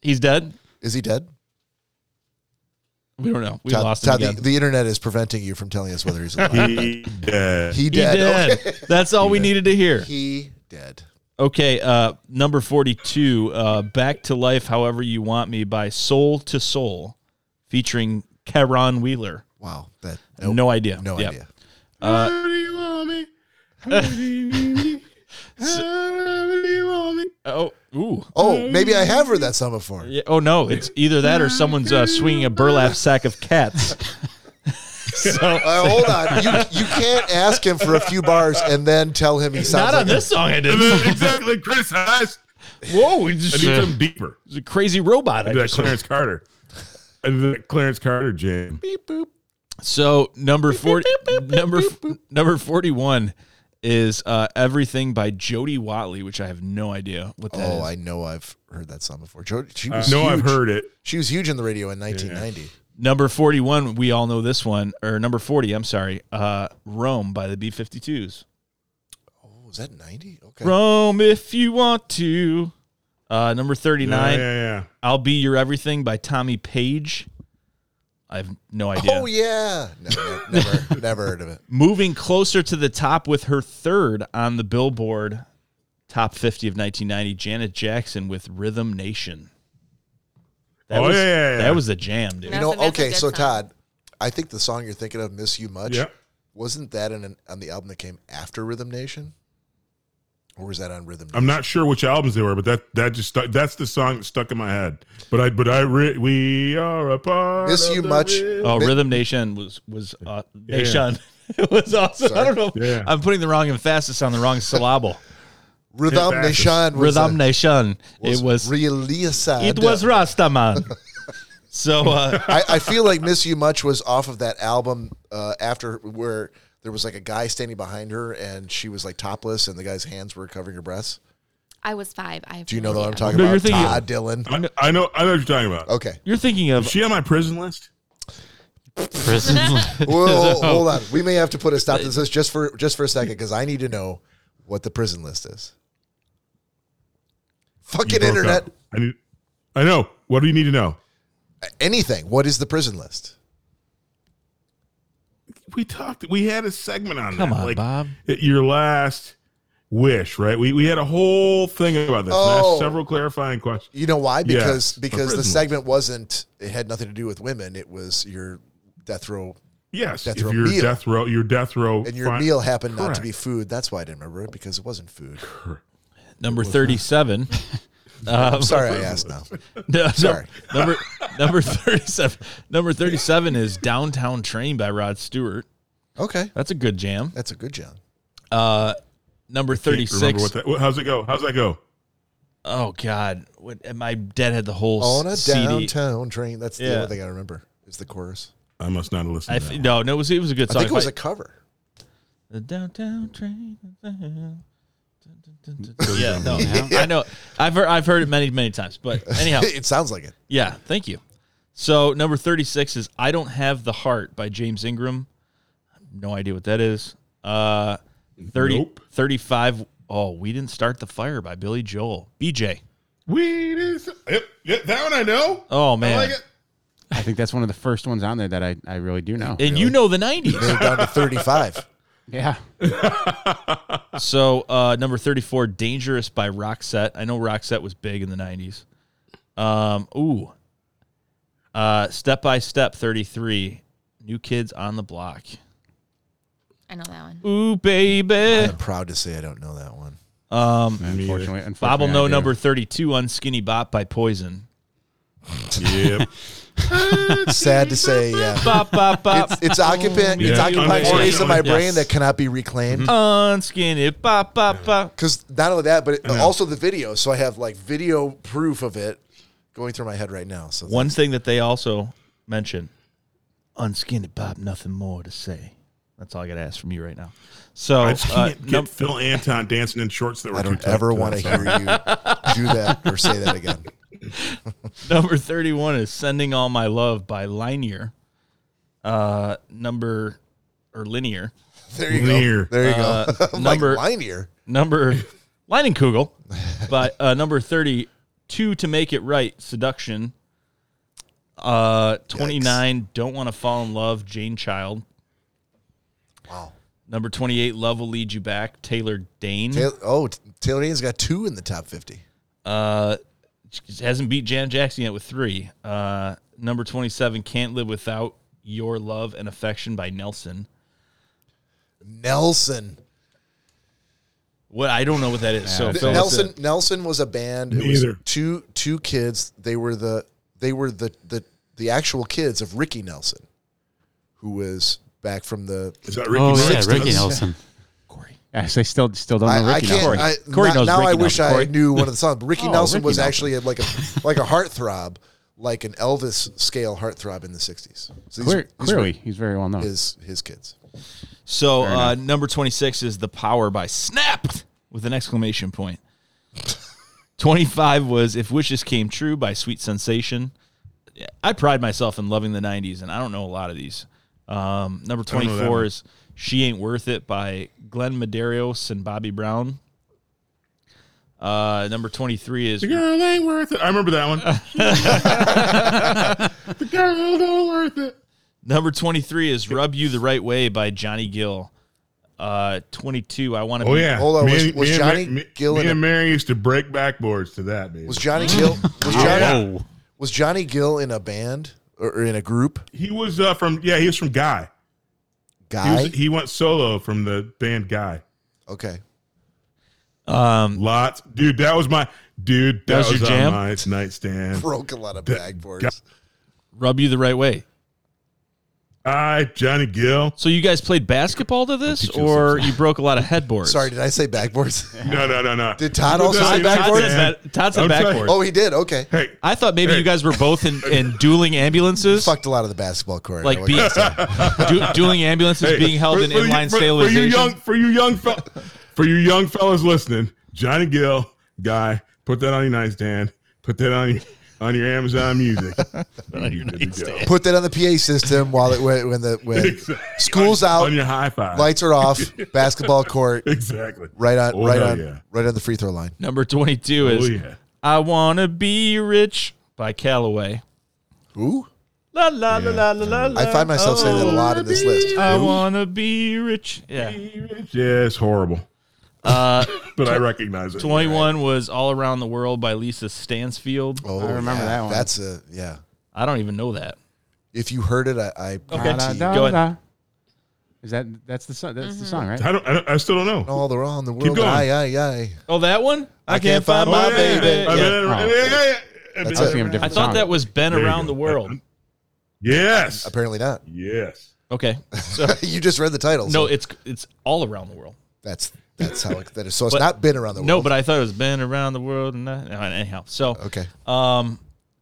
S6: He's dead.
S1: Is he dead?
S6: We don't know. We
S1: Todd-
S6: lost
S1: Todd,
S6: him
S1: the,
S6: again.
S1: the internet is preventing you from telling us whether he's alive.
S5: He dead.
S1: he
S6: He
S1: dead.
S6: did.
S1: Okay.
S6: That's all we needed to hear.
S1: He dead.
S6: Okay, uh, number 42, uh, Back to Life However You Want Me by Soul to Soul featuring Karon Wheeler.
S1: Wow. That
S6: No idea. Uh,
S1: No
S6: Yep.
S1: idea.
S5: How do you want me? How do you need me? How do you want me?
S6: Oh, ooh.
S1: Oh, maybe I have heard that song before.
S6: Yeah, oh no, it's either that or someone's uh, swinging a burlap sack of cats. so
S1: Uh, hold on. You you can't ask him for a few bars and then tell him he sounds
S6: not
S1: like
S6: on this song I
S5: And
S6: didn't.
S5: then exactly criticized.
S6: Whoa, we
S5: I
S6: just
S5: need something deeper.
S6: it's a crazy robot. I
S5: Do that
S6: just-
S5: Clarence Carter. I do that Clarence Carter jam.
S6: so number forty, number number forty-one is uh, "Everything" by Jody Watley, which I have no idea what that is.
S1: Oh, I know I've heard that song before. Jo- she
S5: Uh,
S1: was
S5: no, I've
S1: huge.
S5: heard it.
S1: She was huge in the radio in 1990.
S6: number forty-one, we all know this one, or number forty, I'm sorry, uh, "Rome" by the B-52s.
S1: Oh, was that 90? Okay.
S6: Rome, if you want to. Uh, number
S5: Yeah,
S6: thirty-nine,
S5: yeah, yeah.
S6: "I'll Be Your Everything" by Tommy Page. I have no idea.
S1: Oh yeah. No, no, never never heard of it.
S6: moving closer to the top with her third on the Billboard Top 50 of 1990, Janet Jackson with Rhythm Nation. That
S5: Oh,
S6: was,
S5: yeah, yeah, yeah.
S6: That was a jam, dude.
S1: You
S2: That's
S1: know,
S2: a- that's a
S1: okay,
S2: good
S1: so
S2: song.
S1: Todd, I think the song you're thinking of, "Miss You Much,"
S5: Yeah.
S1: wasn't that in an, on the album that came after Rhythm Nation, or was that on Rhythm? Nation?
S5: I'm not sure which albums they were, but that that just stuck, that's the song that stuck in my head. But I but I re, we are a part.
S1: Miss
S5: of
S1: You
S5: the
S1: Much.
S5: rhythm.
S6: Oh, Rhythm Nation was was uh,
S5: Yeah.
S6: Nation. it was awesome. I don't know.
S5: Yeah.
S6: I'm putting the wrong emphasis on the wrong syllable.
S1: Rhythm
S5: Fastest.
S1: Nation. Was
S6: Rhythm
S1: a,
S6: Nation. It was
S1: released.
S6: it was Rastaman. so uh,
S1: I, I feel like "Miss You Much" was off of that album uh, after where there was like a guy standing behind her and she was like topless and the guy's hands were covering her breasts.
S2: I was five. I have
S1: Do you know
S2: no
S1: what
S2: idea.
S1: I'm talking
S6: No,
S1: about?
S6: you're thinking-
S1: Todd Dylan.
S5: I, I know I know what you're talking about.
S1: Okay.
S6: you're thinking of
S5: Is she on my prison list?
S4: Prison.
S1: Whoa, hold on. We may have to put a stop to this just for just for a second because I need to know what the prison list is.
S5: You
S1: Fucking
S5: broke
S1: internet,
S5: up. I need. I know. What do you need to know?
S1: anything. What is the prison list?
S5: We talked. We had a segment on
S6: Come
S5: that.
S6: on,
S5: like,
S6: Bob.
S5: at Your last wish, right? We we had a whole thing about this. and I
S1: Oh.
S5: asked several clarifying questions.
S1: You know why? Because
S5: Yes, the
S1: because the
S5: prison
S1: segment wasn't. It had nothing to do with women. It was your death row,
S5: Yes,
S1: Death
S5: if
S1: row
S5: your
S1: meal.
S5: death row, your death row,
S1: and your
S5: fi-
S1: meal happened not to be
S5: Correct.
S1: food. That's why I didn't remember it because it wasn't food.
S6: number 37.
S1: I'm sorry, I asked now.
S6: No,
S1: Sorry.
S6: no, number number thirty seven. Number thirty seven is "Downtown Train" by Rod Stewart.
S1: Okay,
S6: That's a good jam. Uh,
S1: that's a good job.
S6: Number
S5: Can't
S6: thirty
S5: remember
S6: six.
S5: what that- How's it go? How's that go?
S6: Oh God, what, my dad had the whole
S1: On a
S6: s- CD.
S1: downtown train. That's the
S6: Yeah.
S1: only thing I remember. Is the chorus.
S5: I must not have
S6: I
S5: listened.
S6: f-
S5: to that.
S6: no, no, it was it was a good
S1: I
S6: song.
S1: think it was
S6: If
S1: a cover.
S6: I- the downtown train. yeah, no, I know. I've heard, I've heard it many many times, but anyhow,
S1: it sounds like it.
S6: yeah. Thank you. So number thirty six is "I Don't Have the Heart" by James Ingram. No idea what that is. Uh, 30,
S5: Nope.
S6: 35 Oh, we didn't start the fire by Billy Joel. BJ.
S5: Weed is yep, yep, that one I know.
S6: Oh man,
S5: I like it.
S3: I think that's one of the first ones on there that I, I really do know.
S6: and you know the nineties.
S1: Down to 35.
S3: Yeah.
S6: So uh, number thirty-four, "Dangerous" by Roxette. I know Roxette was big in the nineties. Um, ooh, uh, "Step by Step" thirty-three, "New Kids on the Block."
S2: I know that one.
S6: Ooh, baby.
S1: I'm proud to say I don't know that one.
S6: Um,
S3: Unfortunately, unfortunately,
S6: Bob will know
S3: I do.
S6: number thirty-two, "Unskinny Bop" by Poison.
S5: Yep.
S1: Sad to say, yeah.
S6: Bop bop bop.
S1: It's, it's occupant. It's
S5: Yeah. Mm-hmm.
S1: occupying space in my
S6: Yes.
S1: brain that cannot be reclaimed.
S6: Unskinny bop bop bop.
S1: Because not only that, but it, also the video. So I have like video proof of it going through my head right now. So
S6: One thing that they also mention, unskinny Bob, nothing more to say. That's all I got to ask from you right now. So,
S5: I just
S6: uh,
S5: can't get
S6: num-
S5: Phil Anton dancing in shorts that were
S1: I
S5: too
S1: don't
S5: tight
S1: ever
S5: to
S1: want to
S5: us.
S1: hear you do that or say that again.
S6: number 31 is Sending All My Love by Linear. Uh, number, or Linear.
S1: There you
S5: Linear.
S1: go. There you
S6: Uh,
S1: go. I'm
S6: number-
S1: like linear.
S6: Number, Lining Kugel. But uh, number 32, To Make It Right, Seduction. Uh, 29, Don't Want to Fall in Love, Jane Child.
S1: Wow.
S6: Number 28, Love Will Lead You Back, Taylor Dane.
S1: Taylor, oh, T- Taylor Dean's got two in the top fifty.
S6: Uh, she hasn't beat Jan Jackson yet with three. Uh, number 27, Can't Live Without Your Love and Affection by Nelson.
S1: Nelson.
S6: What I don't know what that is. So
S1: Th-
S6: Phil, what's
S1: Nelson Nelson was a band. It
S5: Me
S1: was
S5: either.
S1: two two kids. They were the they were the the the actual kids of Ricky Nelson, who was back from the.
S5: Is that
S4: Oh,
S5: Ricky?
S4: yeah,
S5: Sexton?
S4: Ricky Nelson.
S3: Yes, I still still don't
S1: I,
S3: know
S1: I
S3: Ricky
S1: can't.
S3: now.
S1: I,
S3: Corey
S1: now-
S3: knows
S1: now
S3: Ricky
S1: I wish
S3: Nelson.
S1: I
S3: Corey?
S1: knew one of the songs. But Ricky
S3: Oh,
S1: Nelson
S3: Ricky
S1: was
S3: Nelson.
S1: actually like a like a heartthrob, like an Elvis scale heartthrob in the '60s. So these,
S3: Clear-
S1: these
S3: clearly,
S1: were
S3: he's very well known.
S1: his his kids.
S6: it? So uh, number 26 is The Power by Snap with an exclamation point. 25 was If Wishes Came True by Sweet Sensation. Yeah, I pride myself in loving the 90s, and I don't know a lot of these. Um, number
S5: don't know that
S6: 24
S5: one.
S6: is She Ain't Worth It by Glenn Medeiros and Bobby Brown. Uh, number 23 is
S5: The girl ain't worth it. I remember that one. the girl ain't worth it.
S6: Number 23 is Rub You the Right Way by Johnny Gill. Uh, 22, I Want to
S5: Oh
S6: Be.
S5: yeah.
S1: Hold on,
S5: Me
S1: was-
S5: and-
S1: was
S5: me and
S1: Johnny
S5: Ma- me-
S1: Gill in
S5: Me
S1: a-
S5: and Mary used to break backboards to that. Baby.
S1: Was Johnny Gill?
S3: Oh.
S1: Was
S5: Oh,
S1: Johnny,
S4: Whoa.
S1: was Johnny Gill in a band or, or in a group?
S5: he was uh, from? Yeah, he was from Guy. He,
S1: Guy.
S5: was, he went solo from the band Guy.
S1: okay.
S6: Um,
S5: Lots, dude. That was my dude. That,
S6: That was
S5: was,
S6: your jam?
S5: on my nightstand.
S1: Broke a lot of backboards.
S6: Rub You the Right Way.
S5: I Johnny Gill.
S6: So you guys played basketball to this, or you broke a lot of headboards?
S1: Sorry, did I say backboards?
S5: No, no, no, no.
S1: Did Todd also
S5: No,
S1: say
S5: no, no,
S6: Todd
S1: backboards?
S6: said, ba- Todd said
S5: I'm sorry.
S6: backboard.
S1: Oh, he did. Okay.
S5: Hey,
S6: I thought maybe you guys were both in, in dueling ambulances,
S1: Fucked a lot of the basketball court.
S6: like be, du- dueling ambulances
S5: hey,
S6: being held
S5: for-
S6: in
S5: for you-
S6: inline
S5: for-
S6: stabilization.
S5: For you young, for you young, fel- for you young fellas listening, Johnny Gill guy, put that on your nightstand. Put that on your on your Amazon Music. on your nightstand.
S1: put that on the PA system while it when, when the when school's out,
S5: on your high five.
S1: lights are off, basketball court
S5: exactly.
S1: right on
S5: Oh,
S1: right
S5: hell
S1: on
S5: yeah.
S1: right on the free throw line.
S6: Number twenty-two
S5: Oh
S6: is
S5: yeah.
S6: "I Want to Be Rich" by Callaway.
S1: Who?
S6: La la la la la la.
S1: I find myself saying that a lot in this list.
S6: I want to be rich. Yeah.
S5: Yeah, it's horrible.
S6: Uh,
S5: But I recognize it.
S6: 21 was All Around the World by Lisa Stansfield.
S1: Oh,
S3: I remember
S1: yeah.
S3: that one.
S1: That's a yeah.
S6: I don't even know that.
S1: If you heard it, I, I
S3: Da,
S1: guarantee
S3: da,
S1: you
S6: Go ahead.
S3: da. Is that that's the song? That's
S1: Mm-hmm.
S3: the song, right?
S5: I don't, I don't. I still don't know.
S1: all around the world.
S5: going.
S1: Aye, aye, aye.
S6: Oh, that one? I,
S1: can't find my
S5: yeah.
S1: baby.
S5: I
S6: Yeah.
S5: mean, I-
S3: Oh.
S5: yeah, yeah, yeah. I mean,
S1: That's
S3: I was thinking
S5: I-
S3: of a
S6: I
S3: different
S6: thought
S3: song.
S6: that was Ben
S5: There you
S6: Around
S5: go.
S6: the World.
S5: Yes.
S1: Apparently not.
S5: Yes.
S6: Okay. So
S1: you just read the title.
S6: no,
S1: so
S6: it's it's all around the world.
S1: that's that's how it, that is. So it's
S6: But-
S1: not been around the
S6: No,
S1: world.
S6: but I thought it was Ben Around the World and that, anyhow. So
S1: okay.
S6: um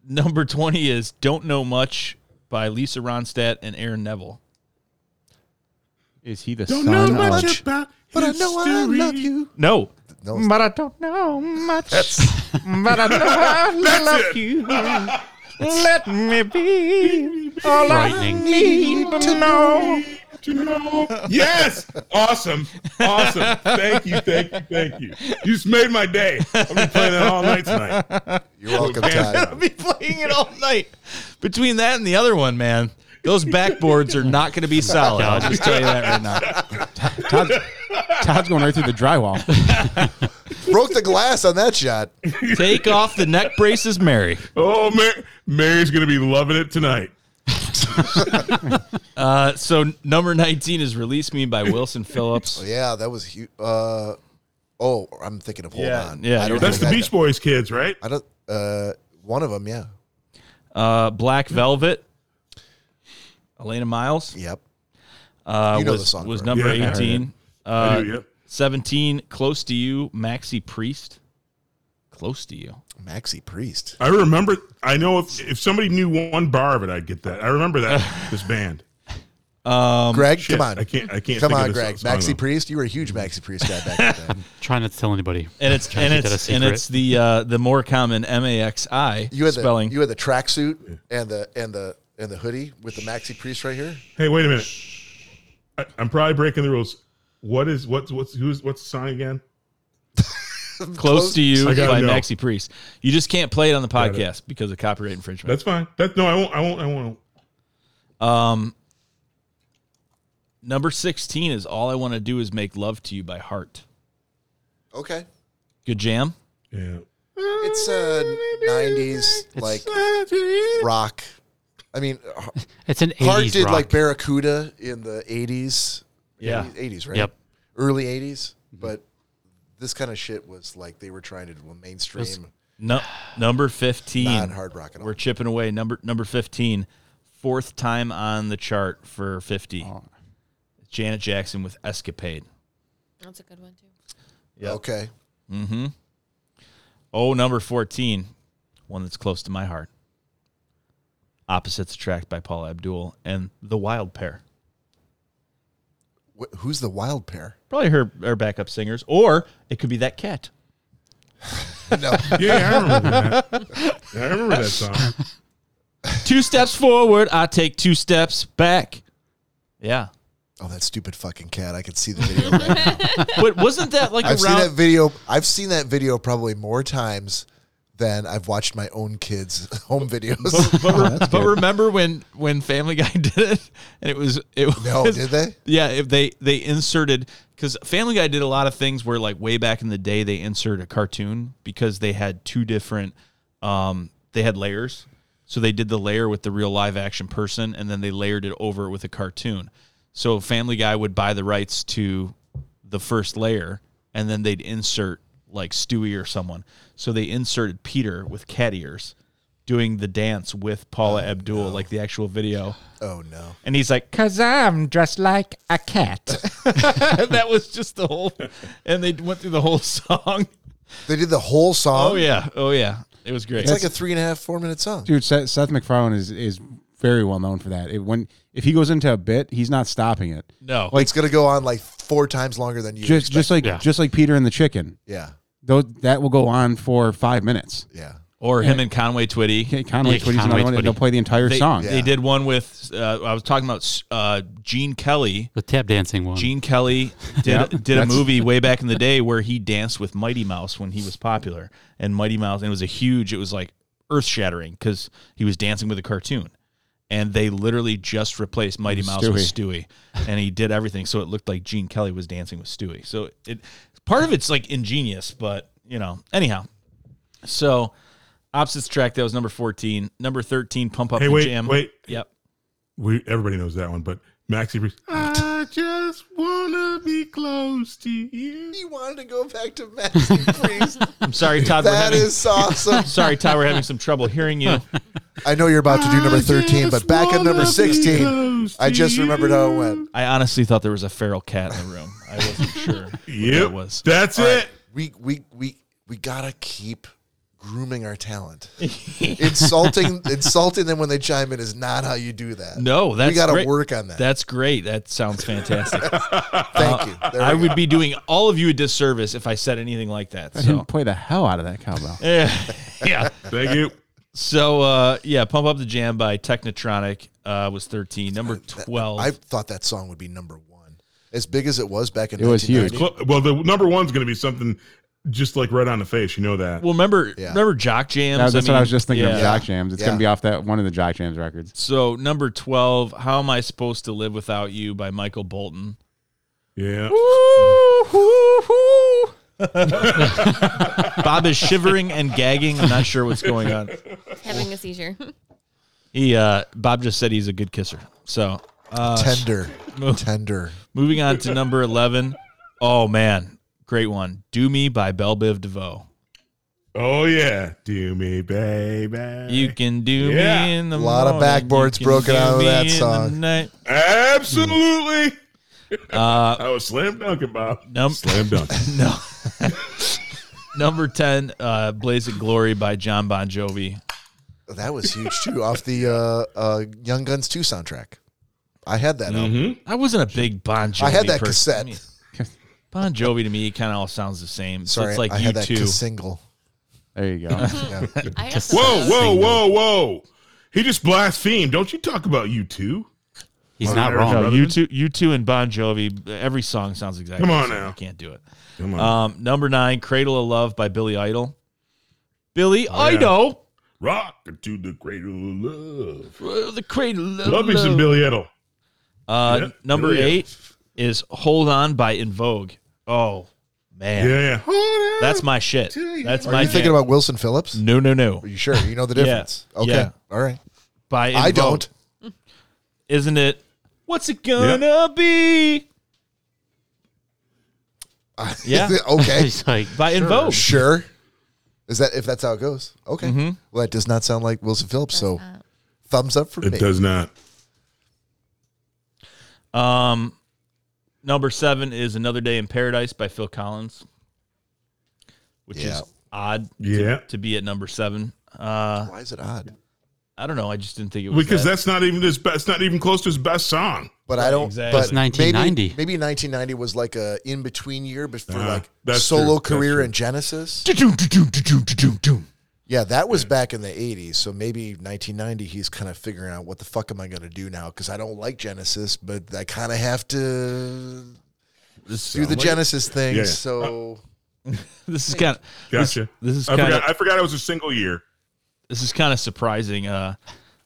S6: number 20 is Don't Know Much by Lisa Ronstadt and Aaron Neville.
S3: Is he the
S5: Don't know
S3: son
S5: much
S3: of?
S5: about
S1: But I know I
S5: history.
S1: love you.
S6: No.
S1: No, it's-
S3: But I don't know much. but I know I love you. Let me be all
S4: Frightening.
S3: need to know.
S5: Yes. Awesome. Awesome. Thank you. Thank you. Thank you. You just made my day. I'm gonna play that all night tonight.
S1: you're welcome, Todd.
S6: I'll be playing it all night. Between that and the other one, man, those backboards are not going to be solid. I'll just tell you that right now.
S3: Todd's, Todd's going right through the drywall.
S1: Broke the glass on that shot.
S8: Take off the neck braces, Mary.
S5: Oh, Mary, Mary's going to be loving it tonight.
S6: Uh, so number nineteen is "Release Me" by Wilson Phillips.
S1: Oh, Yeah, that was huge. Uh, oh, I'm thinking of hold
S6: Yeah,
S1: on.
S6: yeah,
S1: I
S6: you're-
S1: don't
S5: That's
S1: think
S5: the
S1: I-
S5: Beach Boys kids, right?
S1: I don't. Uh, one of them. Yeah.
S6: Uh, Black Velvet. Elena Miles
S1: Yep.
S6: uh,
S1: You know
S6: was,
S1: the song,
S6: was
S1: right?
S6: number
S5: Yeah, I heard
S6: eighteen.
S5: I
S6: Uh,
S5: do, yep.
S6: 17, Close to You, Maxi Priest. Close to You.
S1: Maxi Priest.
S5: I remember. I know if if somebody knew one bar of it, I'd get that. I remember that this band.
S1: Greg,
S5: Um, Shit,
S1: come on.
S5: I can't. I can't.
S1: Come
S5: think
S1: on,
S5: of the
S1: Greg.
S5: song, Mm-hmm.
S1: Maxi
S5: though.
S1: Priest. You were a huge Maxi Priest guy back then.
S4: Trying not to tell anybody.
S6: And it's
S4: Trying
S6: and
S4: to keep
S6: it's
S4: that a
S6: and
S4: secret.
S6: it's the uh, the more common M A X I
S1: You had
S6: spelling.
S1: the you had the tracksuit and the and the and the hoodie with the Maxi Priest right here.
S5: Hey, wait a minute. I, I'm probably breaking the rules. What is what's what's who's what's the song again?
S6: close, to You
S5: I
S6: by
S5: gotta know.
S6: Maxi Priest. You just can't play it on the
S5: it.
S6: podcast because of copyright infringement.
S5: That's fine. That no, I won't. I won't. I won't.
S6: Number sixteen is All I Want to Do Is Make Love to You by Heart.
S1: Okay.
S6: Good jam.
S5: Yeah.
S1: It's a '90s like rock. I mean, uh,
S4: It's an 80s
S1: Hart did
S4: rock.
S1: like Barracuda in the '80s.
S6: Yeah.
S1: 80s, right?
S4: Yep.
S1: Early '80s, but this kind of shit was like they were trying to do a mainstream
S6: No, number fifteen.
S1: non-hard rock and all.
S6: We're chipping away. Number number fifteen. Fourth time on the chart for fifty.
S5: Oh.
S6: Janet Jackson with Escapade.
S2: That's a good one too.
S1: Okay.
S6: Oh, number 14, one that's close to my heart. Opposites Attract by Paul Abdul and The Wild Pair.
S1: Wh- who's the wild pair?
S6: Probably her, her backup singers, or it could be that cat.
S1: no.
S5: Yeah, I remember that. I remember that song.
S6: two steps forward, I take two steps back. Yeah.
S1: Oh, that stupid fucking cat! I can see the video. Right now.
S6: But wasn't that like
S1: I've seen
S6: around?
S1: that video. I've seen that video probably more times than I've watched my own kids' home videos.
S6: But, re- but remember when when Family Guy did it, and it was it was
S1: No, Oh, did they?
S6: Yeah, if they they inserted because Family Guy did a lot of things where like way back in the day they inserted a cartoon because they had two different um they had layers, so they did the layer with the real live action person and then they layered it over with a cartoon. So Family Guy would buy the rights to the first layer and then they'd insert like Stewie or someone. So they inserted Peter with cat ears doing the dance with Paula Abdul, like the actual video.
S1: oh no!
S6: And he's like,
S7: Cause I'm dressed like a cat.
S6: that was just the whole, and they went through the whole song.
S1: They did the whole song.
S6: Oh yeah, oh yeah, it was great.
S1: It's like a three and a half, four minute song.
S3: Dude, Seth, Seth MacFarlane is is very well known for that. It, when if he goes into a bit, he's not stopping it.
S6: no,
S1: Like, it's gonna go on like four times longer than you.
S3: Just just like
S4: Yeah.
S3: just like Peter and the Chicken.
S1: yeah,
S3: Those that will go on for five minutes.
S1: yeah.
S6: or him and Conway Twitty.
S3: Okay, Conway
S4: Yeah,
S3: Twitty's
S4: Conway
S3: another one. and They'll
S4: Twitty.
S3: play the entire
S6: They,
S3: song.
S6: they did one with. Uh, I was talking about uh, Gene Kelly.
S4: The tap dancing one.
S6: Gene Kelly did
S3: Yeah,
S6: did a
S3: that's-
S6: movie way back in the day where he danced with Mighty Mouse when he was popular, and Mighty Mouse and it was a huge, it was like earth shattering because he was dancing with a cartoon, and they literally just replaced Mighty Mouse with Stewie, and he did everything so it looked like Gene Kelly was dancing with Stewie. So it part of it's like ingenious, but you know, anyhow. So opposites track that was number fourteen, number thirteen, Pump Up
S5: Hey,
S6: the
S5: wait,
S6: Jam.
S5: wait.
S6: Yep.
S5: We everybody knows that one, but Maxi Priest. I just wanna be close to you.
S1: He wanted to go back to Maxi Priest.
S6: I'm sorry, Todd. we're
S1: that
S6: having,
S1: is awesome.
S6: Sorry, Todd. We're having some trouble hearing you.
S1: I know you're about to do number thirteen, but back at number sixteen,
S5: close
S1: I just remembered how it went.
S6: I honestly thought there was a feral cat in the room. I wasn't sure what
S5: Yep,
S6: that was.
S5: that's it.
S1: Eh. we we we we gotta keep grooming our talent. insulting insulting them when they chime in is not how you do that.
S6: No, that's
S1: we gotta
S6: great.
S1: work on that.
S6: That's great. That sounds fantastic.
S1: Thank you. There
S6: I
S1: we
S6: would be doing all of you a disservice if I said anything like that.
S3: They
S6: So,
S3: didn't play the hell out of that cowbell.
S6: yeah. yeah.
S5: Thank you.
S6: So, uh, yeah, Pump Up the Jam by Technotronic uh, was 13. Number
S1: go.
S6: 12.
S1: I thought that song would be number one. As big as it was back in
S3: It was huge.
S1: 1990.
S5: Cl- Well, the number one's gonna be something just like right on the face. You know that.
S6: well, remember,
S1: Yeah.
S6: remember Jock Jams?
S3: That- that's what I was just thinking
S6: yeah.
S3: of Jock Jams. It's
S1: Yeah.
S3: gonna be off that one of the Jock Jams records.
S6: So, number 12, How Am I Supposed to Live Without You by Michael Bolton.
S5: Yeah.
S6: Bob is shivering and gagging. I'm not sure what's going on.
S2: Having a seizure.
S6: He uh, Bob just said he's a good kisser. So uh,
S1: Tender.
S6: mo-
S1: Tender.
S6: moving on to number eleven. Oh man, great one. Do Me by Belle Biv DeVoe.
S5: Oh yeah. Do me, baby.
S6: You can do
S5: Yeah.
S6: me in the
S1: Lot of
S6: morning, you
S1: backboards
S6: can
S1: broken
S6: do
S1: out of
S6: me
S1: that
S6: in the
S1: song.
S6: night.
S5: absolutely.
S6: Uh,
S5: I was slam dunking, Bob.
S6: num-
S5: Slam dunk.
S6: no. number ten, uh, Blaze of Glory by John Bon Jovi.
S1: That was huge too. off the uh, uh, Young Guns 2 soundtrack. I had that album.
S6: I wasn't a big Bon Jovi.
S1: I had that cassette.
S6: person. I mean, bon Jovi to me kind of all sounds the same. so
S1: Sorry,
S6: it's like
S1: I
S6: you
S1: had that
S6: two.
S1: single.
S3: There you go.
S1: Yeah.
S2: I have some
S5: Whoa,
S2: of those.
S5: whoa, whoa, whoa. He just blasphemed. Don't you talk about you two.
S4: He's
S5: Oh,
S4: not
S5: there
S4: wrong.
S5: we
S4: All
S5: go.
S6: No, you two, you two, and Bon Jovi. Every song sounds exactly.
S5: Come
S6: the
S5: on
S6: same.
S5: now.
S6: I can't do it.
S5: Come on.
S6: Um, number nine, "Cradle of Love" by Billy Idol. Billy
S5: yeah.
S6: Idol,
S5: Rock to the cradle of love.
S6: Uh, the cradle of
S5: Love me some
S6: love.
S5: Billy Idol.
S6: Uh,
S5: Yeah,
S6: number
S5: Billy Idol.
S6: eight is "Hold On" by In Vogue. Oh man,
S5: Yeah.
S6: that's my shit. That's
S1: Are
S6: my.
S1: you
S6: jam.
S1: thinking about Wilson Phillips?
S6: No, no, no.
S1: Are you sure? You know the
S6: Yeah.
S1: difference. Okay.
S6: Yeah.
S1: All right.
S6: By In
S1: I
S6: Vogue.
S1: don't.
S6: Isn't it? What's it gonna be? Yeah.
S1: okay.
S4: He's like,
S6: By In Vogue.
S1: Sure. Is that if that's how it goes? Okay.
S6: Mm-hmm.
S1: Well, that does not sound like Wilson Phillips. so, thumbs up for me.
S5: It does not.
S6: Um, number seven is "Another Day in Paradise" by Phil Collins, which
S1: Yeah.
S6: is odd
S5: Yeah.
S6: to be at number seven. Uh,
S1: Why is it odd?
S6: I don't know. I just didn't think it was
S5: Because
S6: that.
S5: that's not even his best. Not even close to his best song.
S1: But I don't.
S6: Exactly.
S1: But
S6: It's
S4: 1990.
S1: Maybe, maybe 1990 was like a in between year, but for
S5: Ah,
S1: like
S5: that's true,
S1: solo
S5: that's
S1: career
S5: true.
S1: and Genesis. Yeah, that was back in the 80s. So maybe 1990, he's kind of figuring out what the fuck am I going to do now? Because I don't like Genesis, but I kind of have to
S6: this,
S1: do the Genesis thing.
S5: Yeah.
S1: So
S6: this is kind of
S5: Gotcha.
S6: this is
S5: I
S6: kinda-
S5: forgot, I forgot it was a single year.
S6: this is kind of surprising. Uh,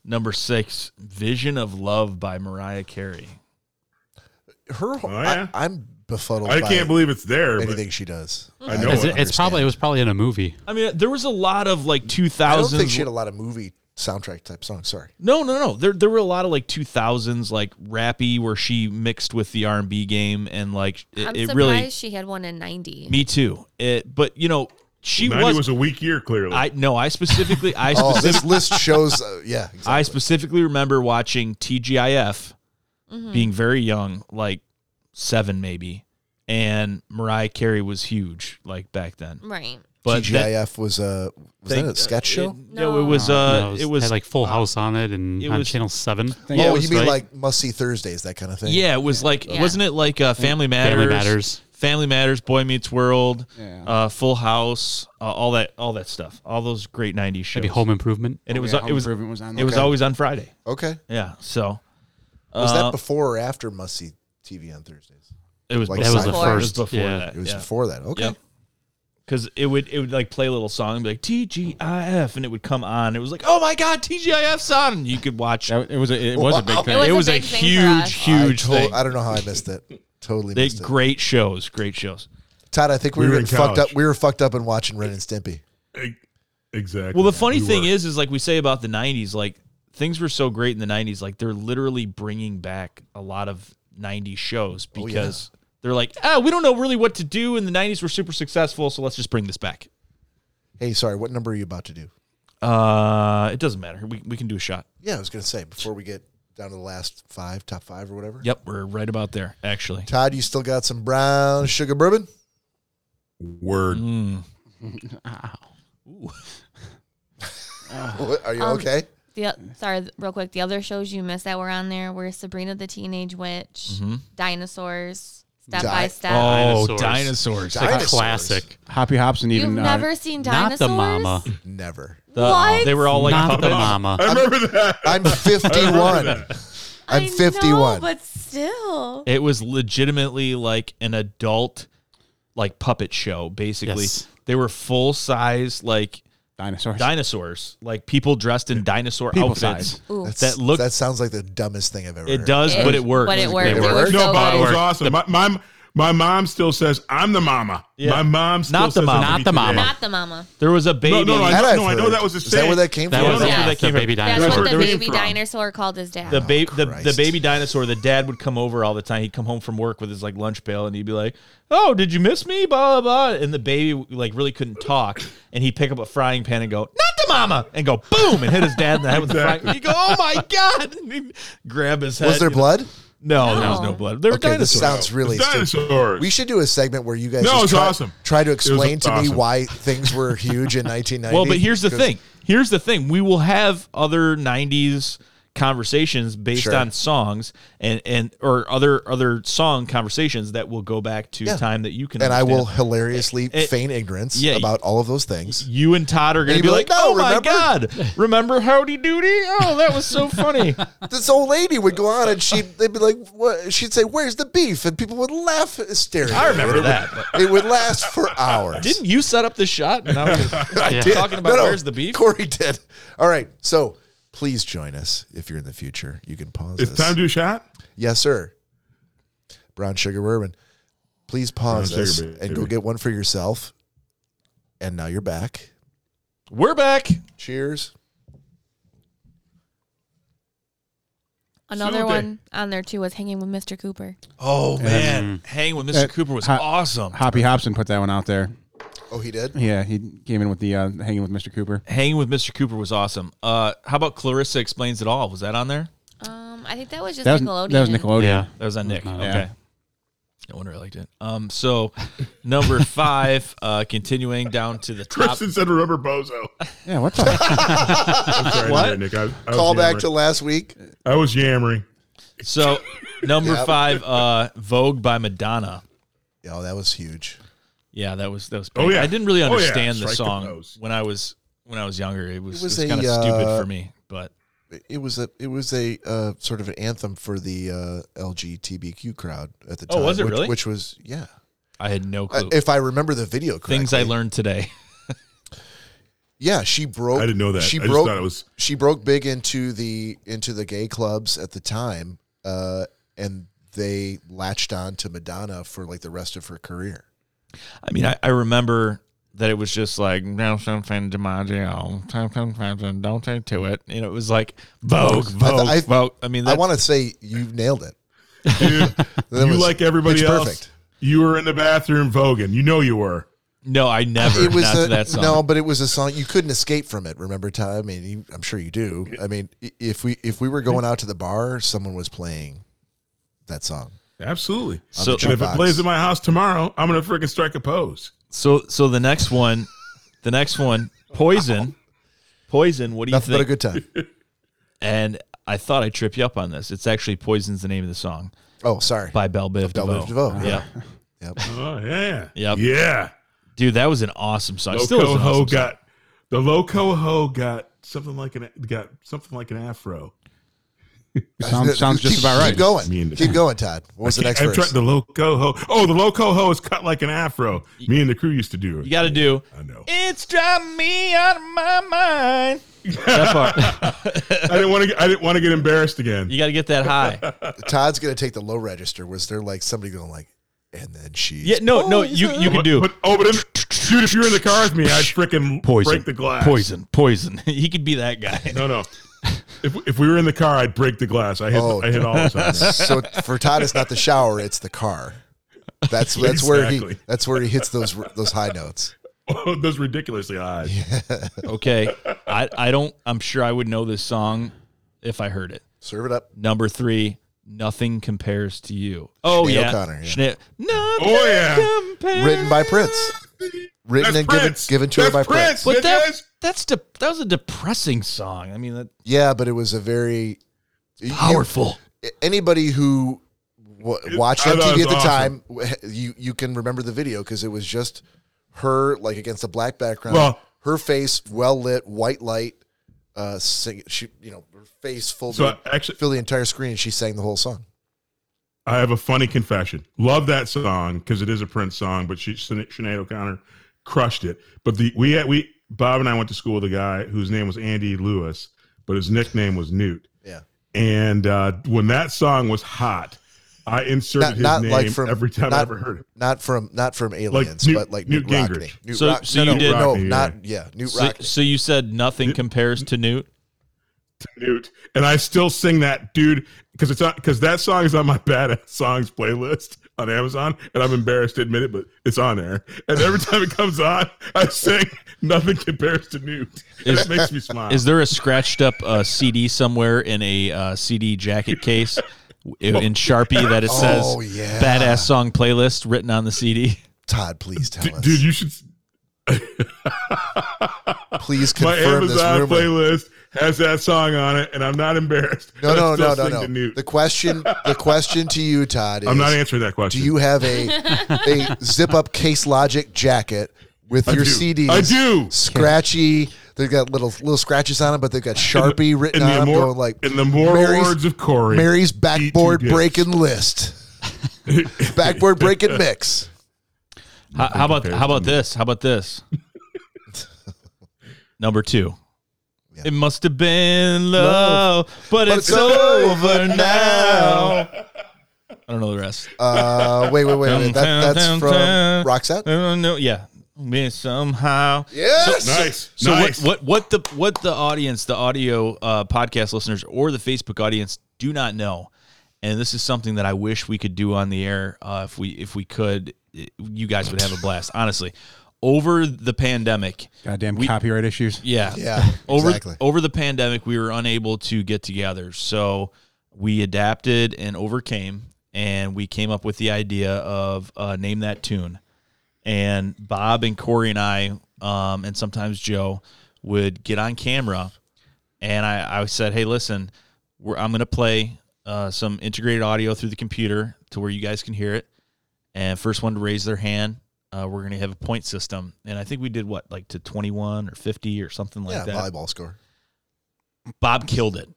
S6: number six, "Vision of Love" by Mariah Carey.
S1: her, whole
S5: Oh, yeah.
S1: I, am befuddled.
S5: I
S1: by
S5: can't believe it's there. but
S1: anything she does.
S5: I know
S4: It's,
S5: it.
S4: it's probably it was probably in a movie.
S6: I mean, there was a lot of like two
S1: I don't think
S6: thousands.
S1: she had a lot of movie soundtrack type songs. Sorry.
S6: No, no, no. There, there were a lot of like two thousands, like rappy, where she mixed with the R and B game, and like
S2: I'm
S6: it, it
S2: surprised
S6: really.
S2: she had one in 90.
S6: Me too. It, but you know, she
S5: 90
S6: was
S5: was a weak year, clearly.
S6: I no, I specifically, I
S1: Oh,
S6: specific,
S1: this list shows. Uh, yeah, exactly.
S6: I specifically remember watching TGIF, being very young, like seven maybe, and Mariah Carey was huge like back then.
S2: Right.
S6: But that-
S1: TGIF was a was
S6: they-
S1: that a sketch show?
S6: It, no, it was. Uh,
S4: No,
S6: it was
S4: had like Full House on it and
S6: it
S4: on
S6: was-
S4: Channel Seven.
S1: oh,
S6: was
S1: you mean
S6: like-
S1: like must see Thursdays that kind of thing?
S6: yeah, it was like
S2: Yeah.
S6: wasn't it like uh, Family Matters?
S4: Family Matters.
S6: Family Matters, Boy Meets World,
S3: Yeah.
S6: uh, Full House, uh, all that, all that stuff, all those great '90s shows.
S4: Maybe Home Improvement.
S6: and it was,
S3: Yeah, Home
S6: it was, it
S3: Improvement was on
S6: was
S3: there.
S6: always on Friday.
S1: Okay.
S6: Yeah, so
S1: Was
S6: uh,
S1: that before or after must see TV on Thursdays?
S6: It was
S1: Like
S6: before.
S1: That was the
S6: It was
S4: first,
S6: before
S4: yeah.
S6: that.
S1: It was
S6: yeah.
S1: before that. Okay.
S6: Yep. Because it would it would like play a little song and be like TGIF and it would come on. It was like, oh my god, TGIF's on. And you could watch.
S3: That- it was a, it was a big
S1: Wow.
S3: thing.
S2: It
S6: It was
S2: was a
S6: a
S2: big thing for us.
S6: huge, huge
S1: I,
S6: thing.
S1: I don't know how I missed it. Totally
S6: They,
S1: missed it.
S6: great shows, great shows.
S1: Todd, I think we,
S5: We
S1: were,
S5: were in
S1: getting fucked
S5: college.
S1: up. We were fucked up and watching Ren and Stimpy.
S5: E- exactly.
S6: Well, the funny
S5: We
S6: thing
S5: were.
S6: is, is like we say about the '90s, like things were so great in the '90s. Like they're literally bringing back a lot of '90s shows
S1: Oh, yeah.
S6: because they're like, ah, we don't know really what to do. In the '90s, we're super successful, so let's just bring this back.
S1: Hey, sorry, what number are you about to do?
S6: Uh, it doesn't matter. We we can do a shot.
S1: Yeah, I was gonna say before we get down to the last five, top five or whatever.
S6: Yep, we're right about there actually.
S1: Todd, you still got some brown sugar bourbon?
S5: word.
S6: Mm.
S1: Are you
S2: Um,
S1: okay?
S2: The, sorry, th- real quick. The other shows you missed that were on there were Sabrina the Teenage Witch, Dinosaurs, Step
S1: Di-
S2: by Step.
S6: Oh,
S4: Dinosaurs.
S6: dinosaurs.
S4: It's like a
S1: Dinosaurs.
S4: classic.
S3: Hoppy Hobson
S2: You've
S3: even uh,
S2: never seen
S4: Not
S2: Dinosaurs?
S4: the mama.
S1: Never.
S6: The-
S2: What?
S6: They were all like
S4: not the
S6: puppets.
S4: mama.
S5: I remember that.
S1: I'm 51.
S2: I
S1: I'm
S2: know,
S1: 51.
S2: but still.
S6: It was legitimately like an adult, like puppet show. Basically,
S4: Yes.
S6: they were full size like
S3: dinosaurs.
S6: dinosaurs, like people dressed in dinosaur
S3: People
S6: outfits.
S3: size.
S2: Ooh.
S1: That's-
S6: That looked-
S1: that sounds like the dumbest thing I've ever.
S6: It
S1: heard.
S6: does, but it worked.
S2: But it worked.
S4: worked.
S2: It was
S5: No,
S2: so
S5: Bob it was
S2: good.
S5: awesome. My, my My mom still says I'm the mama.
S6: Yeah.
S5: My mom still
S6: Not the
S5: says
S6: mama.
S5: that to
S4: Not
S5: me
S4: the mama.
S5: today.
S2: Not the mama.
S6: There was a baby.
S5: no, I-
S1: That I've
S5: no, I know
S1: heard.
S5: that was a
S1: Is that where
S5: saying.
S1: that came
S4: That
S1: from?
S4: was
S2: Yeah.
S4: the
S6: came
S4: baby
S2: That's
S4: dinosaur.
S6: where
S2: what the
S6: it came
S2: baby
S5: from.
S2: dinosaur called his dad.
S6: the baby the, the
S1: Christ.
S6: baby dinosaur the dad would come over all the time he'd come home from work with his like lunch pail and he'd be like oh did you miss me blah blah blah and the baby like really couldn't talk and he'd pick up a frying pan and go not to mama and go boom and hit his dad in the head with the frying
S5: Exactly.
S6: pan. he'd go oh my god and he'd grab his head
S1: Was there
S6: you know.
S1: blood?
S6: no, there was
S2: No.
S6: no blood there were
S1: Okay, this
S6: dinosaurs
S1: sounds really stupid.
S5: Dinosaurs.
S1: We should do a segment where you guys
S5: No,
S1: just
S5: it's
S1: try,
S5: awesome.
S1: try to explain to me
S5: awesome.
S1: why things were huge in 1990.
S6: well but here's the
S1: 'Cause
S6: thing here's the thing we will have other 90s conversations based
S1: Sure.
S6: on songs and and or other other song conversations that will go back to
S1: Yeah.
S6: time that you can
S1: And I will
S6: understand.
S1: hilariously
S6: Eh, eh,
S1: feign ignorance
S6: yeah,
S1: about all of those things.
S6: you and Todd are going
S1: you'd
S6: to be
S1: be
S6: like,
S1: like, "No,
S6: oh my
S1: remember?"
S6: God, remember Howdy Doody? Oh, that was so funny.
S1: This old lady would go on and she'd they'd be like, "What?" She'd say, "Where's the beef?" And people would laugh hysterically.
S6: I remember that.
S1: It would last for hours.
S6: Didn't you set up this shot? And I was
S4: Yeah.
S1: did.
S6: talking about where's the beef?
S1: Corey did. All right. So please join us if you're in the future. You can pause
S5: It's
S1: this.
S5: time to do a shot.
S1: yes, sir. Brown sugar bourbon. Please pause
S5: Brown
S1: this
S5: sugar
S1: and
S5: baby.
S1: go get one for yourself. And now you're back.
S6: We're back.
S1: Cheers.
S2: Another
S5: Soon day.
S2: one on there too was hanging with Mr. Cooper.
S6: Oh, man. Hang with Mr.
S3: Uh,
S6: Cooper was
S3: hi-
S6: awesome.
S3: Hoppy Hobson put that one out there.
S1: Oh, he did.
S3: Yeah, he came in with the uh, hanging with Mr. Cooper.
S6: Hanging with Mr. Cooper was awesome. Uh, how about Clarissa Explains It All? Was that on there?
S2: Um, I think that was just
S3: That was
S2: Nickelodeon.
S3: that was Nickelodeon.
S4: Oh, Yeah.
S6: That was on Nick.
S4: not on
S6: Okay. No wonder I liked it. Um, so number five, uh, continuing down to the top.
S5: Kristen said, "Remember Bozo."
S3: Yeah, what the?
S5: I'm sorry,
S6: What?
S5: Nick. I, I
S1: Call
S5: was
S1: back
S5: yammering.
S1: to last week.
S5: I was yammering.
S6: So number
S1: Yep.
S6: five, uh, Vogue by Madonna.
S1: Oh, that was huge.
S6: Yeah, that was that was.
S5: Oh,
S6: big.
S5: yeah.
S6: I didn't really
S5: Oh, yeah.
S6: understand the
S5: Strike the
S6: song
S5: pose.
S6: when I was when I was younger. It was
S1: It
S6: it
S1: was
S6: was,
S1: a,
S6: kind of stupid
S1: uh,
S6: for me, but
S1: It was a it was a uh, sort of an anthem for the uh, LGBTQ crowd at the
S6: Oh,
S1: time.
S6: was it
S1: which,
S6: really?
S1: Which was yeah.
S6: I had no
S1: Uh,
S6: clue.
S1: if I remember the video correctly,
S6: Things I learned today.
S1: Yeah, she broke.
S5: I didn't know that.
S1: She
S5: I just
S1: broke.
S5: thought it was-
S1: She broke big into the into the gay clubs at the time, uh, and they latched on to Madonna for like the rest of her career.
S6: I mean, I, I remember that it was just like
S8: Now something DiMaggio, something something, don't take to it.
S6: you know it was like
S1: I
S6: Vogue,
S1: th-
S6: Vogue,
S1: I-
S6: Vogue. I mean,
S1: I
S6: that,
S1: want to say you nailed it.
S5: Dude,
S1: That
S5: you
S1: was
S5: like everybody
S1: pitch
S5: else.
S1: Perfect.
S5: You were in the bathroom voguing. You know you were.
S6: no, I never.
S1: It was
S6: not
S1: a,
S6: to that song.
S1: no, but it was a song you couldn't escape from it. Remember, Ty? I mean, you, I'm sure you do. I mean, i- if we if we were going out to the bar, someone was playing that song.
S5: Absolutely.
S6: So-
S5: and if it
S1: jukebox.
S5: plays in my house tomorrow, I'm gonna freaking strike a pose.
S6: So so the next one, the next one, Poison, Poison. What do you
S1: Nothing
S6: think?
S1: but a good time.
S6: and I thought I would trip you up on this. It's actually Poison's the name of the song
S1: Oh, sorry.
S6: by Belle Biv
S1: Belle
S6: DeVoe.
S1: Biv DeVoe,
S6: Yeah.
S1: Yep.
S5: Oh yeah.
S6: Yep.
S5: Yeah.
S6: Dude, that was an awesome song. Still is
S5: Loco
S6: an
S5: Ho
S6: awesome song.
S5: got the Loco Ho got something like an got something like an afro.
S3: sounds sounds just
S1: Keep-
S3: about right.
S1: Keep going.
S5: Me and the-
S1: keep going, Todd. What was the next
S5: I'm
S1: verse?
S5: trying- the Loco Ho. Oh, the Loco Ho is cut like an afro. Me and the crew used to do it.
S6: You got to do.
S5: I know.
S6: It's driving me out of my mind. That part.
S5: I didn't want to. Get, I didn't want to get embarrassed again.
S6: You got to get that high.
S1: Todd's gonna take the low register. Was there like somebody going like, and then she?
S6: Yeah, no, no, you you can
S5: But-
S6: do
S5: But, oh, but in, dude, if you're in the car with me, I'd freaking
S6: poison.
S5: break the glass.
S6: Poison, poison. he could be that guy.
S5: No, no. If, if we were in the car, I'd break the glass. I hit.
S1: Oh.
S5: I hit all the time.
S1: So for Todd, it's not the shower; it's the car. That's that's where he
S5: Exactly.
S1: that's where he hits those those high notes.
S5: Oh, those ridiculously high.
S6: Okay. I I don't I'm sure I would know this song if I heard it.
S1: Serve it up.
S6: Number 3, Nothing Compares to You. Oh
S1: Sinead
S6: yeah.
S1: O'Connor, yeah.
S6: Sinead- Nothing
S5: Oh, yeah.
S6: compares-
S1: Written by Prince. Written
S5: That's
S1: and given
S5: Prince.
S1: given to her
S5: That's
S1: by Prince.
S5: Prince.
S6: But that,
S5: Yes.
S6: that's de- that was a depressing song. I mean, that
S1: Yeah, but it was a very you-
S6: powerful.
S1: anybody who w- watched
S5: I
S1: MTV
S5: thought
S1: at
S5: it
S1: the
S5: was
S1: time, w- you you can remember the video because it was just her like against a black background,
S5: Well-
S1: her face well lit, white light, uh, sing, she you know her face full
S5: So
S1: so,
S5: I- actually,
S1: fill the entire screen, and she sang the whole song.
S5: I have a funny confession. Love that song because it is a Prince song, but she, Sinead Sinead O'Connor crushed it. But the we had, we Bob and I went to school with a guy whose name was Andy Lewis, but his nickname was Newt.
S1: Yeah.
S5: And uh, when that song was hot, I inserted
S1: Not,
S5: his
S1: not
S5: name
S1: like from
S5: every time
S1: not,
S5: I ever heard it.
S1: Not from not from aliens,
S5: Newt-
S1: but like Newt,
S5: Newt Gingrich.
S1: Rockney. Newt
S6: So- so
S1: no,
S6: you
S1: no,
S6: did-
S1: no,
S5: Rockney,
S1: not yeah, Newt
S6: So,
S1: Rockney.
S6: so you said nothing compares to Newt.
S5: Newt, and I still sing that, dude, because it's because that song is on my bad songs playlist on Amazon, and I'm embarrassed to admit it, but it's on there. And every time it comes on, I sing "Nothing Compares to Newt." And
S6: Is-
S5: it makes me smile.
S6: Is there a scratched up uh, CD somewhere in a uh, CD jacket case in, in Sharpie that it says
S1: Oh, yeah.
S6: "Badass Song Playlist" written on the CD?
S1: Todd, please tell
S5: D-
S1: us.
S5: dude, you should.
S1: please
S5: My
S1: confirm this
S5: Amazon
S1: rumor.
S5: playlist has that song on it, and I'm not embarrassed.
S1: No,
S5: And I
S1: no, no,
S5: still
S1: no,
S5: sing to
S1: no.
S5: Newt.
S1: The question, the question to you, Todd, is:
S5: I'm not answering that question.
S1: Do you have a a zip up Case Logic jacket with
S5: I
S1: your
S5: do.
S1: CDs?
S5: I do.
S1: Scratchy. They've got little little scratches on them, but they've got Sharpie written
S5: in
S1: on
S5: the
S1: them.
S5: more-
S1: going like
S5: in the more words of Corey,
S1: Mary's
S5: eat two
S1: backboard
S5: dicks."
S1: breaking list. backboard breaking mix.
S6: How, how about how about this? How about this? Number two. It must have been love, but, it's,
S1: it's
S6: over now. I don't know the rest.
S1: Uh, wait, wait, wait. wait. That, that's from
S6: I
S1: Roxette.
S6: don't know. Yeah, me somehow.
S1: Yes.
S5: Nice.
S6: So
S5: nice.
S6: what, what what the what the audience, the audio uh, podcast listeners or the Facebook audience do not know, and this is something that I wish we could do on the air. Uh, if we if we could, it- you guys would have a blast. Honestly, over the pandemic,
S3: Goddamn copyright issues.
S6: yeah,
S1: Yeah.
S6: over
S1: exactly.
S6: over the pandemic, we were unable to get together, so we adapted and overcame, and we came up with the idea of uh, name that tune. And Bob and Corey and I, um, and sometimes Joe, would get on camera, and I, I said, "Hey, listen, we're, I'm going to play uh, some integrated audio through the computer to where you guys can hear it, and first one to raise their hand." Uh, we're going to have a point system, and I think we did what, like to twenty-one or fifty or something like
S1: Yeah.
S6: that.
S1: Volleyball score.
S6: Bob killed it.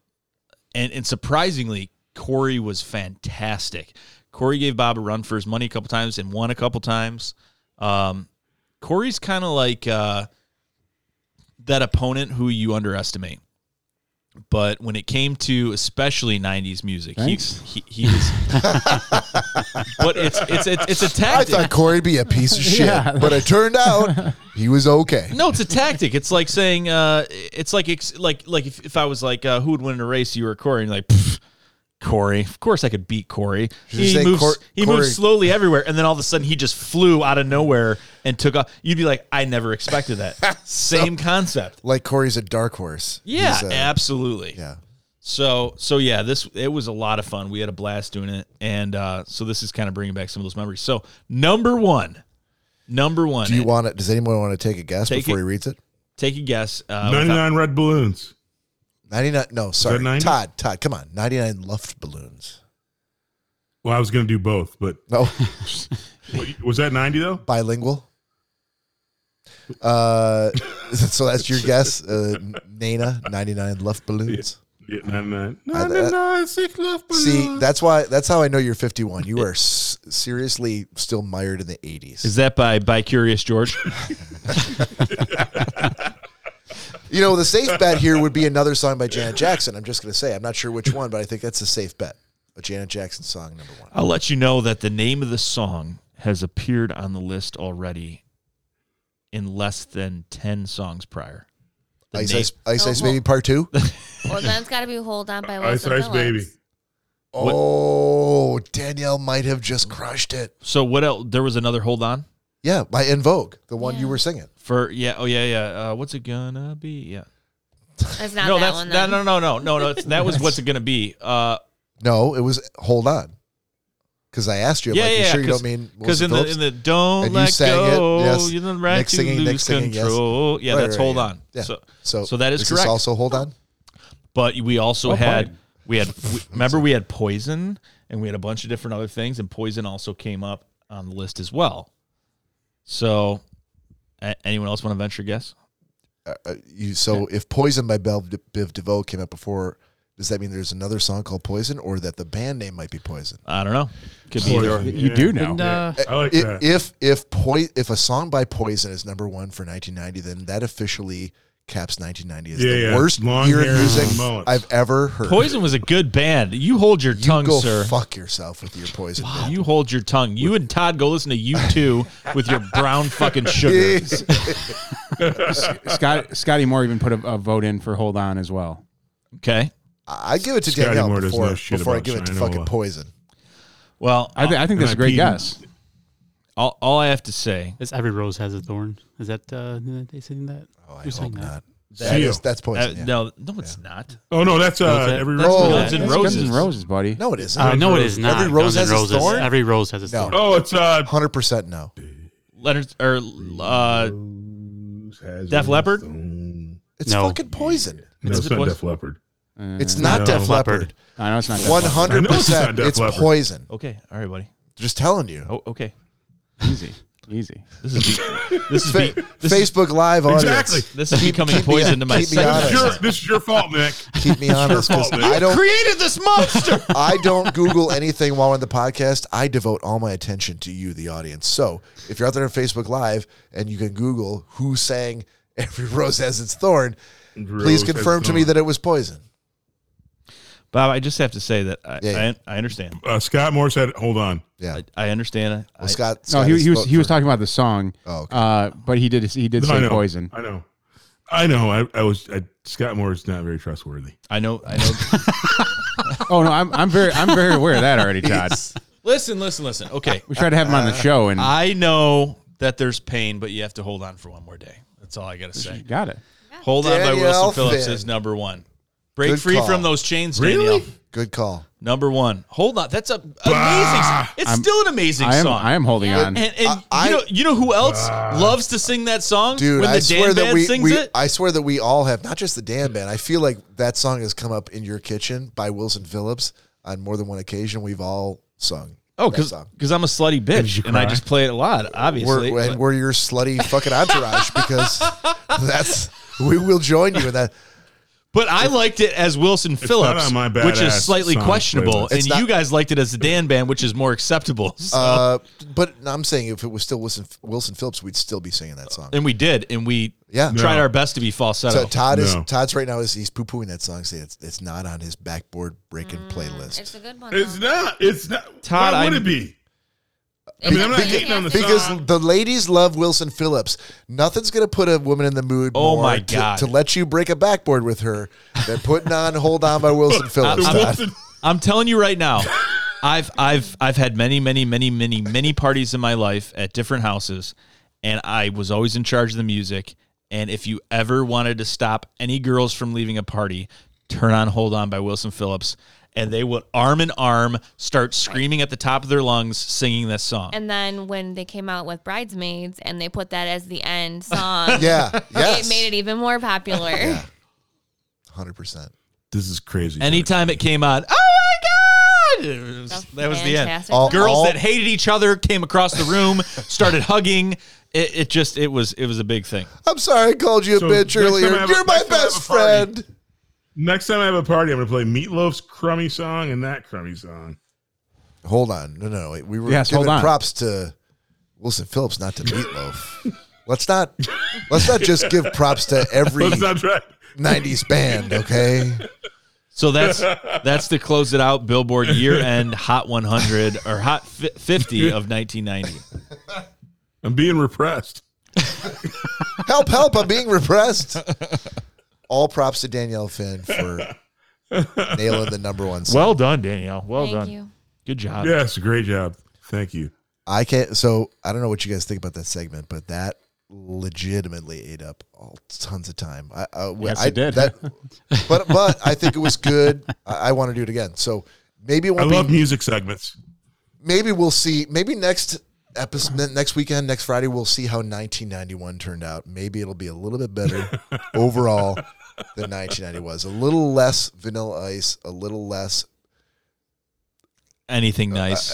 S6: And and surprisingly, Corey was fantastic. Corey gave Bob a run for his money a couple times and won a couple times. Um, Corey's kind of like uh, that opponent who you underestimate. But when it came to especially '90s music, he,
S3: Thanks.
S6: he he was. but it's it's it's, it's a
S1: I
S6: tactic.
S1: thought Corey'd be a piece of shit,
S3: Yeah.
S1: but it turned out he was okay.
S6: No, it's a tactic. It's like saying, uh, it's like ex- like like if, if I was like, uh, who would win in a race? You or Corey? And you're like, "Pff, Corey. Of course, I could beat Corey.
S1: Should you
S6: He
S1: say
S6: moves.
S1: Cor-
S6: he
S1: Corey-
S6: moves slowly everywhere, and then all of a sudden, he just flew out of nowhere and took off. You'd be like, I never expected that. Same concept.
S1: Like Corey's a dark horse.
S6: Yeah,
S1: He's a-
S6: absolutely.
S1: yeah.
S6: So so yeah, this it was a lot of fun. We had a blast doing it, and uh, so this is kind of bringing back some of those memories. So number one, number one.
S1: Do you
S6: and
S1: want it? Does anyone want to take a guess
S6: Take
S1: before
S6: it.
S1: he reads it?
S6: take a guess? Uh, without-
S5: 99 red balloons.
S1: 99. No, sorry.
S5: 90?
S1: Todd, Todd, come on. 99 luft balloons.
S5: Well, I was going to do both, but
S1: No,
S5: what- was that 90 though?
S1: bilingual. Uh, so that's your guess. Uh, Nana, 99 luft balloons.
S5: Yeah, 99.
S1: I- that-
S5: 99, six left balloons.
S1: See, that's why. That's how I know you're 51. You are s- seriously still mired in the 80s.
S6: Is that by by Curious George?
S1: you know, the safe bet here would be another song by Janet Jackson. I'm just going to say, I'm not sure which one, but I think that's a safe bet. A Janet Jackson song, number one.
S6: I'll let you know that the name of the song has appeared on the list already in less than 10 songs prior. The
S1: Ice
S6: name-
S1: Ice, Ice,
S2: Oh,
S1: Ice
S2: well.
S1: Baby Part Two.
S2: Well, then it's got to be Hold On by
S5: Ice
S2: Wilson
S5: Ice Baby.
S2: Phillips.
S1: Oh, Danielle might have just crushed it.
S6: So what else? There was another Hold On
S1: Yeah, by En Vogue, the one
S2: Yeah.
S1: you were singing.
S6: for yeah, oh yeah, yeah. Uh, what's it gonna be? Yeah.
S2: It's not
S6: no,
S2: that
S6: that's
S2: one.
S6: that,
S2: Then.
S6: no, no, no, no, no. It's, that was what's it gonna be? Uh,
S1: No, it was Hold On. Because I asked you, I'm
S6: yeah,
S1: like,
S6: yeah.
S1: you
S6: yeah,
S1: sure you
S6: cause-
S1: don't mean
S6: because
S1: Wilson
S6: in the
S1: Phillips?
S6: in the don't
S1: And you
S6: let
S1: sang it,
S6: go,
S1: yes.
S6: you're the right
S1: Nick
S6: to
S1: singing, Nick
S6: lose
S1: singing, yes.
S6: control. Yeah,
S1: Right,
S6: that's
S1: right,
S6: Hold
S1: yeah.
S6: On.
S1: Yeah.
S6: So
S1: so,
S6: so that is
S1: this
S6: correct.
S1: also Hold On?
S6: but we also
S1: Oh,
S3: Well
S6: had
S3: played.
S6: we had we, remember we had poison and we had a bunch of different other things and poison also came up on the list as well so a- anyone else want to venture a guess
S1: Uh, you, so if Poison by Bell D- Biv DeVoe came out before, does that mean there's another song called Poison or that the band name might be Poison?
S6: i don't know could be
S5: Poison.
S6: either.
S3: You do know.
S4: And, uh,
S5: I like
S1: I-
S5: that.
S1: If if poi- if a song by Poison is number one for 1990, then that officially Caps 1990 is
S5: Yeah,
S1: the
S5: yeah.
S1: worst
S5: Long
S1: year
S5: hair
S1: in
S5: and
S1: music
S5: mullets.
S1: I've ever heard.
S6: Poison was a good band. You hold your
S1: You
S6: tongue,
S1: go
S6: sir.
S1: fuck yourself with your poison. man.
S6: You hold your tongue. You and Todd go listen to you two with your brown fucking sugar.
S3: Scott Scotty Moore even put a, a vote in for Hold On as well.
S6: Okay.
S1: I I give it to
S5: Scotty
S1: Danielle
S5: Moore doesn't
S1: before,
S5: know shit
S1: before I
S5: about
S1: give it to
S5: Shinola.
S1: fucking poison.
S6: Well,
S3: I, thi- I think that's a great
S5: Can I
S3: guess.
S6: all, all I have to say,
S4: It's every rose has a thorn. Is that uh, they sing that?
S1: Oh, I
S4: Who sang
S1: hope
S4: Uh, that?
S1: not.
S5: Seal.
S1: That is, that's
S6: uh,
S1: poison. yeah.
S6: no, no, it's not.
S5: Oh no, that's uh,
S4: that-
S5: every
S6: That's
S5: rose.
S1: Oh,
S6: Guns N'
S1: that's
S6: Roses.
S3: Guns N' Roses, buddy.
S1: No, it isn't.
S4: Uh, no, it is not.
S1: Every rose
S4: Guns N'
S1: has its
S4: Roses.
S1: thorn?
S4: Every rose has its
S1: No.
S4: thorn.
S5: Oh, it's uh,
S1: 100% no.
S6: Leonard or uh, Def Leppard?
S1: It's
S4: No.
S1: fucking poison.
S5: No, it's
S6: it
S5: not
S6: was-
S5: Def Leppard.
S1: It's not
S5: No.
S1: Def Leppard.
S4: Leppard.
S3: I know it's not. that
S1: One
S3: fucking
S1: hundred
S5: I know it's not
S1: percent.
S5: Def
S1: It's
S5: Leppard.
S1: poison.
S6: Okay, all right, buddy.
S1: Just telling you.
S6: Oh, okay.
S3: Easy, easy.
S6: This is be- this is be- this is,
S1: Facebook Live audience.
S5: Exactly.
S6: this is becoming poison to my
S1: keep me out
S6: second.
S1: of
S5: This is, your,
S1: Honest.
S5: this is your fault, Nick.
S1: Keep me honest, because
S5: fault,
S1: I don't.
S6: Created this monster.
S1: I don't Google anything while on the podcast. I devote all my attention to you, the audience. So if you're out there on Facebook Live and you can Google who sang "Every Rose Has Its Thorn," please
S5: Rose has
S1: confirm to
S5: its
S1: me
S5: own.
S1: that it was poison.
S6: Bob, I just have to say that I
S1: Yeah, yeah.
S6: I, I understand.
S5: Uh, Scott Moore said, "Hold on."
S1: Yeah.
S6: I, I understand. I,
S1: well, Scott.
S3: No,
S1: Scott
S3: he,
S1: is
S3: he was
S1: voting
S3: he was
S1: for-
S3: talking about the song.
S1: Oh, okay.
S3: uh, but he did he did
S5: No, I
S3: say
S5: know.
S3: poison.
S5: I know. I know. I, I was I, Scott Moore is not very trustworthy.
S6: I know. I know.
S3: Oh no, I'm I'm very I'm very aware of that already, Todd.
S6: listen, listen, listen. Okay,
S3: We tried to have him on the show and
S6: I know that there's pain, but you have to hold on for one more day. That's all I gotta say.
S3: got it.
S6: Hold on by
S1: Danielle
S6: Wilson Phillips
S1: Finn.
S6: is number one. Break
S1: Good
S6: free
S1: call.
S6: from those chains, Danielle.
S1: Good call.
S6: Number one. Hold on. That's a amazing. It's
S3: I'm-
S6: still an amazing
S3: I am
S6: song.
S3: I am holding on.
S6: And, and
S1: I-
S6: you know you know who else loves to sing that song
S1: Dude,
S6: when the
S1: I swear
S6: Dan
S1: that
S6: Band
S1: we,
S6: sings
S1: we
S6: it?
S1: I swear that we all have not just the Dan band. I feel like that song has come up in your kitchen by Wilson Phillips on more than one occasion. We've all sung.
S6: oh,
S1: that song.
S6: because I'm a slutty bitch and I just play it a lot, obviously.
S1: we're, and we're your slutty fucking entourage because that's we will join you in that.
S6: but I liked it as Wilson Phillips,
S5: on my
S6: which is
S5: badass
S6: slightly
S5: song
S6: questionable,
S5: playlist.
S6: and
S1: It's not-
S6: you guys liked it as the Dan Band, which is more acceptable. So-
S1: Uh, but I'm saying if it was still Wilson Wilson Phillips, we'd still be singing that song.
S6: and we did, and we
S1: Yeah.
S6: tried
S5: No.
S6: our best to be falsetto.
S1: So Todd is
S5: No.
S1: Todd's right now is he's poo pooing that song. Saying it's it's not on his backboard breaking playlist
S2: Mm, It's a good one.
S5: It's
S2: though.
S5: not. It's not.
S6: Uh-huh. Todd,
S5: why would
S6: I'm-
S5: it be?
S2: It
S5: mean, I'm not
S2: doesn't
S5: hating on the
S2: have to be.
S1: because
S5: song.
S1: the ladies love Wilson Phillips. Nothing's gonna put a woman in the mood.
S6: Oh
S1: more
S6: my
S1: to-
S6: God.
S1: To, let you break a backboard with her than putting on "Hold On" by Wilson Phillips.
S6: I'm-
S1: Todd.
S6: I'm telling you right now, I've I've I've had many many many many many parties in my life at different houses, and I was always in charge of the music. And if you ever wanted to stop any girls from leaving a party, turn on "Hold On" by Wilson Phillips, and they would arm in arm start screaming at the top of their lungs, singing this song.
S2: And then when they came out with Bridesmaids and they put that as the end song,
S1: yeah, yes,
S2: it made it even more popular.
S1: hundred percent.
S5: This is crazy.
S6: Anytime it came on, oh my god, It was- that was the end.
S2: Fantastic.
S1: All-
S6: Girls that hated each other came across the room, started hugging. It, it just it was it was a big thing.
S1: I'm sorry I called you a
S5: So
S1: bitch
S5: next time I
S1: earlier.
S5: have a-
S1: You're my
S5: next time I have
S1: best
S5: a party.
S1: friend.
S5: Next time I have a party, I'm gonna play Meatloaf's crummy song and that crummy song.
S1: Hold on. No, no, wait. We were
S3: Yes,
S1: giving
S3: hold on.
S1: props to Wilson Phillips, not to Meatloaf. let's not let's not just give props to every
S5: Let's not try.
S1: '90s band, okay?
S6: So that's that's to close it out. Billboard year end Hot 100 or Hot fi- 50 of 1990.
S5: I'm being repressed.
S1: Help! Help! I'm being repressed. All props to Danielle Finn for nailing the number one. Song.
S6: Well done, Danielle. Well
S2: Thank you.
S6: Good job.
S5: Yes, great job. Thank you.
S1: I can't. So I don't know what you guys think about that segment, but that legitimately ate up all tons of time. I, I,
S3: Yes,
S1: I-
S3: it did.
S1: That, but but I think it was good. I, I want to do it again. So maybe it
S5: I
S1: won't be
S5: love music segments.
S1: maybe we'll see. Maybe next episode, next weekend, next Friday, we'll see how 1991 turned out. Maybe it'll be a little bit better overall than 1990 was. A little less Vanilla Ice, a little less Uh,
S6: Anything nice.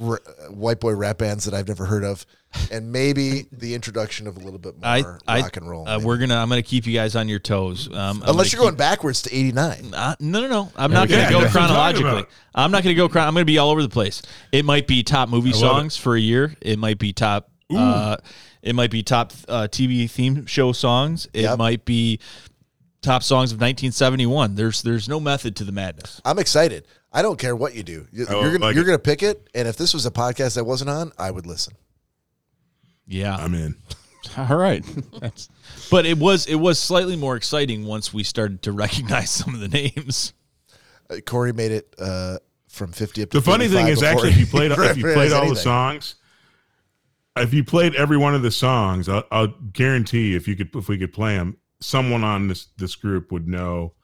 S1: r- uh, white boy rap bands that I've never heard of, and maybe the introduction of a little bit more
S6: I,
S1: rock
S6: I
S1: and roll.
S6: Uh,
S1: maybe.
S6: we're gonna. I'm gonna keep you guys on your toes. Um, I'm
S1: Unless
S6: gonna
S1: you're going backwards to 89.
S6: keep- uh, no, no, no. I'm not gonna
S5: yeah,
S6: go
S5: that's what I'm talking
S6: chronologically.
S5: about.
S6: I'm not gonna go. Chron- I'm gonna be all over the place. It might be top movie
S5: love
S6: songs for a year. It might be top Uh, it might be top uh, TV theme show songs. It
S1: Yep.
S6: might be top songs of 1971. There's there's no method to the madness.
S1: I'm excited. I don't care what you do. You-
S5: Oh,
S1: You're gonna
S5: like
S1: you're
S5: it.
S1: gonna pick it. And if this was a podcast that wasn't on, I would listen.
S6: Yeah,
S5: I'm in.
S3: All right. That's
S6: but it was it was slightly more exciting once we started to recognize some of the names.
S1: Uh, Corey made it uh, from 50 up to
S5: The funny
S1: 35
S5: thing is,
S1: before
S5: actually, if
S1: he
S5: you played if you played
S1: referenced
S5: all the
S1: anything.
S5: songs, if you played every one of the songs, I'll, I'll guarantee if you could if we could play them, someone on this this group would know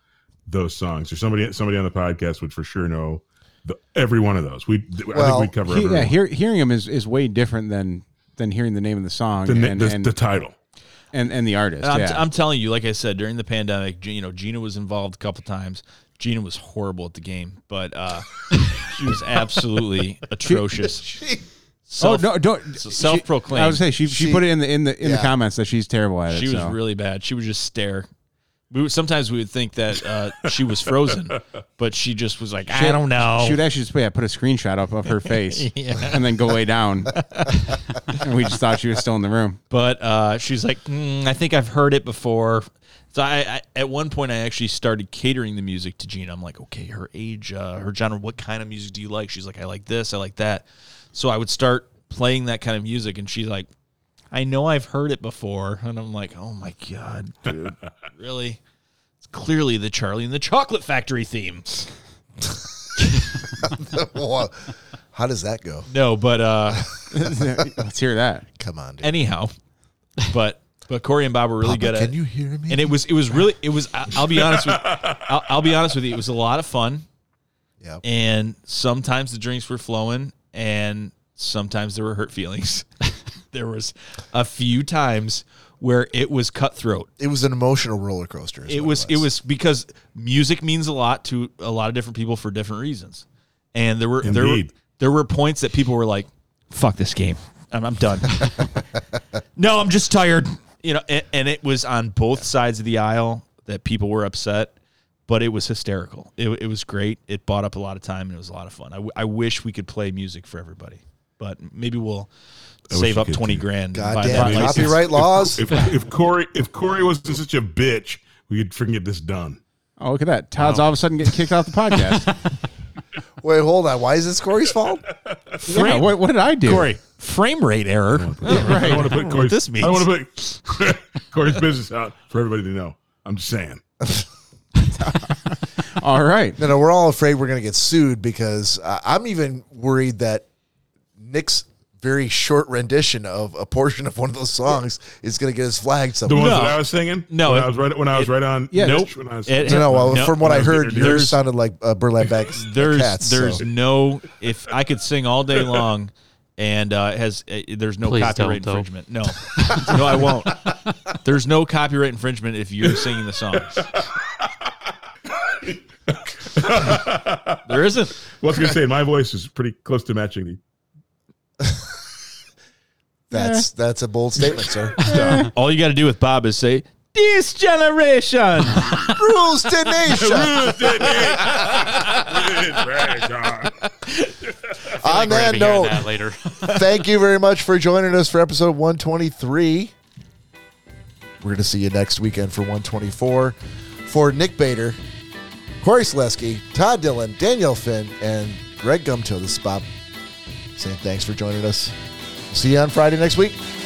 S5: those songs, or somebody somebody on the podcast would for sure know the, every one of those. We I
S1: Well,
S5: think we'd cover
S3: he,
S5: every
S3: yeah,
S5: one.
S3: hear, hearing him is, is way different than than hearing the name of the song
S5: the, na-
S3: and,
S5: the,
S3: and,
S5: the title.
S3: and and the artist.
S6: And I'm,
S3: yeah.
S6: I'm telling you, like I said during the pandemic, G- you know Gina was involved a couple times. Gina was horrible at the game, but uh, she was absolutely atrocious.
S3: oh
S6: Self-
S3: no, don't
S6: so
S3: she-
S6: self-proclaimed.
S3: I was say she, she
S1: She-
S3: put it in the in the in
S1: yeah.
S3: the comments that she's terrible at it.
S6: She was
S3: so.
S6: really bad. She would just stare. We would, sometimes we would think that uh, she was frozen, but she just was like, I don't know.
S3: She would actually just yeah, put a screenshot up of her face and then go way down. and we just thought she was still in the room.
S6: But uh, she's like, mm, I think I've heard it before. So I, I, at one point, I actually started catering the music to Gina. I'm like, okay, her age, uh, her genre, what kind of music do you like? She's like, I like this, I like that. So I would start playing that kind of music, and she's like, I know I've heard it before, and I'm like, oh my god, dude, really? It's clearly the Charlie and the Chocolate Factory theme.
S1: Wow. How does that go?
S6: No, but uh,
S3: Let's hear that.
S1: Come on, dude.
S6: anyhow, but but Corey and Bob were really
S1: Papa,
S6: good at.
S1: can you hear me?
S6: and it was it was really it was I- I'll be honest with I'll, I'll be honest with you it was a lot of fun
S1: yeah.
S6: and sometimes the drinks were flowing and sometimes there were hurt feelings there was a few times where it was cutthroat
S1: It was an emotional roller coaster. is
S6: it
S1: what
S6: was it was because music means a lot to a lot of different people for different reasons and there were there were
S5: Indeed.
S6: there were points that people were like fuck this game I'm, I'm done no I'm just tired you know and, and it was on both sides of the aisle that people were upset but it was hysterical it, it was great it bought up a lot of time and it was a lot of fun I, w- I wish we could play music for everybody but maybe we'll
S5: wish
S6: save
S5: we
S6: up
S5: could
S6: 20
S5: too.
S6: grand and buy that
S1: Goddamn
S6: license.
S1: copyright laws.
S5: If, if Corey if Corey wasn't such a bitch, we could freaking get this done.
S3: Oh, look at that. Todd's all of a sudden getting kicked off the podcast.
S1: Wait, hold on. Why is this Corey's fault?
S3: yeah, what, what did I do?
S6: Corey frame rate error
S5: I don't want to put Corey's,
S6: this
S5: I don't want to put Corey's business out for everybody to know. I'm just saying.
S3: All right.
S1: No, no, we're all afraid we're going to get sued because uh, I'm even worried that Nick's very short rendition of a portion of one of those songs is going to get us flagged
S5: The
S1: somewhere.
S5: ones
S6: No.
S5: that I was singing?
S6: No,
S5: When
S6: it-
S5: I was right when I was right on
S3: yeah,
S5: nope. when I was
S6: It-
S1: No, no. Well,
S6: No.
S1: from what I heard,
S5: There's-
S1: yours sounded like uh, burlap bags.
S6: there's
S1: cats, so-
S6: there's no if I could sing all day long and uh, it has uh, there's no
S4: Please
S6: copyright
S4: don't, though.
S6: infringement. No, no, I won't. There's no copyright infringement if you're singing the songs. there isn't.
S5: Well, I was gonna say my voice is pretty close to matching the
S1: that's that's a bold statement, sir.
S6: All you got to do with Bob is say this generation.
S1: Rules to nation.
S4: I
S1: On
S4: feel like
S1: that
S4: we're gonna be hearing
S1: note,
S4: that later.
S1: thank you very much for joining us for episode 123. We're going to see you next weekend for 124. For Nick Bader, Corey Selesky, Todd Dillon, Daniel Finn, and Greg Gumto, this is Bob. Saying thanks for joining us. See you on Friday next week.